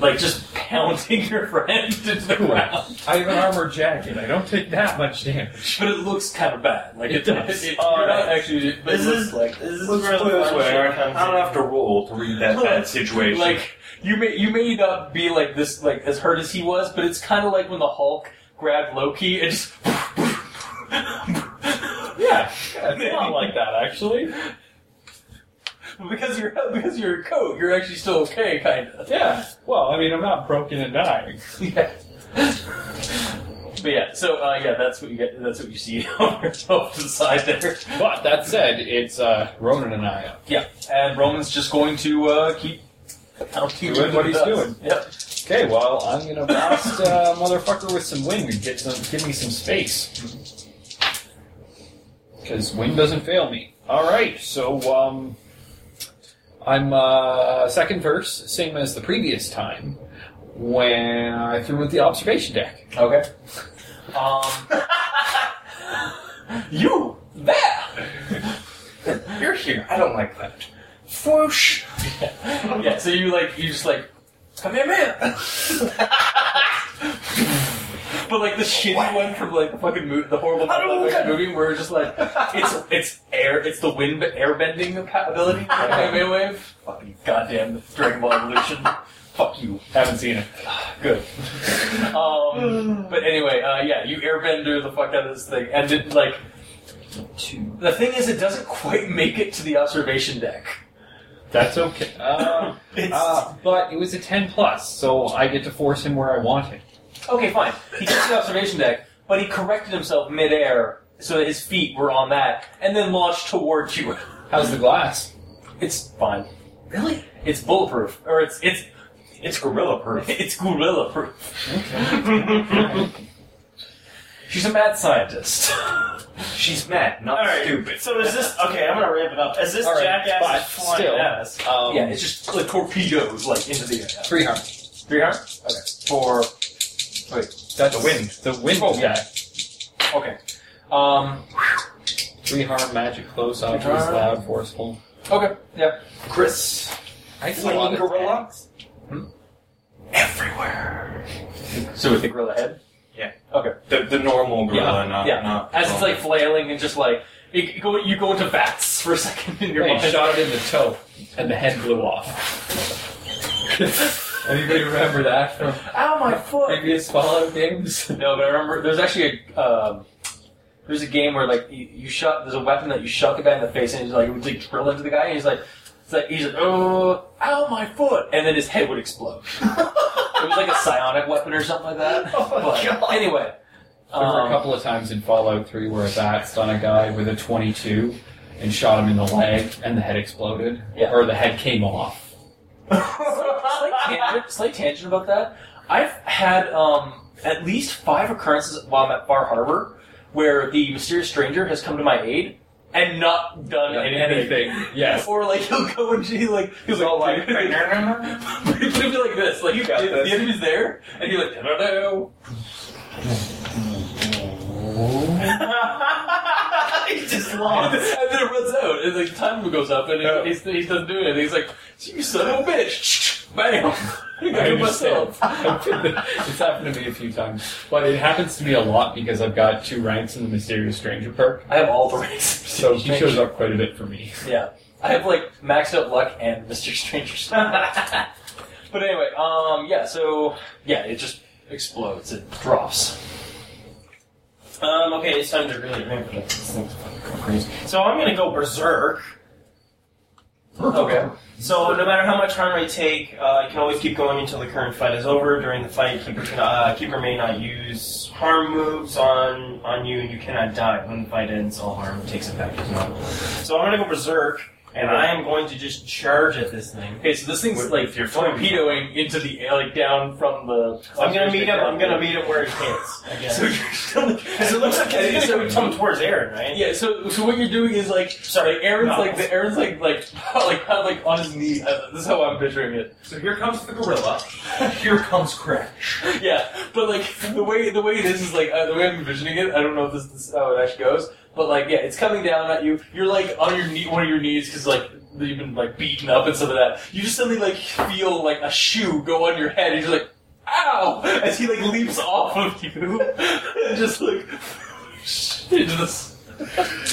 like just pounding your friend into the ground. I have an armor jacket. I don't take that much damage. But it looks kind of bad. Like it, It does. It, Oh, you're not right. actually. But This it looks is- like This is Let's where put the it this fun way, shit I comes I don't in. have to roll to read that bad situation. like you may you may not be like this like as hurt as he was, but it's kind of like when the Hulk grabbed Loki and just. yeah, Not like that actually. because you're because you're a coat, you're actually still okay, kind of. Yeah. Well, I mean, I'm not broken and dying. Yeah. but yeah, so uh, yeah, that's what you get. That's what you see over to the side there. But that said, it's uh, Ronan and I up. Yeah, and Roman's just going to uh, keep counting Doing what he's does. doing. Yep. Okay, well, I'm gonna blast uh, motherfucker with some wind and get some, give me some space. Because wind doesn't fail me. All right, so um, I'm uh, second verse, same as the previous time when I threw with the observation deck. Okay. Um. you there? You're here. I don't like that. Whoosh. yeah. So you like you just like come here, man. But like the shitty one from like the fucking movie, the horrible motherfucking movie, where it's just like it's it's air, it's the wind air bending ability, like Kamehameha wave. Fucking goddamn Dragon Ball Evolution. Fuck you. Haven't seen it. Good. Um, but anyway, uh, yeah, you airbender the fuck out of this thing, and it like. The thing is, it doesn't quite make it to the observation deck. That's okay. Uh, uh, but it was a ten plus, so I get to force him where I want him. Okay, fine. He gets the observation deck, but he corrected himself midair so that his feet were on that, and then launched towards you. How's the glass? It's fine. Really? It's bulletproof, or it's it's It's gorilla proof. it's gorilla proof. She's a mad scientist. She's mad, not All right. stupid. So is this okay? I'm gonna ramp it up. Is this All right, jackass but is flying still. at us? Um, yeah, it's just like torpedoes like into the air. three harm. Three hundred. Okay. For That's The wind. The wind. Oh. Yeah. okay. Um. Three harm magic close objects harm. loud, forceful. Okay. Yeah. Chris. I Fleeing gorilla. So with the gorilla head? Yeah. Okay. The, the normal gorilla, not, yeah. not As it's like flailing and just like you go, you go into bats for a second in your Hey, mind. shot it in the toe, and the head blew off. Anybody remember that from Ow, my foot! previous Fallout games? No, but I remember there's actually a um, there's a game where like you, you shot there's a weapon that you shot the guy in the face and he's like it would like drill into the guy and he's like it's like he's like oh ow my foot and then his head would explode. it was like a psionic weapon or something like that. Oh my but God. anyway, There were a um, couple of times in Fallout 3 where a bat stung a guy with a 22 and shot him in the leg, and the head exploded, Yeah. or the head came off. slight, tangent, slight tangent about that. I've had um, at least five occurrences while I'm at Bar Harbor where the mysterious stranger has come to my aid and not done anything. Yes. Or like he'll go and she like he's like, like but he'll be like this, like you got the enemy's there, and you're like, no, no. He's just And lost. then- and then it runs out, and like time goes up, and Yeah. he's, he's, he doesn't do anything. He's like, you son of a bitch! Bam! I I do myself. understand. it's happened to me a few times, but it happens to me a lot because I've got two ranks in the Mysterious Stranger perk, I have all the ranks. so she shows up quite a bit for me. Yeah. I have like maxed out luck and Mr. Stranger stuff. but anyway, um yeah, so yeah, it just explodes, it drops. Um, okay, it's time to really remember that this thing's fucking crazy. So I'm gonna go berserk. Okay. So no matter how much harm I take, uh, you can always keep going until the current fight is over. During the fight, keeper can, uh, keeper may not use harm moves on on you, and you cannot die. When the fight ends, all harm takes effect as normal. So I'm gonna go berserk, and I am going to just charge at this thing. Okay, so this thing's With- like with your flame. torpedoing into the air, like down from the. I'm gonna meet him. I'm gonna meet him where he hits. I guess. So you're still. Because it looks like he's so gonna come towards Aaron, right? Yeah, so so what you're doing is like sorry, Aaron's No. like the Aaron's like like like kind of like on his knee. Uh, this is how I'm picturing it. So here comes the gorilla. Here comes Crash. Yeah, but like the way the way this is like uh, the way I'm envisioning it. I don't know if this, this is how it actually goes, but like yeah, it's coming down at you. You're like on your knee, one of your knees, because like you've been like beaten up and stuff like that. You just suddenly like feel like a shoe go on your head, and you're like, ow! As he like leaps off of you, and just like into this.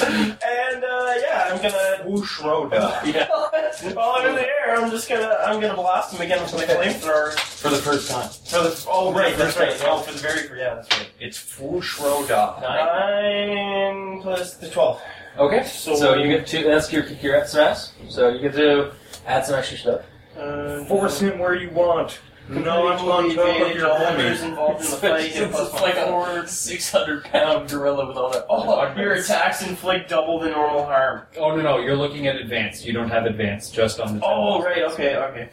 And uh, yeah, I'm gonna whoosh Roda. Yeah. While I'm in the air, I'm just gonna I'm gonna blast him again with my flamethrower. For the first time. For the oh right, that's right. Oh, for the very yeah, that's right. It's Fushroda. Nine plus the twelve. Okay. So- So you get to that's your your add some ass. So you get to add some extra stuff. Uh, him where you want. No, I'm on advantage. All others involved in the fight It's get plus like one. a six hundred pound gorilla with all that. Oh, your attacks inflict double the normal harm. Oh no, no, you're looking at advanced. You don't have advanced, just on the. Oh right, okay, okay.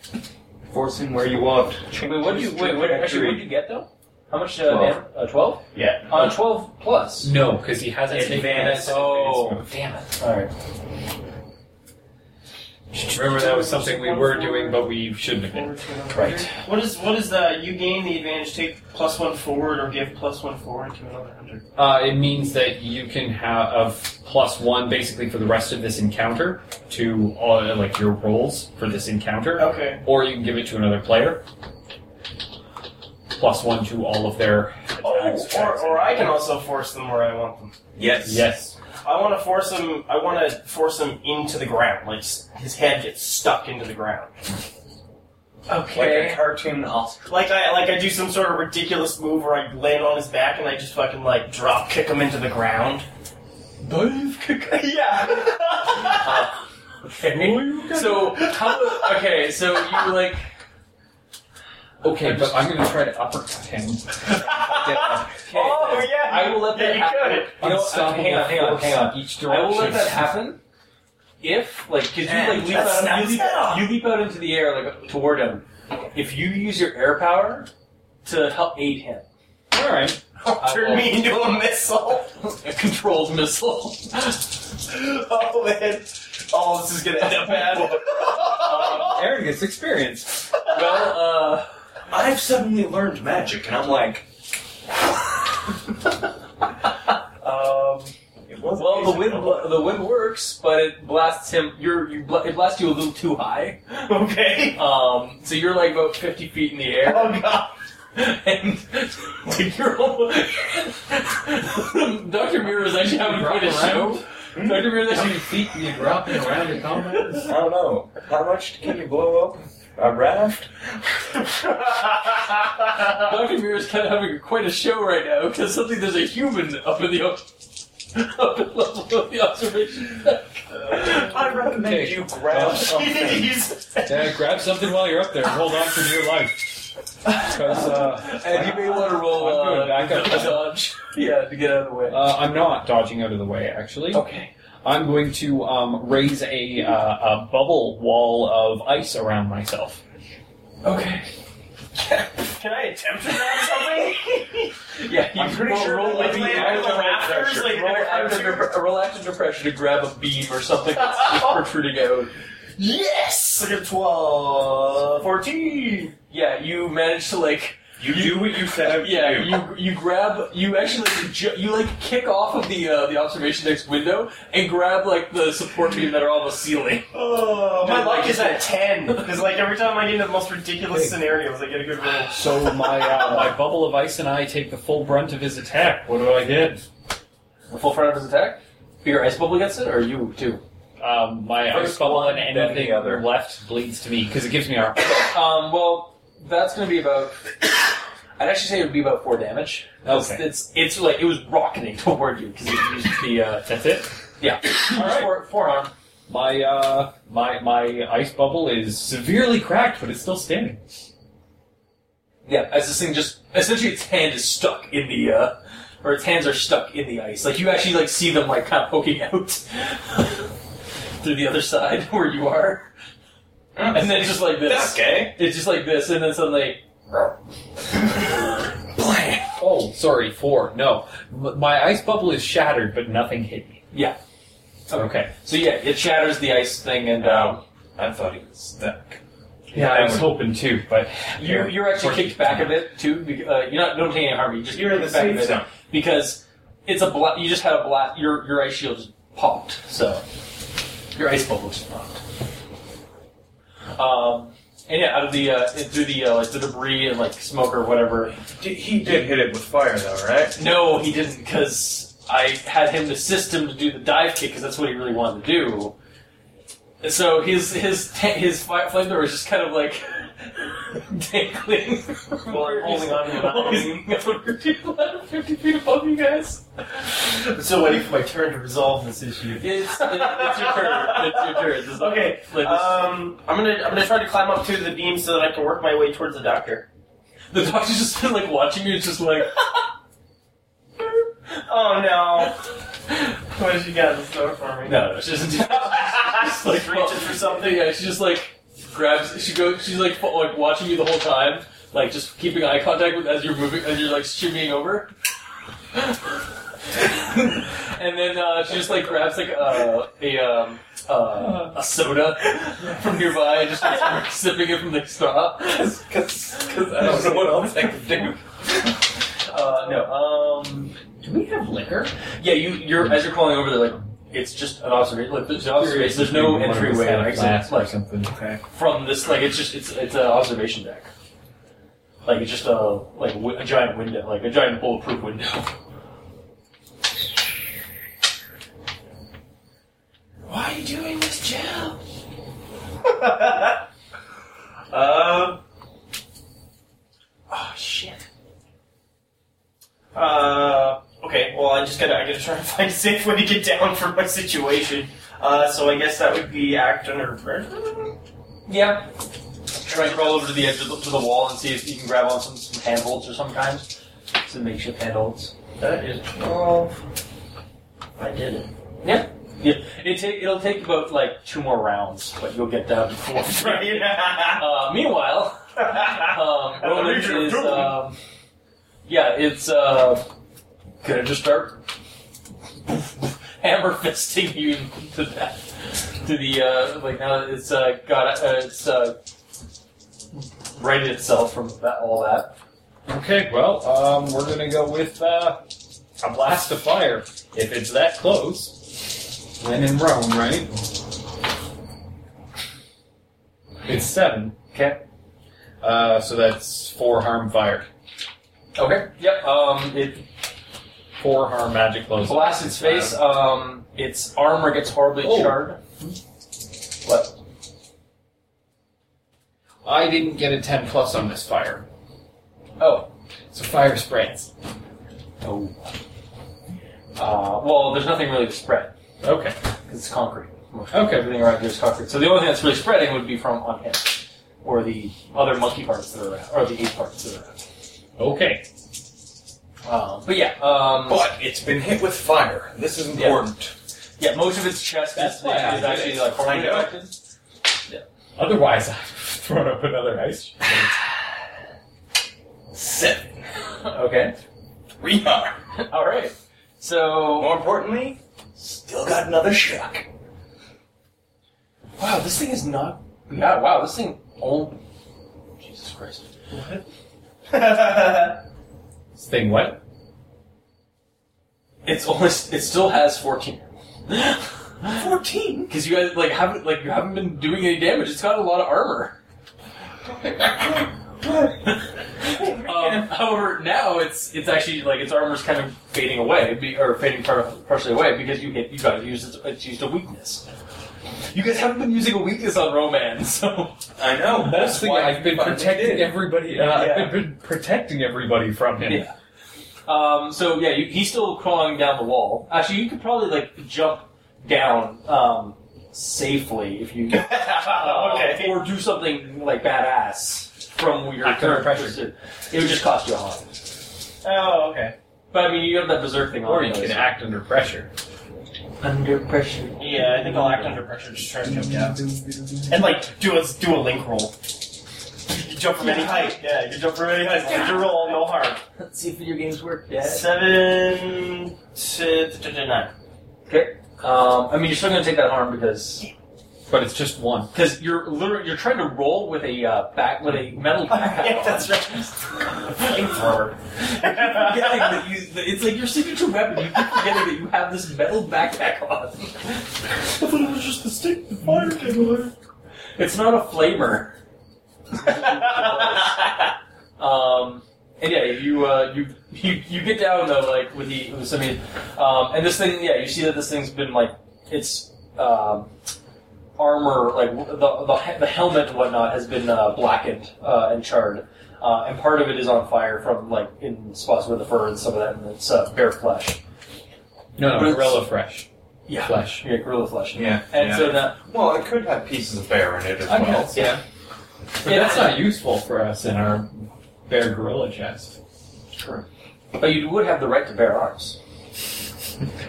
Force him where you want. Wait, what did you wait? What, actually, what did you get though? How much? uh, Twelve. damage? Uh, Twelve. Yeah. On uh, twelve plus. No, because he hasn't It's taken advanced. that. Oh, damn it! All right. Remember that was something we were doing, but we shouldn't have been. Right. What is what is the you gain the advantage take plus one forward or give plus one forward to another hunter? Uh, it means that you can have plus one basically for the rest of this encounter to all, like your rolls for this encounter, Okay. or you can give it to another player. Plus one to all of their Oh, attacks. or, or I can also force them where I want them. Yes. yes. I want to force him. I want to force him into the ground. Like s- his head gets stuck into the ground. Like a cartoon ostrich. Like I like I do some sort of ridiculous move where I land on his back and I just fucking like drop kick him into the ground. Dive kick. yeah. Okay. So how? Okay, so you like Okay, but I'm going to try to uppercut him. Uh, okay, Oh yeah. I will let yeah, that you happen. could. You know, uh, hang on, hang on, hang on. Each I direction. will let that happen if, like, because you like And leap that's out, you not leap, fair. you leap out into the air like toward him. If you use your air power to help aid him, All right. Turn me into a missile. a controlled missile. Oh man. Oh, this is gonna end up bad. Aaron gets experience. well, uh, I've suddenly learned magic, and I'm like, um, it well, the the wind bl- the wind works, but it blasts him. You're you bl- it blasts you a little too high. Okay. Um, so you're like about fifty feet in the air. Oh god. And like you're almost Dr. Mirror is actually having quite a show. Dr. Mirror is How actually many feet do you drop in around the combat? I don't know. How much can you blow up a raft? Dr. Mirror is kind of having quite a show right now because suddenly there's a human up in the ob- up in level of the observation. I recommend Okay. you Um, grab something. Yeah, grab something while you're up there. and Hold on for dear life. Because uh, and you may want to roll I'm uh, doing backup. dodge. Yeah, to get out of the way. uh, I'm not dodging out of the way, actually. Okay. I'm going to um, raise a, uh, a bubble wall of ice around myself. Okay. Can I attempt to grab something? Yeah, you I'm pretty roll, sure roll like, a beam. land on the rafters, like, roll, they're active cartoon. depre- roll active depression to grab a beam or something that's just protruding out. Yes! Like a 12. 14! Yeah, you manage to like. You, do what you set out to Yeah, do. you you grab you actually like, ju- you like kick off of the uh, the observation deck's window and grab like the support beam that are on the ceiling. Oh, my Dude, luck like- is at 10. Because, like, every time I get into the most ridiculous scenarios, I get a good roll. So my uh, my bubble of ice and I take the full brunt of his attack. What do I get? The full front of his attack. Your ice bubble gets it, or you too. Um, my ice First bubble one, and then anything the other. left bleeds to me because it gives me our. Um, well, that's going to be about. I'd actually say it would be about four damage. It's, Okay. it's it's like it was rocketing toward you because it used the uh, That's it. yeah right. Fore- forearm. My uh, my my ice bubble is severely cracked, but it's still standing. Yeah, as this thing just essentially its hand is stuck in the uh, or its hands are stuck in the ice. Like you actually like see them like kind of poking out through the other side where you are, and then just like That's this. eh? okay. It's just like this, and then suddenly Oh, sorry, four. No, M- my ice bubble is shattered, but nothing hit me. yeah. Okay. So yeah, it shatters the ice thing, and um, No, I thought he was stuck. Yeah, I was hoping too, but you you're actually kicked back a bit too. be- Uh, you're not don't take any harm. You just You're in the kicked back a safe bit zone. because it's a bla- you just had a blast. Your your ice shield just popped, so your ice bubble just popped. Um, and yeah, out of the uh, in- through the uh, like the debris and like smoke or whatever. D- he did hit it with fire, though, right? No, he didn't because I had him assist him to do the dive kick because that's what he really wanted to do. And So his his ta- his fi- flamethrower is just kind of like dangling, I'm holding on to the vine. Holding on to the ladder fifty feet above you guys. I'm still waiting for my turn to resolve this issue. It's, it's your turn. It's your turn. This is- Okay, like, this- Um, I'm gonna I'm gonna try to climb up to the beam so that I can work my way towards the doctor. the doctor's just been like watching you. It's just like Oh no! What has she got in store for me? no, no, she doesn't do just like reaches for something. Yeah, she just like grabs. She goes. She's like fo- like watching you the whole time, like just keeping eye contact with as you're moving, as you're like shimmying over. and then uh, she just like grabs like uh, a um, uh, a soda from nearby and just starts sipping it from the straw. Because I don't know what else I can do. Uh, no. Um, do we have liquor? yeah, you you're as you're crawling over there, like it's just an observation. Like there's an observation. There's no entryway or exit. Like something. Okay. from this like it's just it's it's an observation deck. Like it's just a like wi- a giant window, like a giant bulletproof window. Why are you doing this, Jill? Um. Oh, shit. Uh. Okay. Well, I just gotta I gotta try to find a safe way to get down from my situation. Uh. So I guess that would be act under pressure. Yeah. Try and crawl over to the edge of the, to the wall and see if you can grab on some, some handholds or some kind. Some makeshift handholds. That is twelve. I did it. Yeah, it ta- it'll take about like two more rounds, but you'll get down to four. Right. Uh, meanwhile, um, the Ronan region of is Dublin. um, yeah, it's uh, gonna just start hammer fisting you to that to the uh, like now that it's uh, got uh, it's uh, righted itself from that, all that. Okay. Well, um, we're gonna go with uh, a blast of fire if it's that close. And in Rome, right? It's seven. Okay. Uh, so that's four harm fired. Okay. Yep. Um, it Four harm magic blows. blasts its face. Um, its armor gets horribly Oh. charred. I didn't get a ten plus on this fire. Oh. So fire spreads. Uh, well, there's nothing really to spread Okay. 'cause it's concrete. Most- Okay. Everything around here is concrete. So the only thing that's really spreading would be from on him, or the other monkey parts that are around, or the ape parts that are around. Okay. Um, but yeah, um, But it's been hit with fire. This is important. yeah, most of its chest That's is, why I is did actually it. like horribly I know. affected. Otherwise, I've thrown up another ice. shard. Seven. Okay. Three harm. All right. So More importantly, still got another shock. wow, this thing is not. Yeah. Wow, this thing. Oh, Jesus Christ. This thing what? It's only it still has fourteen. Fourteen? Because you guys like haven't like you haven't been doing any damage. It's got a lot of armor. um, however, now it's it's actually like its armor's kind of fading away, be, or fading par- partially away because you hit you guys used its, it's used a weakness. You guys haven't been using a weakness on Roman, so I know. That's thing why I've been we finally protecting did. everybody. Uh, Yeah. I've been protecting everybody from him. Yeah. Um, so yeah, you, he's still crawling down the wall. Actually, you could probably like jump down um, safely if you Oh, uh, okay. or do something like badass from where your I couldn't current pressure. position. It would just cost you a haunt. Oh, okay. But I mean, you have that berserk thing Or on. you though, can so- act under pressure. under pressure. Yeah, I think I'll act under pressure. Just try to jump down and like do a do a link roll. You jump from any height. Yeah, you jump from any height. as long as you roll, no harm. Let's see if video games work. Yeah. Seven to, to, to nine. Um, I mean, you're still gonna take that harm because But it's just one. because you're literally you're trying to roll with a uh, back with a metal backpack. yeah, that's right. Flamethrower. forgetting that you, that it's like your signature weapon. You keep forgetting that you have this metal backpack on. it was just the stick, the fire kindler. It's not a flamer. um, and yeah, you, uh, you you you get down though, like with the with some, um, and this thing, yeah, you see that this thing's been like its um, armor, like the the, he- the helmet and whatnot, has been uh, blackened uh, and charred. Uh, and part of it is on fire from like in spots where the fur and some of that, and it's uh, bare flesh. No, But no, it's- gorilla fresh Yeah, flesh. Yeah, gorilla flesh. Yeah. And yeah. so that well, it could have pieces of bear in it as I well. guess, yeah. But that's not useful for us in our bare gorilla chest. True. But you would have the right to bear arms.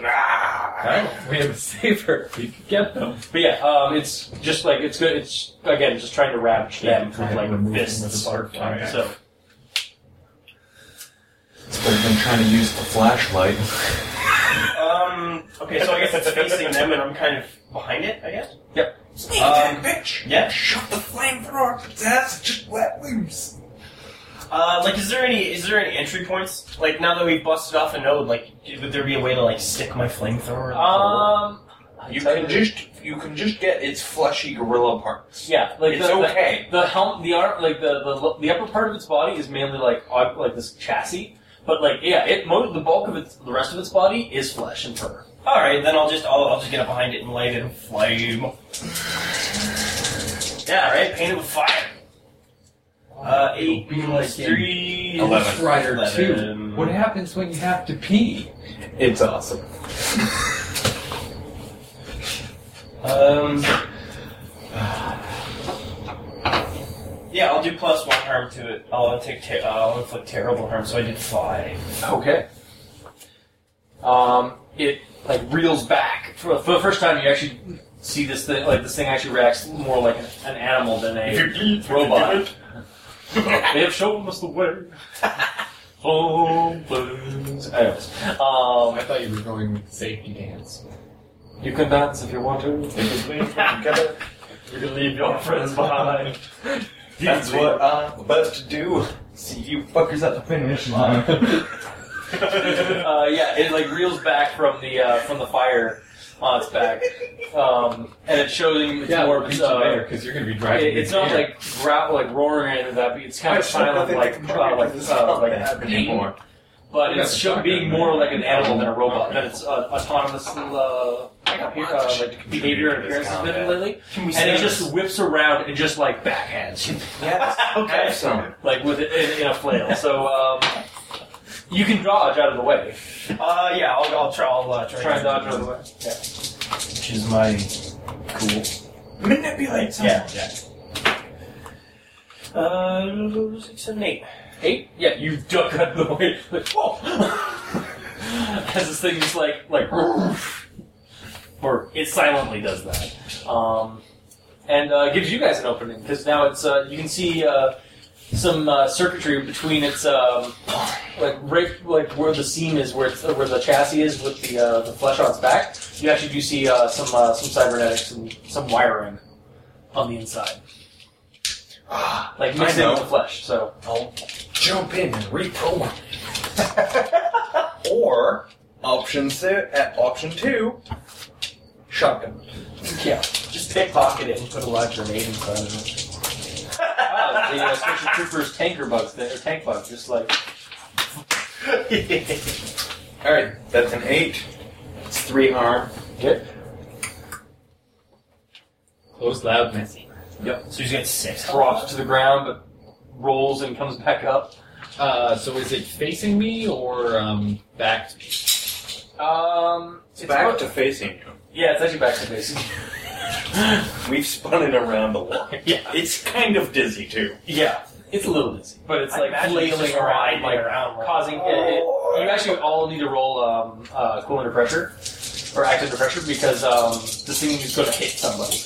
Ah, Oh, we have a saver. We could get them. But yeah, um, it's just like it's good. It's again just trying to ravage them from like fists. butterfly. So it's better than trying to use the flashlight. Um. Okay, so I guess it's facing them, and I'm kind of behind it. I guess. Sneak Um, attack, bitch! Yeah. Shut the flamethrower up its ass. Just let loose. Uh, like, is there any is there any entry points? Like, now that we've busted off a node, like, would there be a way to like stick my flamethrower? in the hole? um, You can just you can just get its fleshy gorilla parts. yeah, like it's the, the- okay. The helm, the arm, like the, the the upper part of its body is mainly like on- like this chassis, but like yeah, it mo- the bulk of its the rest of its body is flesh and fur. All right, then I'll just I'll, I'll just get up behind it and light it in flame. Yeah, all right, paint it with fire. Uh, eight Be plus like in three. Eleven. Rider two. Eleven. What happens when you have to pee? It's awesome. Um. Yeah, I'll do plus one harm to it. I'll take ter- uh, I'll inflict terrible harm, so I did five. Okay. Um, it like reels back for, for the first time. You actually see this thing, like this thing actually reacts more like an, an animal than a robot. they have shown us the way. oh, blues. Anyways, Oh, um, I thought you were going with the safety dance. you can dance if you want to. You can leave your friends behind. That's what Uh, I'm about to do. See you fuckers at the finish line. uh, yeah, it like reels back from uh, the uh, from the fire, on its back, um, and it's showing it's more of its, uh, because you're going to be it- driving. it's not like growl, like roaring or anything like that, but it's kind of silent, like uh, like uh, like beating. But it's show, being more like an animal than a robot. Than its uh, autonomous uh, appear- uh, like behavior and appearance has been lately, Can we and it say this? just whips around and just like backhands you Yes. Okay. like with it in, in a flail. So um, you can dodge out of the way. Uh, yeah, I'll, I'll try. I'll uh, try, Try and dodge out of the way. Which is my cool. Manipulate. Yeah. Yeah. Uh, six, seven, eight. Eight? Yeah, you duck out of the way. Like, whoa! As this thing just like, like, or it silently does that. Um, and uh, gives you guys an opening, because now it's, uh, you can see uh, some uh, circuitry between its, um, like, right, like where the seam is, where, it's, uh, where the chassis is with the, uh, the flesh on its back. You actually do see uh, some, uh, some cybernetics and some wiring on the inside. Like mixing with the flesh, so. Ah, Jump in and reprogram. or option si- at option two, shotgun. Just pickpocket it and put a live grenade inside of it. Ah, the uh, Special Troopers tanker bugs, the or tank bug, just like All right, that's an eight. It's three harm. close loud messy. So he's got six. drops to the ground, but rolls and comes back up. Uh, so is it facing me or um, back? to me? Um, It's back about- to facing you. yeah, it's actually back to basic. We've spun it around a lot. Yeah. It's kind of dizzy too. Yeah, it's a little dizzy, but it's I like imagine it's flailing just around, riding like around, like- causing. It, it, you actually all need to roll um, uh, cool under pressure or act under pressure because um, this thing is going to hit somebody.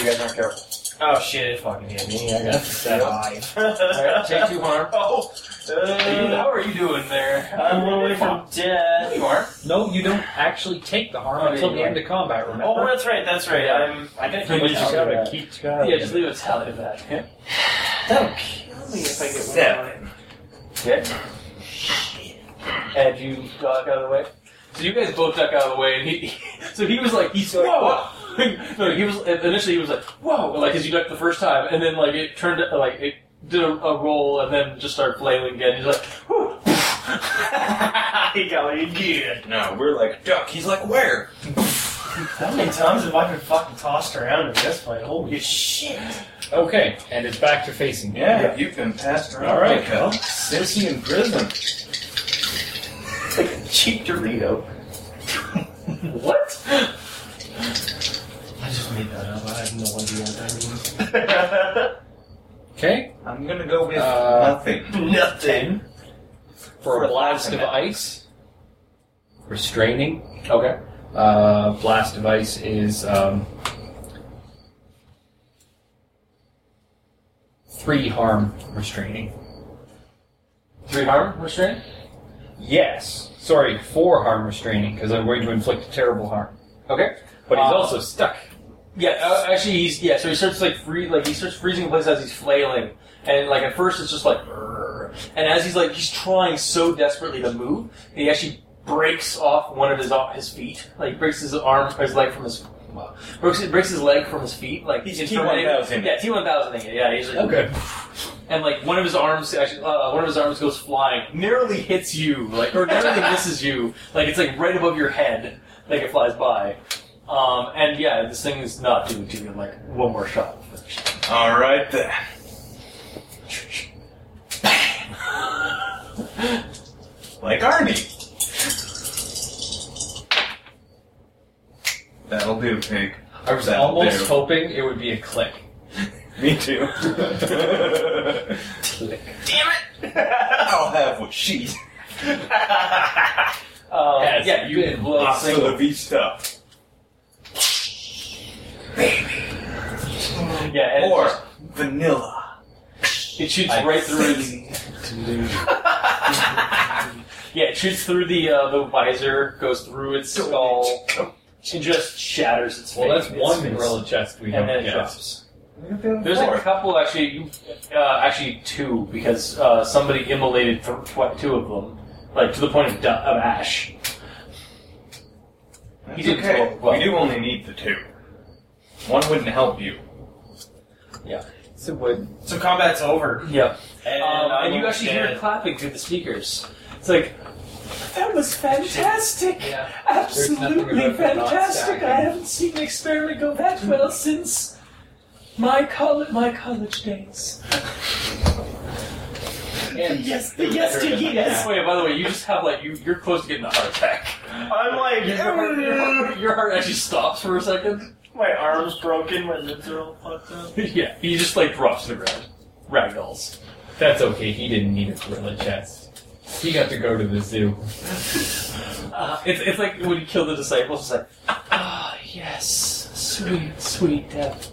You guys aren't careful. Oh shit! It fucking hit me. I got five. All right, take two harm. Oh. Are you- Uh, how are you doing there? I'm one away from No, death. you aren't. No, you don't actually take the harm Oh, until yeah, the yeah. end of combat. Remember? Oh, that's right. That's right. Yeah. I'm. I gotta keep But it you down. gotta keep. Yeah, just leave it tally of that. Yeah. That'll kill me if I get one. And you duck out of the way. So you guys both duck out of the way, and he. So he was like, he's like, whoa. no, he was initially he was like, whoa, like as you ducked the first time, and then like it turned like it did a, a roll, and then just started flailing again. He's like, whew. he got me again. No, we're like duck. He's like where? How many times have I been fucking tossed around in this fight? Holy shit! Okay, and it's back to facing me. Yeah, you've been passed around. All right. like a sissy in prison. Like a cheap Dorito. what? I just made that up. I have no idea what that Okay, I'm gonna go with Uh, nothing. means. Nothing. for For a blast of laughing at. ice, restraining. Okay. Uh, blast of ice is um, three harm restraining. Three harm restraint. Yes. Sorry, four harm restraining because I'm going to inflict terrible harm. Okay. But he's Uh, also stuck. Yeah, uh, actually, he's yeah. So he starts like free, like he starts freezing in place as he's flailing, and like at first it's just like, "Brrr." and as he's like he's trying so desperately to move, and he actually breaks off one of his o- his feet, like breaks his arm, his leg from his. well, Breaks, breaks his leg from his feet, like He's in T1000. Yeah, T one thousand. Yeah, he's like, Okay. and like one of his arms actually, uh, one of his arms goes flying, nearly hits you, like or nearly misses you, like it's like right above your head, like it flies by. Um, and yeah, this thing is not doing to you like one more shot. All right then. like Arnie. That'll do, pig. I was That'll almost do. hoping it would be a click. Me too. I'll have what she's. Um, Yes, yeah, you good. blow this Hasta thing. la vista. Yeah, and it Or just- vanilla. it shoots right through. his- Yeah, it shoots through the uh, the visor, goes through its skull, and just shatters its face. Well, that's Its one face. gorilla chest we and don't then it get. drops. There's There's a couple actually, you- uh, actually two because uh, somebody immolated th- tw- two of them, like to the point of, du- of ash. He That's did okay. twelve. Well- we do only need the two. One wouldn't help you. So would So combat's over. Yeah. And, Um, I and you will actually hear stand. it clapping through the speakers. It's like, that was fantastic! Yeah. Absolutely about that not fantastic! I stacking. haven't seen an experiment go that well since my college my college days. Yes, the yes to yes. Wait, by the way, you just have like you, you're close to getting a heart attack. I'm like, Your heart, your heart- your heart actually stops for a second. my arm's broken, my lips are all fucked up. yeah, he just like drops to the ground. Ragdolls. that's okay. He didn't need a gorilla chest. He got to go to the zoo. It's, it's like when you kill the disciples. It's like, ah, yes, sweet, sweet death.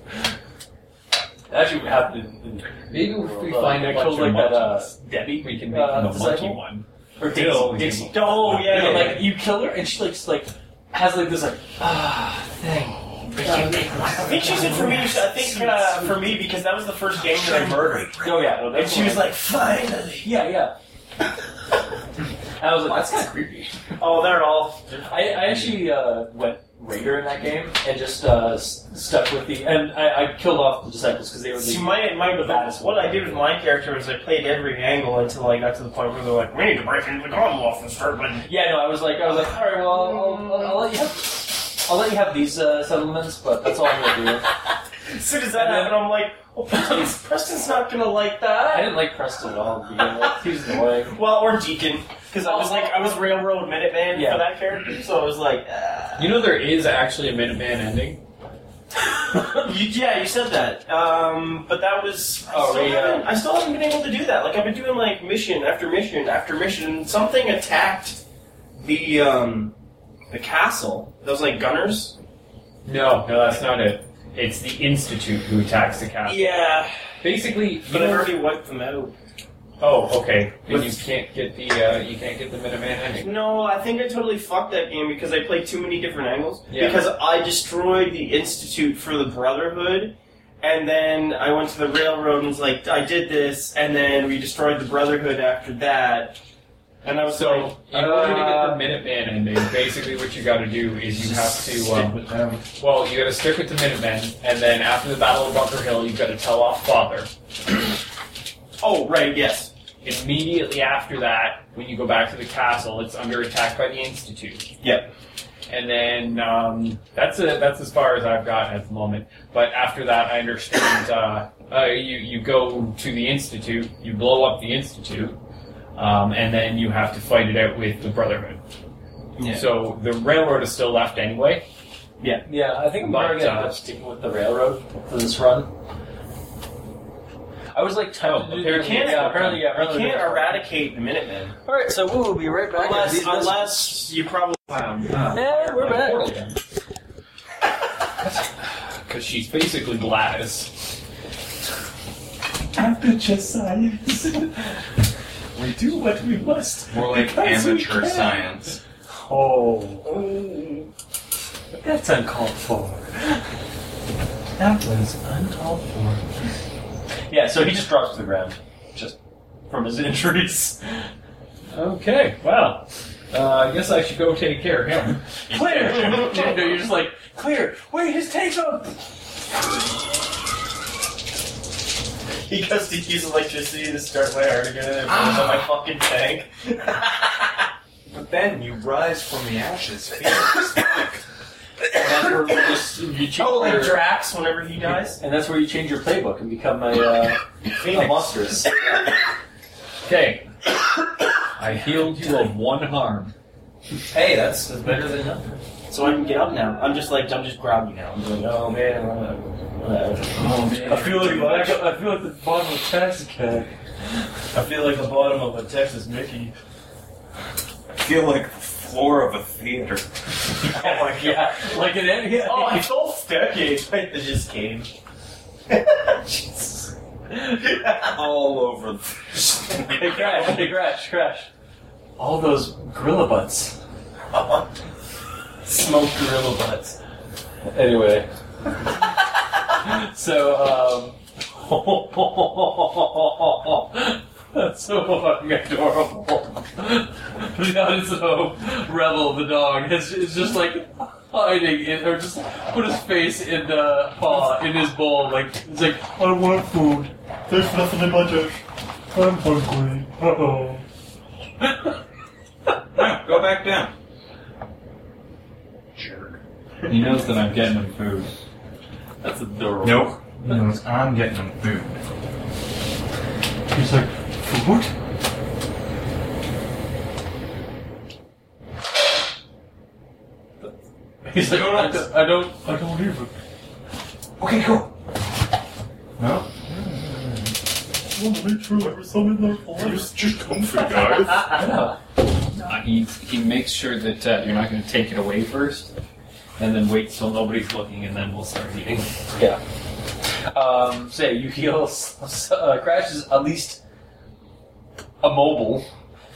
That actually happened in, in Maybe if we Uh, find a I bunch killed, of like, that, uh, monkeys, Debbie. we can make uh, the disciple? monkey one. or Bill, Dixie. we Dixie. can- Oh yeah, And, yeah, like you kill her, and she like s- like has like this like ah thing. I think she said for me. I think uh, for me because that was the first game that I murdered, Oh yeah, no, and that's she was like, "Finally!" yeah, yeah. And I was like, that's kind of creepy. Oh, they're all. I, I actually uh, went raider in that game and just uh, s- stuck with the and I, I killed off the disciples because they were See, the my my what I did with my character was I played every angle until I got to the point where they're like, "We need to break into the Commonwealth and start." But yeah. No, I was like, I was like, all right, well, I'll, I'll, I'll let you have, I'll let you have these uh, settlements, but that's all I'm gonna do. as soon as that happened, I'm like, "Well, Preston's, Preston's not gonna like I that." didn't like Preston at all. to begin with. He was annoying. uh, Well, or Deacon, because I was like, I was Railroad Minuteman Yeah. for that character, so I was like, uh. You know there is actually a Minuteman ending. you, yeah, you said that. Um, but that was. I, Oh, still we, uh, haven't, I still haven't been able to do that. Like, I've been doing, like, mission after mission after mission. and Something attacked the, um, the castle. Those, like, gunners? No, no, that's not it. It's the Institute who attacks the castle. Yeah. Basically, you But I know- already wiped them out. oh, okay. Then you can't get the uh, you can't get the Minuteman ending. No, I think I totally fucked that game because I played too many different angles. Yeah. Because I destroyed the Institute for the Brotherhood, and then I went to the Railroad and was like, I did this, and then we destroyed the Brotherhood after that. And I was like, uh, So in order to get the Minuteman ending, basically what you got to do is you have to um, Well, you gotta stick with the Minutemen, and then after the Battle of Bunker Hill, you've gotta tell off Father. oh, right, yes. Immediately after that, when you go back to the castle, it's under attack by the Institute. Yep. And then um, that's a, that's as far as I've gotten at the moment. But after that, I understand uh, uh, you you go to the Institute, you blow up the Institute, um, and then you have to fight it out with the Brotherhood. Yeah. So the railroad is still left anyway. Yeah, I think But, I'm probably gonna end uh, up sticking with the railroad for this run. I was like, Oh, tempted to- apparently yeah, it's not apparently, yeah, You apparently. can't eradicate the Minutemen. All right, so we'll be right back. Unless, unless you probably found. yeah, we're back. Because she's basically Gladys. After just science, we do what we must. More like Because we amateur can. science. Oh, that's uncalled for. That was uncalled for. Yeah, so he just drops to the ground, just from his injuries. Okay, well, uh, I guess I should go take care of him. Clear. no, you're just like clear. Wait, his tank's up. He goes to use electricity to start my heart again and it blows up my fucking tank. But then you rise from the ashes. And that's where you Oh, change like your, Drax whenever he dies. and that's where you change your playbook and become a, uh, a monstrous. Okay. I healed you of one harm. Hey, that's, that's better than nothing. So I can get up now. I'm just like I'm just groggy now. I'm like, oh man, uh, I feel like I feel like the bottom of the taxi cab. I feel like the bottom of a Texas Mickey. I feel like the floor of a theater. oh my god. Yeah, like an end. Yeah. Oh, it's all staircase. It just came. Jesus. All over the Hey, crash! Hey, crash! Crash! All those gorilla butts. Smoked gorilla butts. Anyway. so, um. That's so fucking adorable. Now it's so Rebel the dog is, is just like. sliding in, or just put his face in the paw in his bowl. Like it's like I don't want food. There's nothing in my dish. I'm hungry. Uh oh. No, go back down. He knows that I'm getting him food. That's adorable. Nope. No, I'm getting them food. He's like food. He's like, I don't, I don't, I don't even. Okay, cool. No? I want to make sure there was some in there for Just, just come for guys. Uh, he he makes sure that uh, you're not going to take it away first, and then wait till nobody's looking, and then we'll start eating. Um, say you heal. Uh, Crash is at least immobile,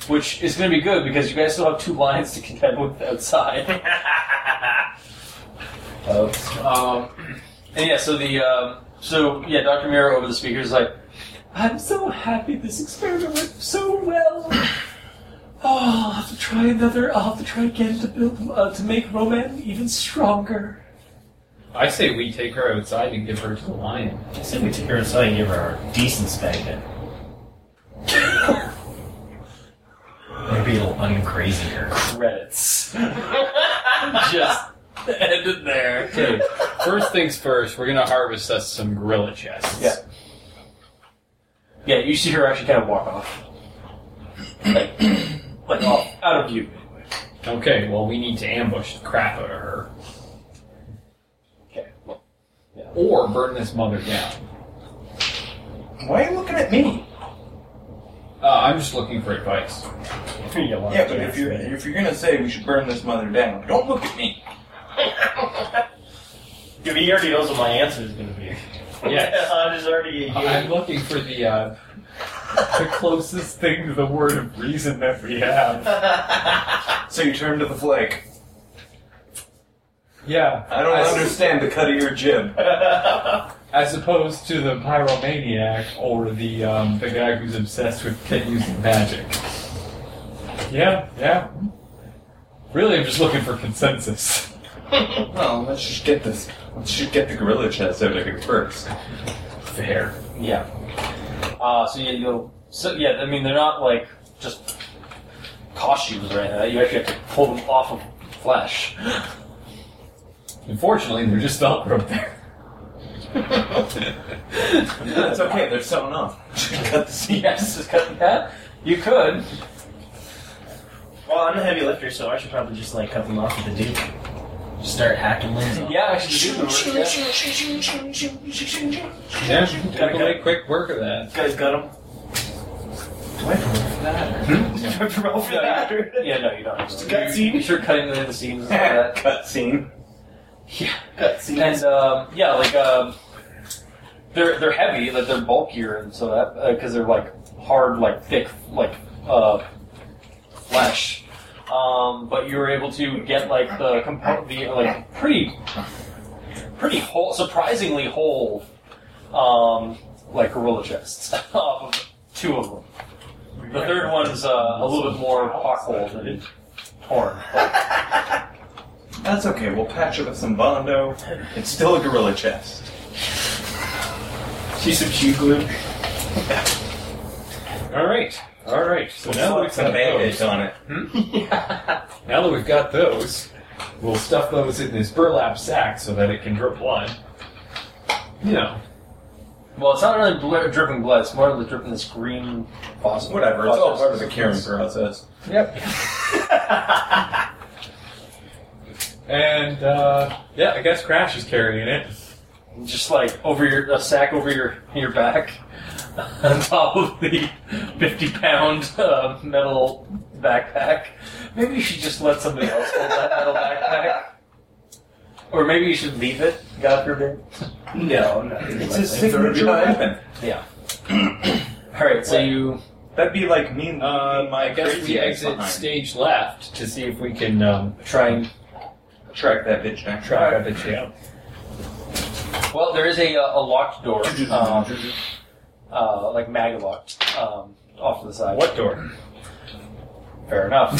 which is going to be good because you guys still have two lines to contend with outside. um, and yeah, so the um, so yeah, Doctor Mira over the speaker is like, "I'm so happy this experiment went so well." Oh, I'll have to try another. I'll have to try again to build uh, to make Roman even stronger. I say we take her outside and give her to the lion. I said we took her inside and gave her a decent spanking. Maybe it'll uncrazy her. credits. Just ended there. Okay, first things first, we're going to harvest us some gorilla chests. Yeah. Yeah, you see her actually kind of walk off. Like, like off, out of view. Okay, well, we need to ambush the crap out of her. Okay, well, Or burn this mother down. Why are you looking at me? Uh, I'm just looking for advice. Yeah, but if you're if you're gonna say we should burn this mother down, don't look at me. Dude, he already knows what my answer is going to be. Yes. I'm just already. I'm looking for the uh, the closest thing to the word of reason that we have. So you turn to the flake. Yeah, I don't understand the cut of your jib. as opposed to the pyromaniac or the um, the guy who's obsessed with kid using magic. Yeah, yeah. Really, I'm just looking for consensus. Well, let's just get this. Let's just get the gorilla chest out of here first. Fair. yeah. Uh, so yeah, you go. So yeah, I mean they're not like just costumes or anything. You actually have to pull them off of flesh. Unfortunately, they're just velcro there. That's okay. They're sewn off. Just cut the seam. Yes, just cut that. You could. Well, I'm a heavy lifter, so I should probably just like cut them off with the dude. Just start hacking limbs off. Yeah, actually, you could. Yeah. Yeah, gotta make quick work of that. You guys got them? Do I promote for that? Do I promote for that? Or... yeah, no, you don't. Just a cut scene? You're cutting the seams and stuff like that. cut seam. And um, yeah, like um, they're they're heavy, like they're bulkier, and so that because they're like hard, like thick, like uh, flesh. Um, but you were able to get like the compo- the like pretty pretty whole, surprisingly whole, um, like gorilla chests off of two of them. The third one's uh, a little bit more potholed and torn. but- That's okay. We'll patch it with some bondo. It's still a gorilla chest. See some chew glue? All right, all right. So now that we've some got band those, on it. now that we've got those, we'll stuff those in this burlap sack so that it can drip blood. You know, Well, it's not really bl- dripping blood. It's more of the dripping this green phosphor. Whatever. It's all part of the curing process. and uh, yeah, I guess Crash is carrying it. just like over your a sack over your your back on top of the 50 pound uh, metal backpack maybe you should just let somebody else hold that metal backpack or maybe you should leave it god forbid Oh, No, no. It's his signature weapon. all right so you That'd be like me. Um, my I guess crazy we ex exit behind. stage left to see if we can um, try and Track that bitch down. track up the jail. well there is a, uh, a locked door um, uh, like magalocked um, off to the side What door? fair enough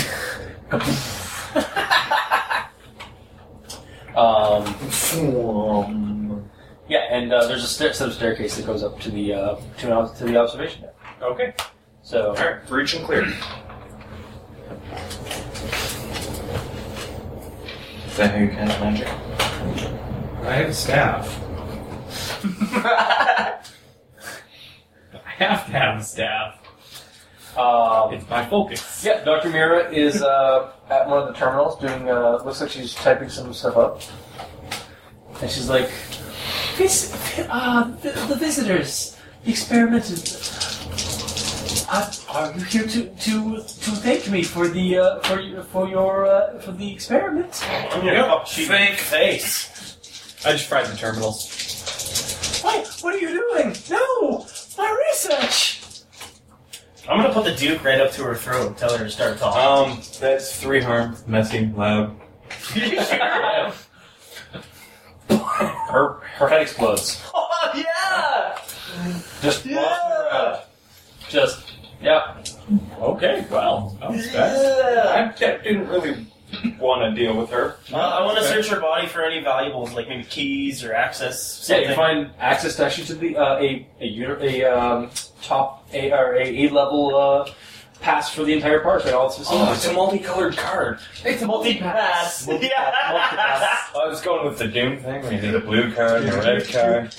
Um, From yeah, and uh, there's a stair- set of staircase that goes up to the uh, to, an, ob- to the observation deck. Okay. So All right. Breach and clear. Is that how you cast magic? I have a staff. I have to have a staff. um, It's my focus. yeah, Dr. Mira is uh, at one of the terminals doing. Uh, looks like she's typing some stuff up, and she's like, Vis- uh, the, the visitors, the experimenters. Uh, are you here to, to to thank me for the uh, for your for your uh, for the experiment? Fake face. I just fried the terminals. Why? What are you doing? No, my research. I'm gonna put the Duke right up to her throat and tell her to start talking. Um, that's three harm. Messy, loud. her her head explodes. oh yeah! Just Yeah! lost in the ground. Just yeah. Okay, well, that was fast. Yeah! Oh, I didn't really want to deal with her. Well, I want to search her body for any valuables, like maybe keys or access. Yeah, Something. you find access to actually to the uh, a a, uni- a um, top a or a, a level uh, pass for the entire park and all its Oh, facilities. it's a multicolored card. it's a multi-pass. Yeah. I was going with the Doom thing where you did a blue card and a red card.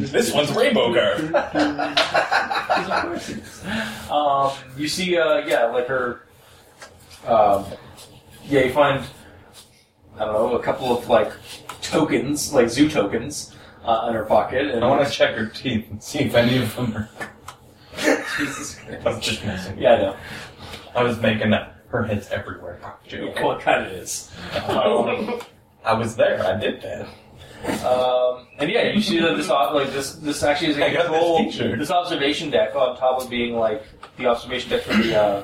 this one's a rainbow card. Um, you see, uh, yeah, like her. Um, yeah, you find I don't know a couple of like tokens, like zoo tokens, uh, in her pocket, and I want to check her teeth and see if any of them are. Jesus Christ. I'm just messing. Yeah, I know. I was making that her head's everywhere joke. What kind it is? Um, I was there. I did that. Um, and yeah, you see that this ob- like this this actually is a I got this control t-shirt. this observation deck on top of being like the observation deck for the uh,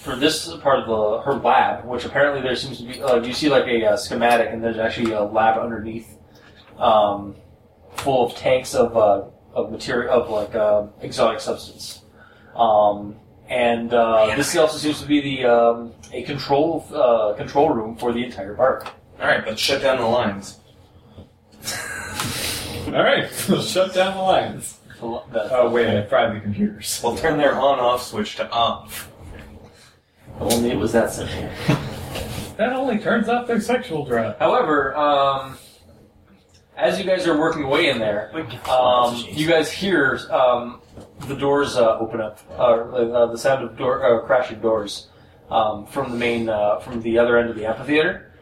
for this part of the her lab, which apparently there seems to be uh, you see like a uh, schematic and there's actually a lab underneath, um, full of tanks of uh, of material of like uh, exotic substance, um, and uh, this also seems to be the um, a control uh, control room for the entire park. All right, let's shut down the lines. Alright, shut down the lines. The lo- the- Oh, wait, I fried the computers. We'll turn their on-off switch to off. Only it was that simple. That only turns off their sexual drive. However, um, as you guys are working away in there, um, you guys hear um, the doors uh, open up, uh, uh, the sound of door uh, crashing doors um, from the main uh, from the other end of the amphitheater,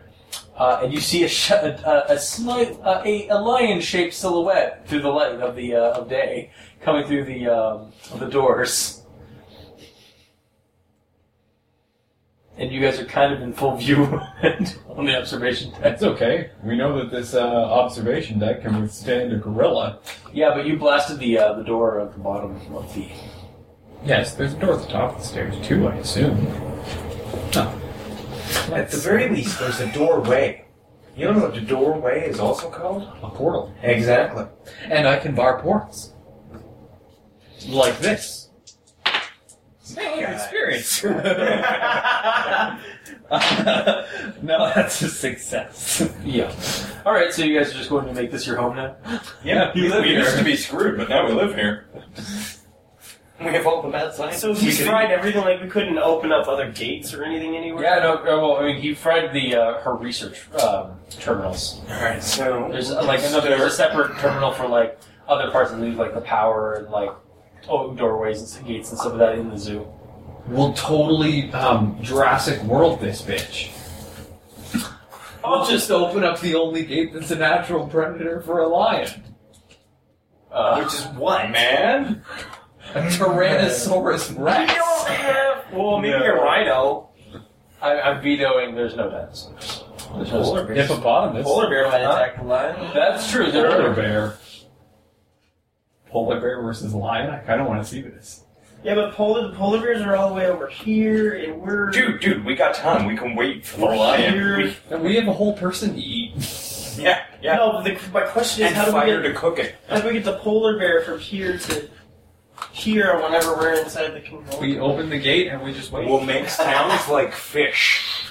uh, and you see a sh- a, a, a, slight, uh, a, a lion shaped silhouette through the light of the uh, of day coming through the um, of the doors. And you guys are kind of in full view on the observation deck. That's okay. We know that this uh, observation deck can withstand a gorilla. Yeah, but you blasted the uh, the door at the bottom of the. Yes, there's a door at the top of the stairs too, I assume. At the very least, there's a doorway. You don't know what the doorway is also called? A portal. Exactly. And I can bar ports. Like this. experience. no, that's a success. Yeah. All right, so you guys are just going to make this your home now. Yeah, You live we here. used to be screwed, but now we live here. We have all the bad signs. So We he could- fried everything like we couldn't open up other gates or anything anywhere. Yeah, no. uh, Well, I mean, he fried the uh, her research um, terminals. Alright, so. There's uh, like another there's a separate terminal for like other parts of the like the power and like oh doorways and gates and stuff like that in the zoo. We'll totally um, Jurassic World this bitch. Oh, I'll just open up the only gate that's a natural predator for a lion. Uh, Which is what? Man, A Tyrannosaurus We Rex. don't have. Well, maybe a rhino. I, I'm vetoing. There's no dinosaurs. There's no Polar bear. Hippopotamus. Polar bear might Huh? attack the lion. That's true. There Polar are. bear. Polar bear versus lion? I kind of want to see this. Yeah, but polar polar bears are all the way over here, and we're dude, dude, we got time. We can wait for the We're lion. here. We, And we have a whole person to eat. yeah, yeah. No, but the, my question is And how do we fire get to cook it. how do we get the polar bear from here to here whenever we're inside oh. the control? We open the gate and we just wait. We'll make sounds like fish.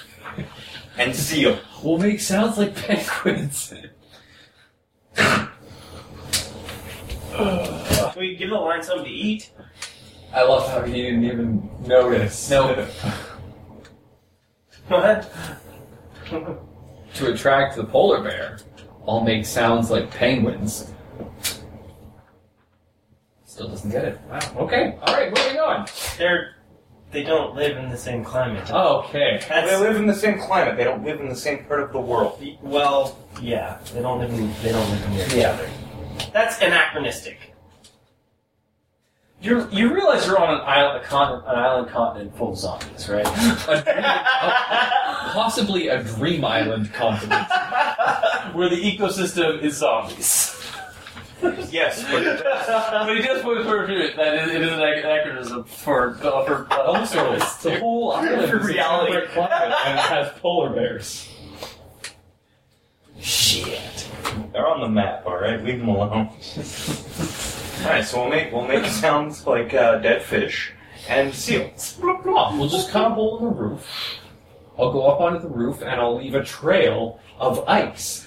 and seal. We'll make sounds like penguins. We give the lion something to eat. I love how he didn't even notice. No. What? to attract the polar bear, I'll make sounds like penguins. Still doesn't get it. Wow. Okay. All right. Moving on. They're they don't live in the same climate. Oh, Okay. That's- they live in the same climate. They don't live in the same part of the world. well, yeah, they don't live in, they don't live near each Yeah. other. That's anachronistic. You you realize you're on an island, a continent, an island continent full of zombies, right? A dream- possibly a dream island continent. Where the ecosystem is zombies. Yes, but but he does put for it that it, it is an anachronism for uh, for uh, Also, the whole island is a Reality. temperate climate and it has polar bears. Shit. They're on the map, all right. Leave them alone. all right, so we'll make we'll make sounds like uh, dead fish and seal. We'll just cut a hole in the roof. I'll go up onto the roof and I'll leave a trail of ice.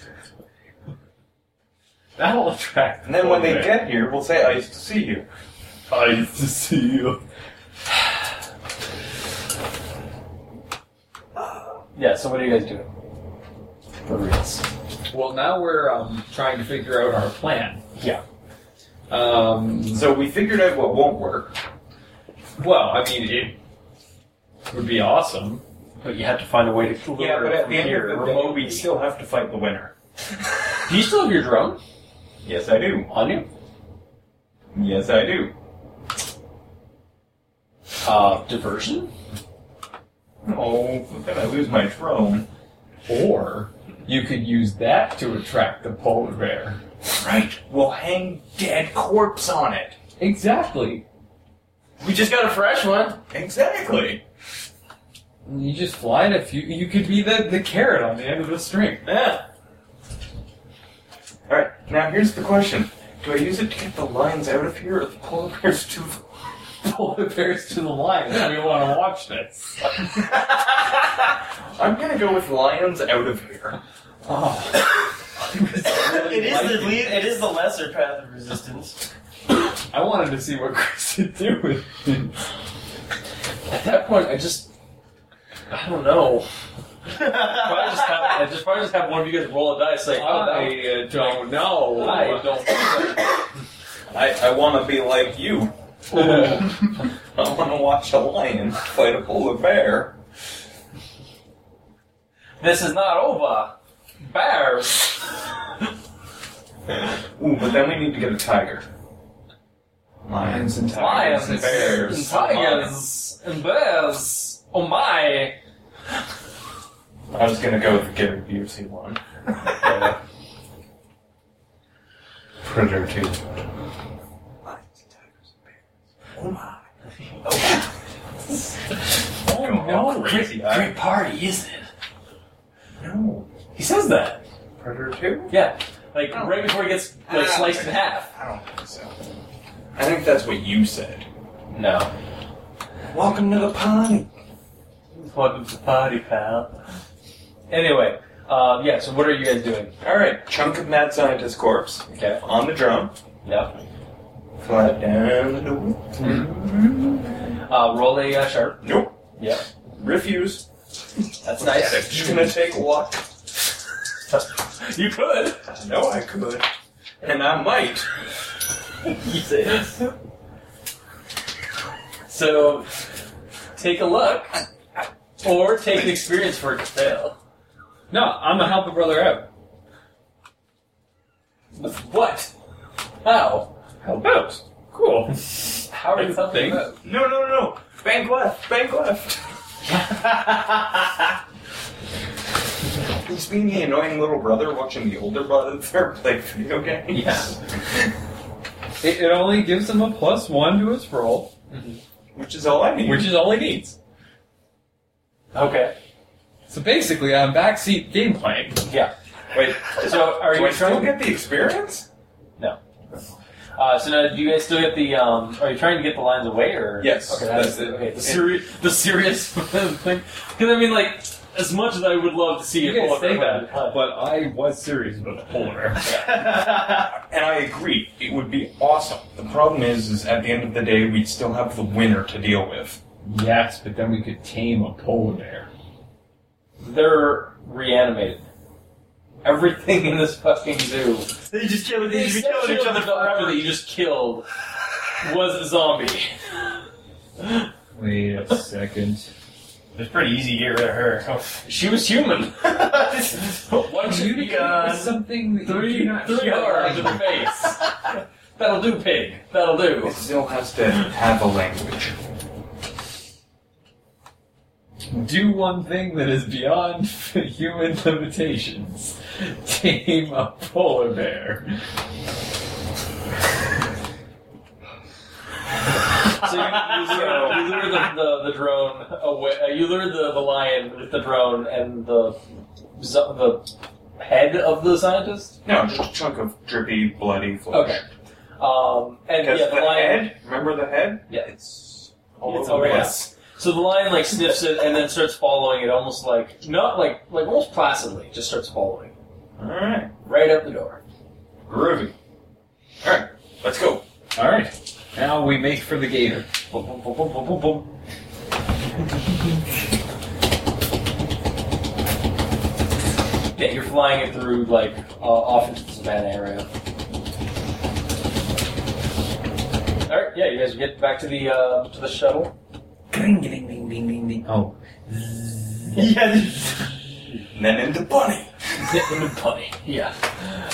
That'll attract. And then when they polar get here, we'll say, "I used to see you." bears. ice to see you. yeah. So what are you guys doing? For reals. Well, now we're um, trying to figure out our plan. Yeah. Um, So we figured out what won't work. well, I mean, it would be awesome. But you have to find a way to lure Yeah, but it at from the end here of the day, remotely. we still have to fight the winner. Do you still have your drone Yes, I do. on you? Yes, I do. Uh, diversion. Oh, then I lose my drone. Or you could use that to attract the polar bear. Right. We'll hang dead corpse on it. Exactly. We just got a fresh one. Exactly. You just fly it a few. You could be the, the carrot on the end of the string. Yeah. All right. Now here's the question: Do I use it to get the lions out of here, or the polar bears too? Polar bears to the line. We want to watch this. I'm gonna go with lions out of here. Oh. Ah. It is the lead, it is the lesser path of resistance. I wanted to see what Chris would do with it. At that point, I just I don't know. probably just have, I just probably just have one of you guys roll a dice. Like, oh, that was- I uh, don't know. I don't. I, I want to be like you. don't. I want to watch a lion fight a polar bear. This is not over. Bears. Ooh, but then we need to get a tiger. Lions and Lions, and bears, and tigers, and bears. Oh my! I was gonna go with the Gary Busey one. Predator two. oh no! crazy Great party, isn't it? No. He says that. Predator two? Yeah, like right before he gets like sliced in half. I don't think so. I think that's what you said. No. Welcome to the party. Welcome to the party, pal. Anyway, um, yeah. So what are you guys doing? All right, chunk of mad scientist corpse Okay. on the drum. Yep. Fly down the door. Uh, roll a uh, sharp. Nope. Yep. Refuse. That's nice. It's just gonna take luck. You could. I know I could, and I might. So take a look, or take an experience for it to fail. No, I'm gonna help a brother out. What? How? Help out. Cool. How are you It's helping? thing. out? No, no, no. Bank left. Bank left. He's being the annoying little brother watching the older brother play video games. It, it only gives him a plus one to his roll, Which is all I need. which is all he needs. Okay. So basically, I'm backseat game playing. Wait, So are do you I still trying? get the experience? Uh, so now, do you guys still get the? Um, are you trying to get the lines away, or Yes, Okay, that's, that's it. okay. The serious, the serious thing. Because I mean, like, as much as I would love to see You a guys polar say bear that, hunt. but I was serious about the polar bear. And I agree, it would be awesome. The problem is, is at the end of the day, we'd still have the winner to deal with. Yes, but then we could tame a polar bear. They're reanimated. Everything in this fucking zoo. They just killed. The exception of the rapper that you just killed was a zombie. Wait a second. It's pretty easy to get rid of her. she was human. One shooting gun. something that Three, you do not three share, hard to like- the face. That'll do, pig. That'll do. It still has to have a language. do one thing that is beyond human limitations. Tame a polar bear. So you, you lure, you lure the, the, the drone away. Uh, you lure the, the lion with the drone and the zo- the head of the scientist. No, just a chunk of drippy, bloody flesh. Okay. Um, and Because yeah, the, the lion. head, remember the head? Yeah. It's all It's over over, the place. So the lion like sniffs it and then starts following it, almost like not like like almost placidly, just starts following it, Alright, right up the door. groovy. Alright, let's go. All right, now we make for the gator. Boom, boom, boom, boom, boom, boom, boom. Yeah, you're flying it through like uh, off into the savannah area. All right, yeah, you guys get back to the uh, to the shuttle. Oh, And then into bunny. Funny, yeah.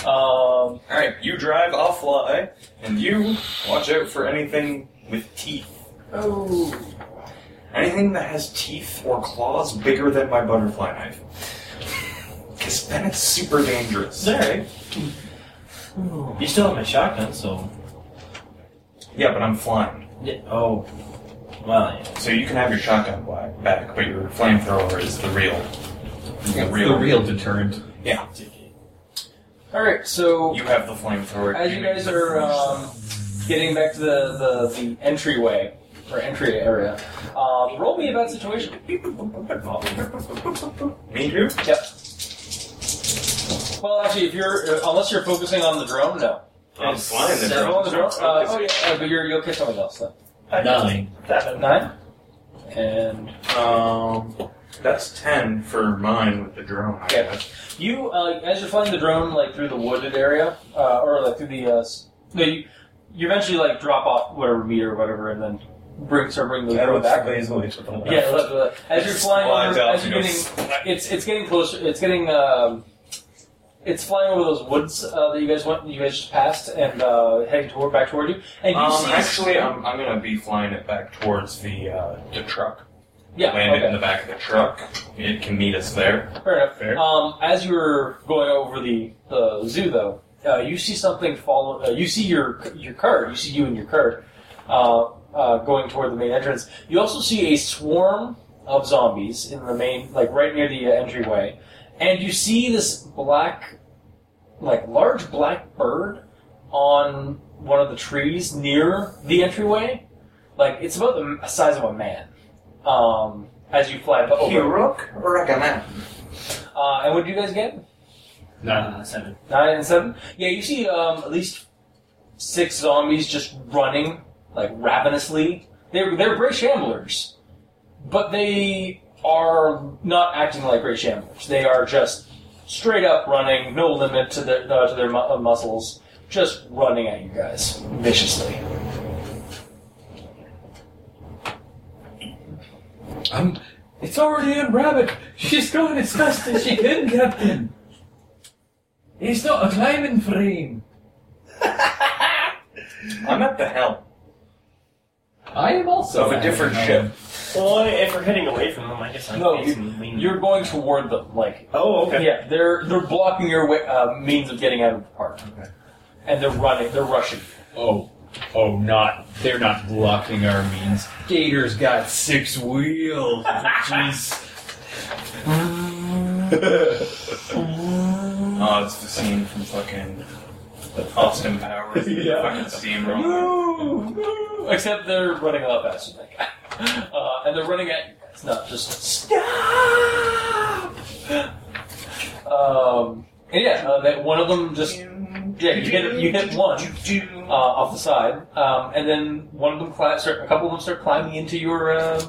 Um, Alright, you drive, I'll fly, and you watch out for anything with teeth. oh, Anything that has teeth or claws bigger than my butterfly knife. Because then it's super dangerous. sorry. You still have my shotgun, so. Yeah, but I'm flying. Oh. Well, yeah. So you can have your shotgun wa- back, but your flamethrower is the real. The the real deterrent. Yeah. All right, so You have the flamethrower. As you make guys the- are um, getting back to the, the, the entryway or entry area, um, roll me about situation. Me too? Well, actually, if you're uh, unless you're focusing on the drone, no. I'm flying the Is everyone on the drone? drone. Uh, oh yeah, uh, but you're, you'll catch something else then. Nine. Nine. And Um, that's ten for mine with the drone. I Okay. guess. you, uh, as you're flying the drone like through the wooded area, uh, or like through the uh, s- no, you, you eventually like drop off whatever meter or whatever, and then bring start bringing the drone back. Yeah, left, left. as you're flying Slides over, out, as you you're know, getting, it's it's getting closer. It's getting, um, it's flying over those woods uh, that you guys went, you guys just passed, and uh, heading toward back toward you. And you Um, see, actually, I'm, I'm gonna be flying it back towards the uh, the truck. yeah, Land it okay, in the back of the truck. It can meet us there. fair enough. Fair. Um, as you're going over the, the zoo, though, uh, you see something follow. Uh, you see your your card. You see you and your card uh, uh, going toward the main entrance. You also see a swarm of zombies in the main, like right near the uh, entryway, and you see this black, like large black bird on one of the trees near the entryway. Like it's about the size of a man. Um, as you fly over, rook or a man? uh, and what do you guys get? Nah, seven. Nine and seven. Yeah, you see um, at least six zombies just running like ravenously. They're they're great shamblers, but they are not acting like great shamblers. They are just straight up running, no limit to their uh, to their mu- uh, muscles, just running at you guys viciously. Um, it's already in rabbit. She's going as fast as she can, Captain. It's not a climbing frame. I'm at the helm I am also of a different ship. Well, if we're heading away from them, I guess I'm No, facing leaning. You're going toward them, like Oh, okay. yeah, they're they're blocking your way, uh, means of getting out of the park, and they're running, they're rushing. Oh, oh, not they're not blocking our means. Gator's got six wheels. Jeez. Oh, it's the scene from fucking Austin Powers. Yeah. Fucking steamroller. Except they're running a lot faster than that guy. Uh, and they're running at you. It's not just. Um, and yeah, uh, that one of them just yeah you hit you hit one uh, off the side, um, and then one of them climb, start, a couple of them start climbing into your uh,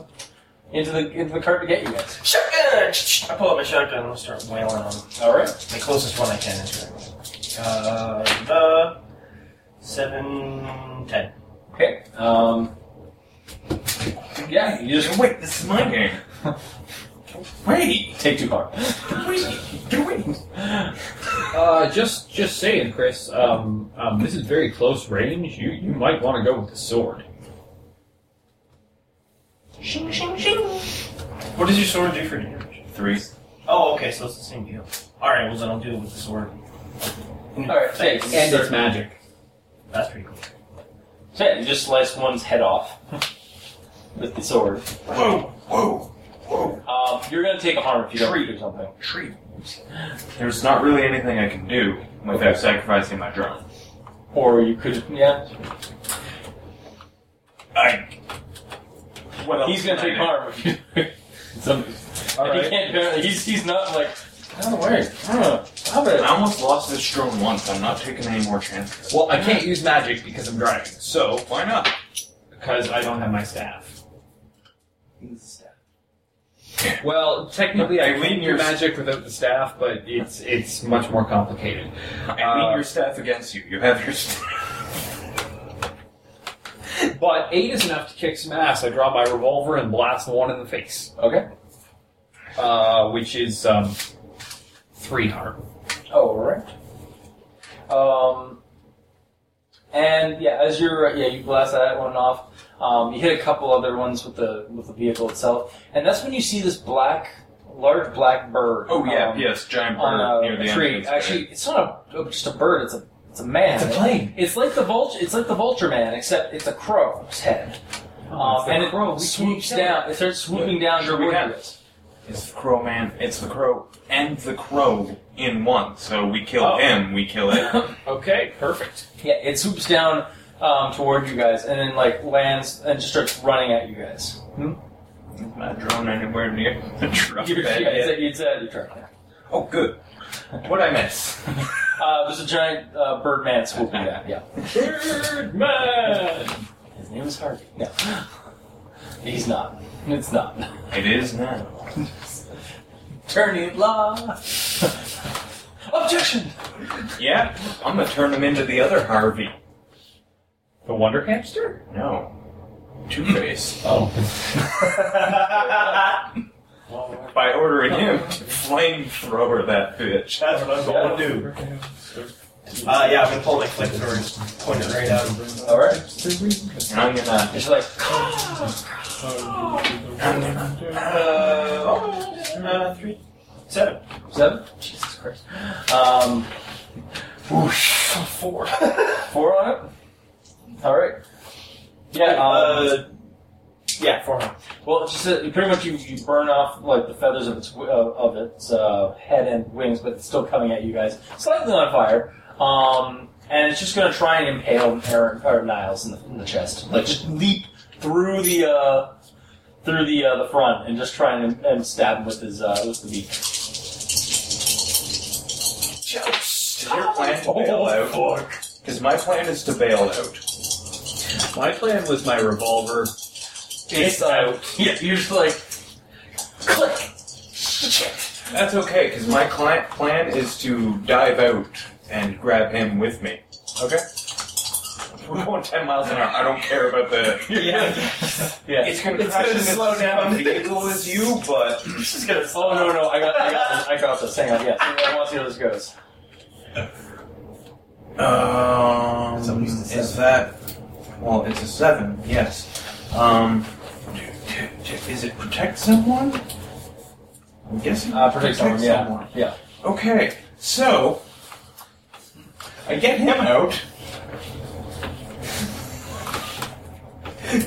into the into the cart to get you guys. Shotgun! I pull up my shotgun and I start wailing on them. All right, The closest one I can is right. Uh, the seven, ten. okay. Um, yeah, you just Wait, this is my game. wait. Take two far. Uh, just just saying, Chris. Um, um, this is very close range. You you might want to go with the sword. What does your sword do for damage? Three. Oh, okay, so it's the same deal. Alright, well then I'll do it with the sword. All right, thanks. And it's magic. That's pretty cool. So yeah, you just slice one's head off with the sword. Whoa, whoa. Um, you're gonna take a harm if you don't do something. There's not really anything I can do without sacrificing my drone. Or you could, yeah. I. What else He's gonna can I take do? harm if you. Some, if he can't do it, he's, he's not like. Oh wait, huh, stop I it. almost lost this drone once. I'm not taking any more chances. Well, I can't use magic because I'm driving. So Why not? because I don't have my staff. Well, technically, I I lean can do your- magic without the staff, but it's it's much more complicated. I lean Uh, your staff against you. You have your staff. But eight is enough to kick some ass. I draw my revolver and blast one in the face, Okay. uh, which is um, three harm. Oh, all right. Um, and yeah, as you're yeah, you blast that one off. Um, you hit a couple other ones with the with the vehicle itself, and that's when you see this black, large black bird. Oh yeah, um, yes, giant bird on near a, the tree. entrance. Actually, it's not a, oh, just a bird. It's a it's a man. It's a plane. It's like the vulture. It's like the vulture man, except it's a crow's head. um, and it swoops down. It starts swooping down Sure we toward can. you guys. It's the crow man. It's the crow and the crow in one. So we kill Oh. him, we kill it. Okay, perfect. Yeah, it swoops down um, toward you guys, and then like lands and just starts running at you guys. Is my drone anywhere near the truck You're- bed yeah, it's, yet? at, it's at your truck. Oh, good. What'd I miss? Uh, there's a giant uh, bird man swooping down. Yeah, Birdman! his name is Harvey. No, he's not. It's not. it is now. Attorney at law. Objection. Yeah, I'm gonna turn him into the other Harvey. The Wonder Hamster? No. Two Face. Oh. By ordering him to flamethrower that bitch. That's what I'm gonna do. Uh, yeah, I'm gonna pull my flamethrower and just point it right out. All right. And I'm gonna. It's like I'm gonna. Uh, oh, uh, three, seven. Seven? Jesus Christ. Um, whoosh, four. Four on it? Alright. Yeah, um, Uh, yeah, four. more. well, it's just that pretty much you, you burn off like the feathers of its wi- of, of its uh, head and wings, but it's still coming at you guys, slightly on fire. Um, and it's just going to try and impale Aaron, or Niles in the, in the chest, like just leap through the uh, through the uh, the front and just try and, and stab him with his uh, with the beak. Is your plan to bail out? Because my plan is to bail out. My plan was my revolver. It's uh, out. Yeah, you're just like, click. That's okay, because my client plan is to dive out and grab him with me. Okay? We're going 10 miles an hour. I don't care about the. Yeah. yeah. It's gonna crash into slow down vehicle as you, but She's gonna. Oh no no! I got I got this. I got this. Hang on. Yeah. So I want to see how this goes. um, Somebody's the is that? Well, it's a seven. Yes. Um, is it protect someone? I'm guessing. Uh, protect someone. Yeah. someone. Yeah. Okay, so I get him out.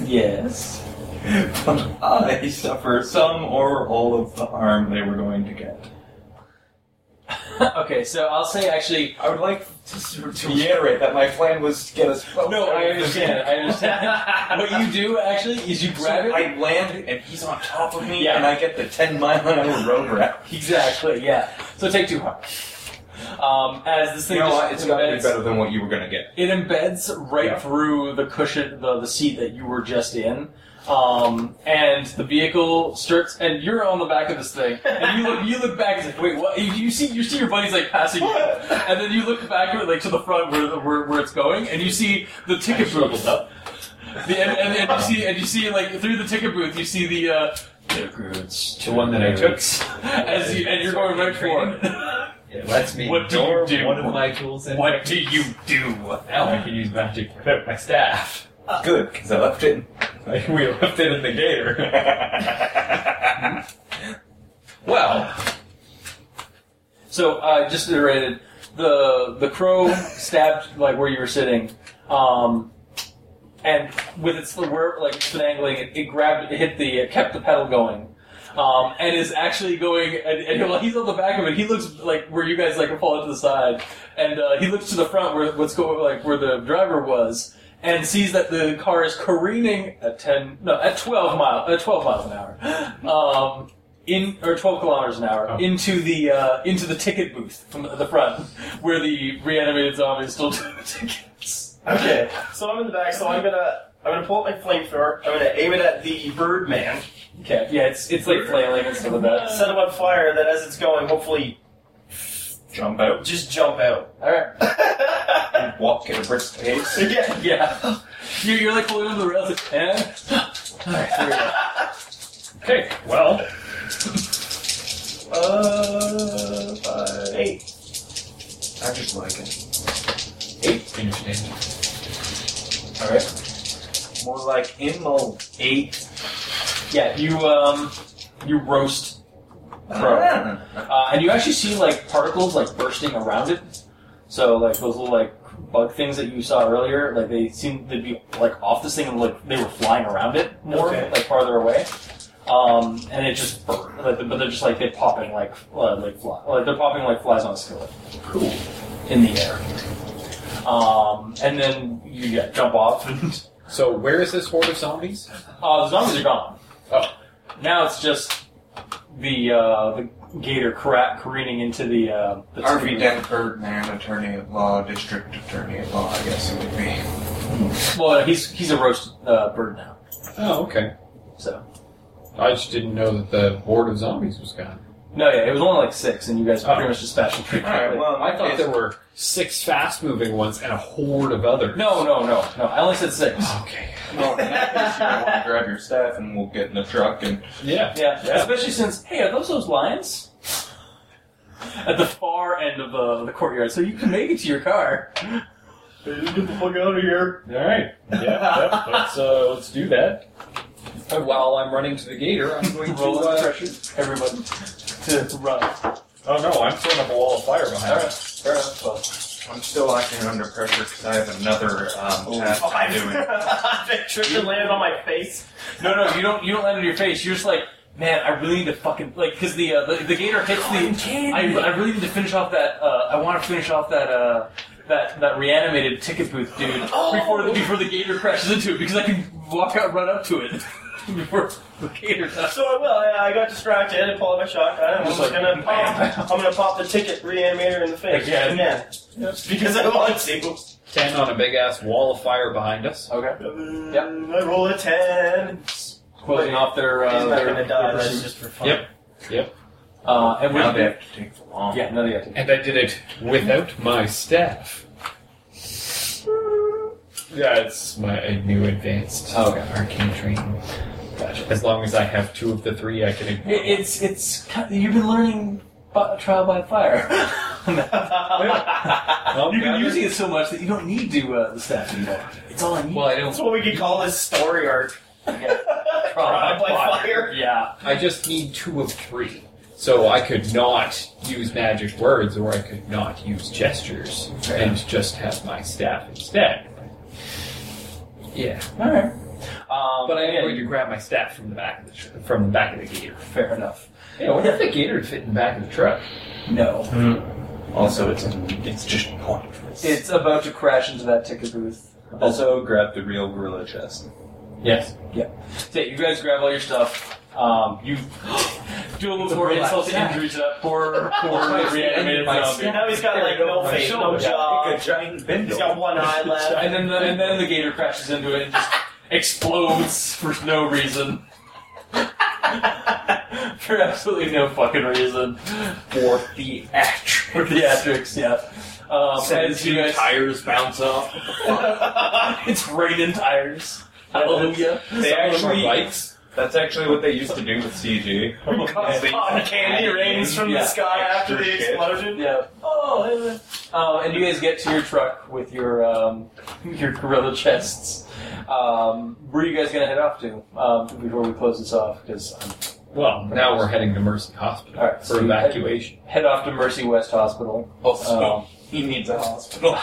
Yes. But I suffer some or all of the harm they were going to get. okay, so I'll say actually. I would like to, s- to reiterate that my plan was to get us. both No, out I of the understand. I understand. what you do actually is you So grab it. I land and he's on top of me, Yeah. and I get the 10 mile an hour road wrap. Exactly. Yeah. So take two heart. Um, as this thing You know just what? It's gotta be embeds, better than what you were gonna get. it embeds right Yeah. through the cushion, the, the seat that you were just in, um, and the vehicle starts. And you're on the back of this thing, and you look, you look back. It's like, wait, what? You- You see, you see your buddies like passing you, and then you look back like to the front where the, where, where it's going, and you see the ticket booth. The, and, and, and you see, and you see, like through the ticket booth, you see the uh, tickets The one that I took. as you, and you're going right for it. It lets me What do you ignore do? one of my tools. And What do you do? Now I can use magic to equip my staff. Good, because I left it. Like we left it in the gator. Well, So uh, just iterated the the crow stabbed like where you were sitting, um, and with its where like finagling, it, it grabbed, it hit the, it kept the pedal going. Um, and is actually going, and, and while he's on the back of it, he looks like where you guys like fall to the side, and uh, he looks to the front where what's going like where the driver was, and sees that the car is careening at ten, no, at twelve mile, at twelve miles an hour, um, in or twelve kilometers an hour into the uh, into the ticket booth from the front where the reanimated zombie is still doing the tickets. Okay, so I'm in the back, so I'm gonna I'm gonna pull up my flamethrower. I'm gonna aim it at the Birdman, Okay, yeah, it's it's like flailing and stuff like that. set him on fire. Then as it's going, hopefully Jump out, just jump out. All right. and walk at a brisk pace. yeah. Yeah. You're, you're like holding on the rails. like, eh? Alright, there we go. okay. Well, Uh, five, eight. I just like it. interesting. Alright. More like Immo. Eight. Yeah, you um, you roast, Ah. Pro. uh, and you actually see like particles like bursting around it. So like those little like bug things that you saw earlier, like they seem to be like off this thing and like they were flying around it more, Okay. like farther away. Um, and it just bur- like, but they're just like they're popping like uh, like fly, like they're popping like flies on a skillet. Cool. In the air. Um, and then you yeah, jump off and So where is this horde of zombies? Uh, the zombies are gone. Oh. Now it's just the uh, the gator cra- careening into the uh, the Harvey tube. Denford, man, attorney at law, district attorney at law, I guess it would be. Well, he's he's a roast uh, bird now. Oh, okay. So I just didn't know that the horde of zombies was gone. no, yeah, it was only like six, and you guys Oh. pretty much dispatched them pretty quickly. Alright, well, I thought it's- there were six fast-moving ones and a horde of others. no, no, no, no. I only said six. Okay. Well, in that case, you might wanna grab your staff and we'll get in the truck and. Yeah. Yeah. Yeah. especially since hey, are those those lions? At the far end of the, the courtyard, so you can make it to your car. Get the fuck out of here. All right. Yeah. yep. Let's uh, let's do that. And while I'm running to the gator, I'm going to. Roll the Uh, pressure, everybody, to run. oh no! I'm throwing up a wall of fire All behind. right, fair enough. uh, Well, I'm still acting under pressure because I have another um, task I'm doing. that trigger landed on my face. No, no, you don't. You don't land on your face. You're just like, man, I really need to fucking like because the, uh, the the gator hits the. I, I really need to finish off that. Uh, I want to finish off that. Uh, that that reanimated ticket booth dude Oh! before the, before the gator crashes into it because I can walk out run up to it before the gator does. So I will. I, I got distracted and pulled out my shotgun. I'm Just just like, gonna pop. I'm gonna pop the ticket reanimator in the face Again. Just because I want to. Ten on a big ass wall of fire behind us. Okay, Mm, I roll a ten. closing off their uh, He's not their, gonna die. their That's pursuit. just for fun. Yep. Uh, and Now with they have to take the long. yeah, no, they have to. And I did it without my staff. Yeah, it's my new advanced Oh, okay. arcane training. Gotcha. As long as I have two of the three, I can ignore. It, it's it's kind- you've been learning by, trial by fire. Oh, You've been God. using it so much that you don't need to uh, the staff anymore. It's all I need. Well, I don't. That's what we could call this story arc. Trial by fire. Oh, Yeah. I just need two of three. So I could not use magic words or I could not use gestures and just have my staff instead. Yeah. All right. Um, But I am yeah, going to grab my staff from the back of the tr- from the back of the gator. fator. Fair enough. Yeah, what if the gator would fit in the back of the truck? No. Also, it's in, it's just pointless. It's about to crash into that ticket booth. also grab the real gorilla chest. Yes. So yeah, you guys grab all your stuff. Um, you do a little more insult to injury to that poor, poor reanimated zombie. Now he's got like no face, no jaw. giant He's bindle. got one eye left. And then, the, and then the gator crashes into it and just explodes for no reason. for absolutely no fucking reason. for theatrics. For theatrics, yeah. Um, as you Seventeen guys, tires bounce off. it's raining tires. Hallelujah. They actually bikes. That's actually what they used to do with CG. Cotton- Cotton candy rains from the Yeah. sky after the Extra shit. explosion. Yeah. Oh. Um, and you guys get to your truck with your um, your gorilla chests. Um, where are you guys gonna head off to um, before we close this off? Because Well, now we're heading to Mercy Hospital all right, so for you head, evacuation. head off to Mercy West Hospital. Oh, Also, Um, he needs a hospital.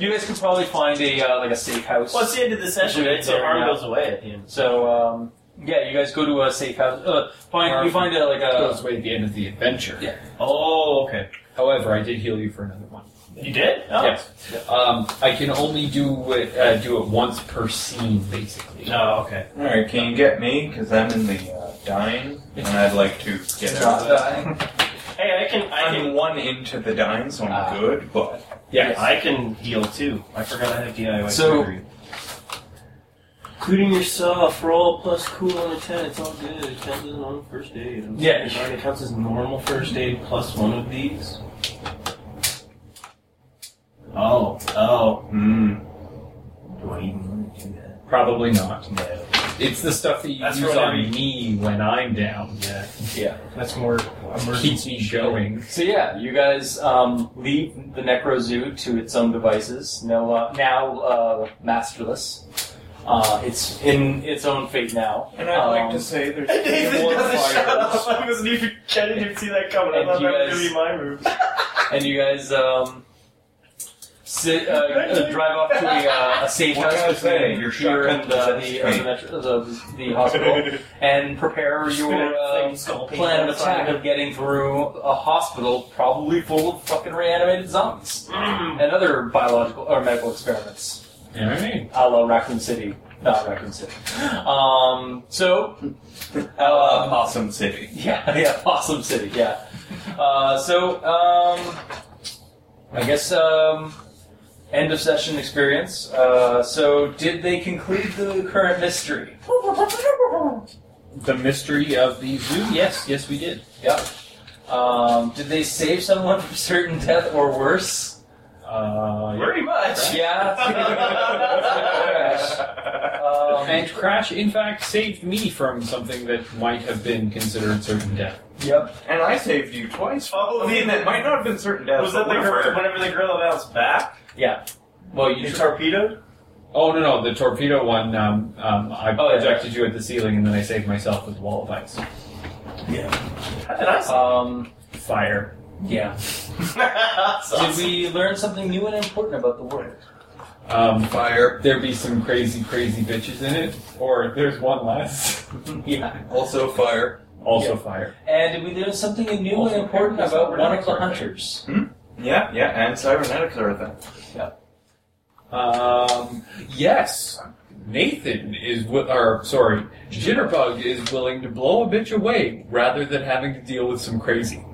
you guys could probably find a uh, like a safe house. Well, it's the end of the session, right? So harm goes away at the end. So um, yeah, you guys go to a safe house. Uh, find you find a like a Goes away at the end of the adventure. Yeah. Oh, okay. However, I did heal you for another one. You did? Oh. Yes. Um, I can only do it, uh, do it once per scene, basically. Oh, okay. Alright, can you get me? Because I'm in the uh, dying, and I'd like to get out. of that. Hey, I can, I I'm can, one into the dying, so I'm Ah. good, but. Yes. I can heal too. I forgot I have DIY. So- surgery. including yourself, roll plus cool on a ten. It's all good. It counts as normal first aid. Yeah. Sorry, it counts as normal first aid plus one of these. Oh, oh. Mm. Do I even want to do that? Probably not. No. It's the stuff that you That's use really on me when I'm down. Yeah. yeah. That's more Keeps me going. So yeah, you guys um, leave the Necro Zoo to its own devices. No, uh, now uh, masterless. Uh, it's in its own fate now. And I'd like Um, to say there's Nathan more doesn't shut fires. up. I wasn't even. I didn't even see that coming. I And thought you that was guys- gonna be my move. And you guys um, sit, uh, uh, drive off to a, uh, a safe What can I house say? between Your here shotgun and uh, possesses the, uh, the, metro- the, the hospital and prepare your uh, plan of attack of getting through a hospital probably full of fucking reanimated zombies Mm, and other biological or medical experiments. Alright. a la Raccoon City. Not Raccoon City. Um, so, Uh, uh, Possum City. yeah, yeah, Possum City, yeah. Uh, so, um, I guess um, end of session experience. Uh, so, did they conclude the current mystery? The mystery of the zoo? Yes, yes, we did. Um, did they save someone from certain death or worse? Uh, Very much. Yeah. um, And Crash, in fact, saved me from something that might have been considered certain death. yep. And I saved you twice. Oh, I mean, that might not have been certain death. Was that the but gorilla, whatever. whenever the gorilla bounced back? Well, you You torpedoed? Oh, no, no, the torpedo one, um, um, I Oh, yeah. projected you at the ceiling and then I saved myself with a wall of ice. How did I say Um, Fire. yeah. Did we learn something new and important about the world? Um, Fire. there be some crazy, crazy bitches in it, or there's one less. yeah. Also fire. Also fire. And we learned something new Also, and important about one of cybernetics the are there. hunters. Yeah, yeah, and cybernetics are a thing. Um, yes, Nathan is, wi- or sorry, Jitterbug is willing to blow a bitch away rather than having to deal with some crazy.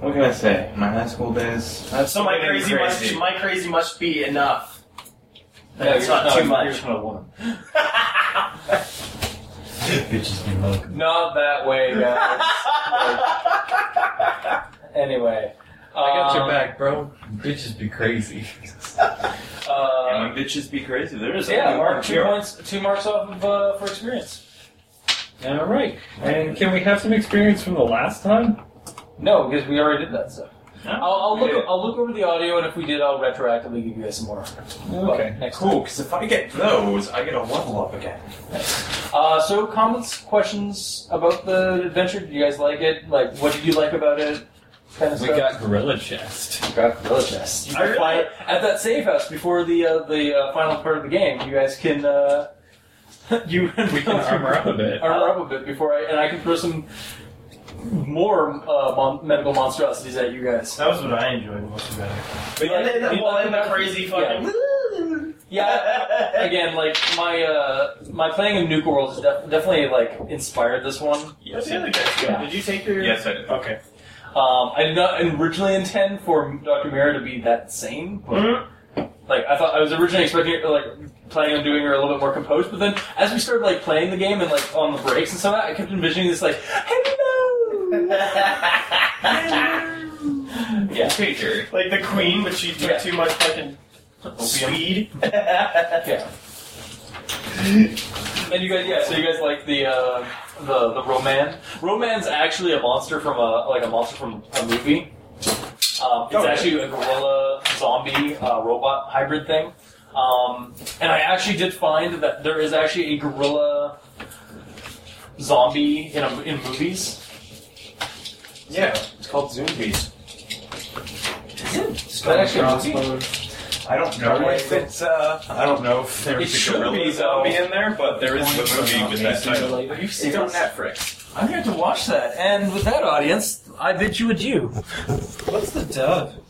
What can I say? My high school days. That's So my pretty crazy, Must, my crazy must be enough. That's you're- not too you're- much. you're not a woman. Not that way, guys. Like- anyway. I got um, your back, bro. Bitches be crazy. And Uh, when bitches be crazy, there is yeah, a mark two points, two marks off of uh, for experience. All right. And can we have some experience from the last time? No, because we already did that stuff. I'll, I'll look. Yeah. I'll look over the audio, and if we did, I'll retroactively give you guys some more. Okay. Next Cool, because if I get those, I get a level up again. Uh, so comments, questions about the adventure? Did you guys like it? Like, what did you like about it? Kind of We stuff. got Gorilla Chest. got gorilla chest. You I can really- find at that safe house before the uh, the uh, final part of the game. You guys can uh, you uh, We can armor up a bit. armor up a bit before I and I can throw some more uh, mon- medical monstrosities at you guys. That was what I enjoyed most about it. But yeah, and then, you- well, and the crazy fucking. Yeah, again, like my uh, my playing of Nuka World has def- definitely like inspired this one. What's the other guy's doing? Yeah. Did you take your? Yes, I did. Okay. Um, I did not originally intend for Dr. Mira to be that same, but Mm-hmm. like I thought I was originally expecting like planning on doing her a little bit more composed, but then as we started like playing the game and like on the breaks and stuff, I kept envisioning this like hello. Mm-hmm. Yeah. Okay, Jerry. like the queen, but she took Yeah. too much fucking speed. Yeah. And you guys, yeah. So you guys like the uh, the the Roman? Roman's actually a monster from a like a monster from a movie. Um, it's Okay. actually a gorilla zombie uh, robot hybrid thing. Um, and I actually did find that there is actually a gorilla zombie in a, in movies. Yeah. It's called Zombies. Is that actually a movie? I don't know if it's. Uh, I don't know if It there's a should gorilla be, zombie though. in there, but there is the movie with that title. Have you seen It's on it? Netflix. I'm going to watch that. And with that audience, I bid you adieu. What's the dove?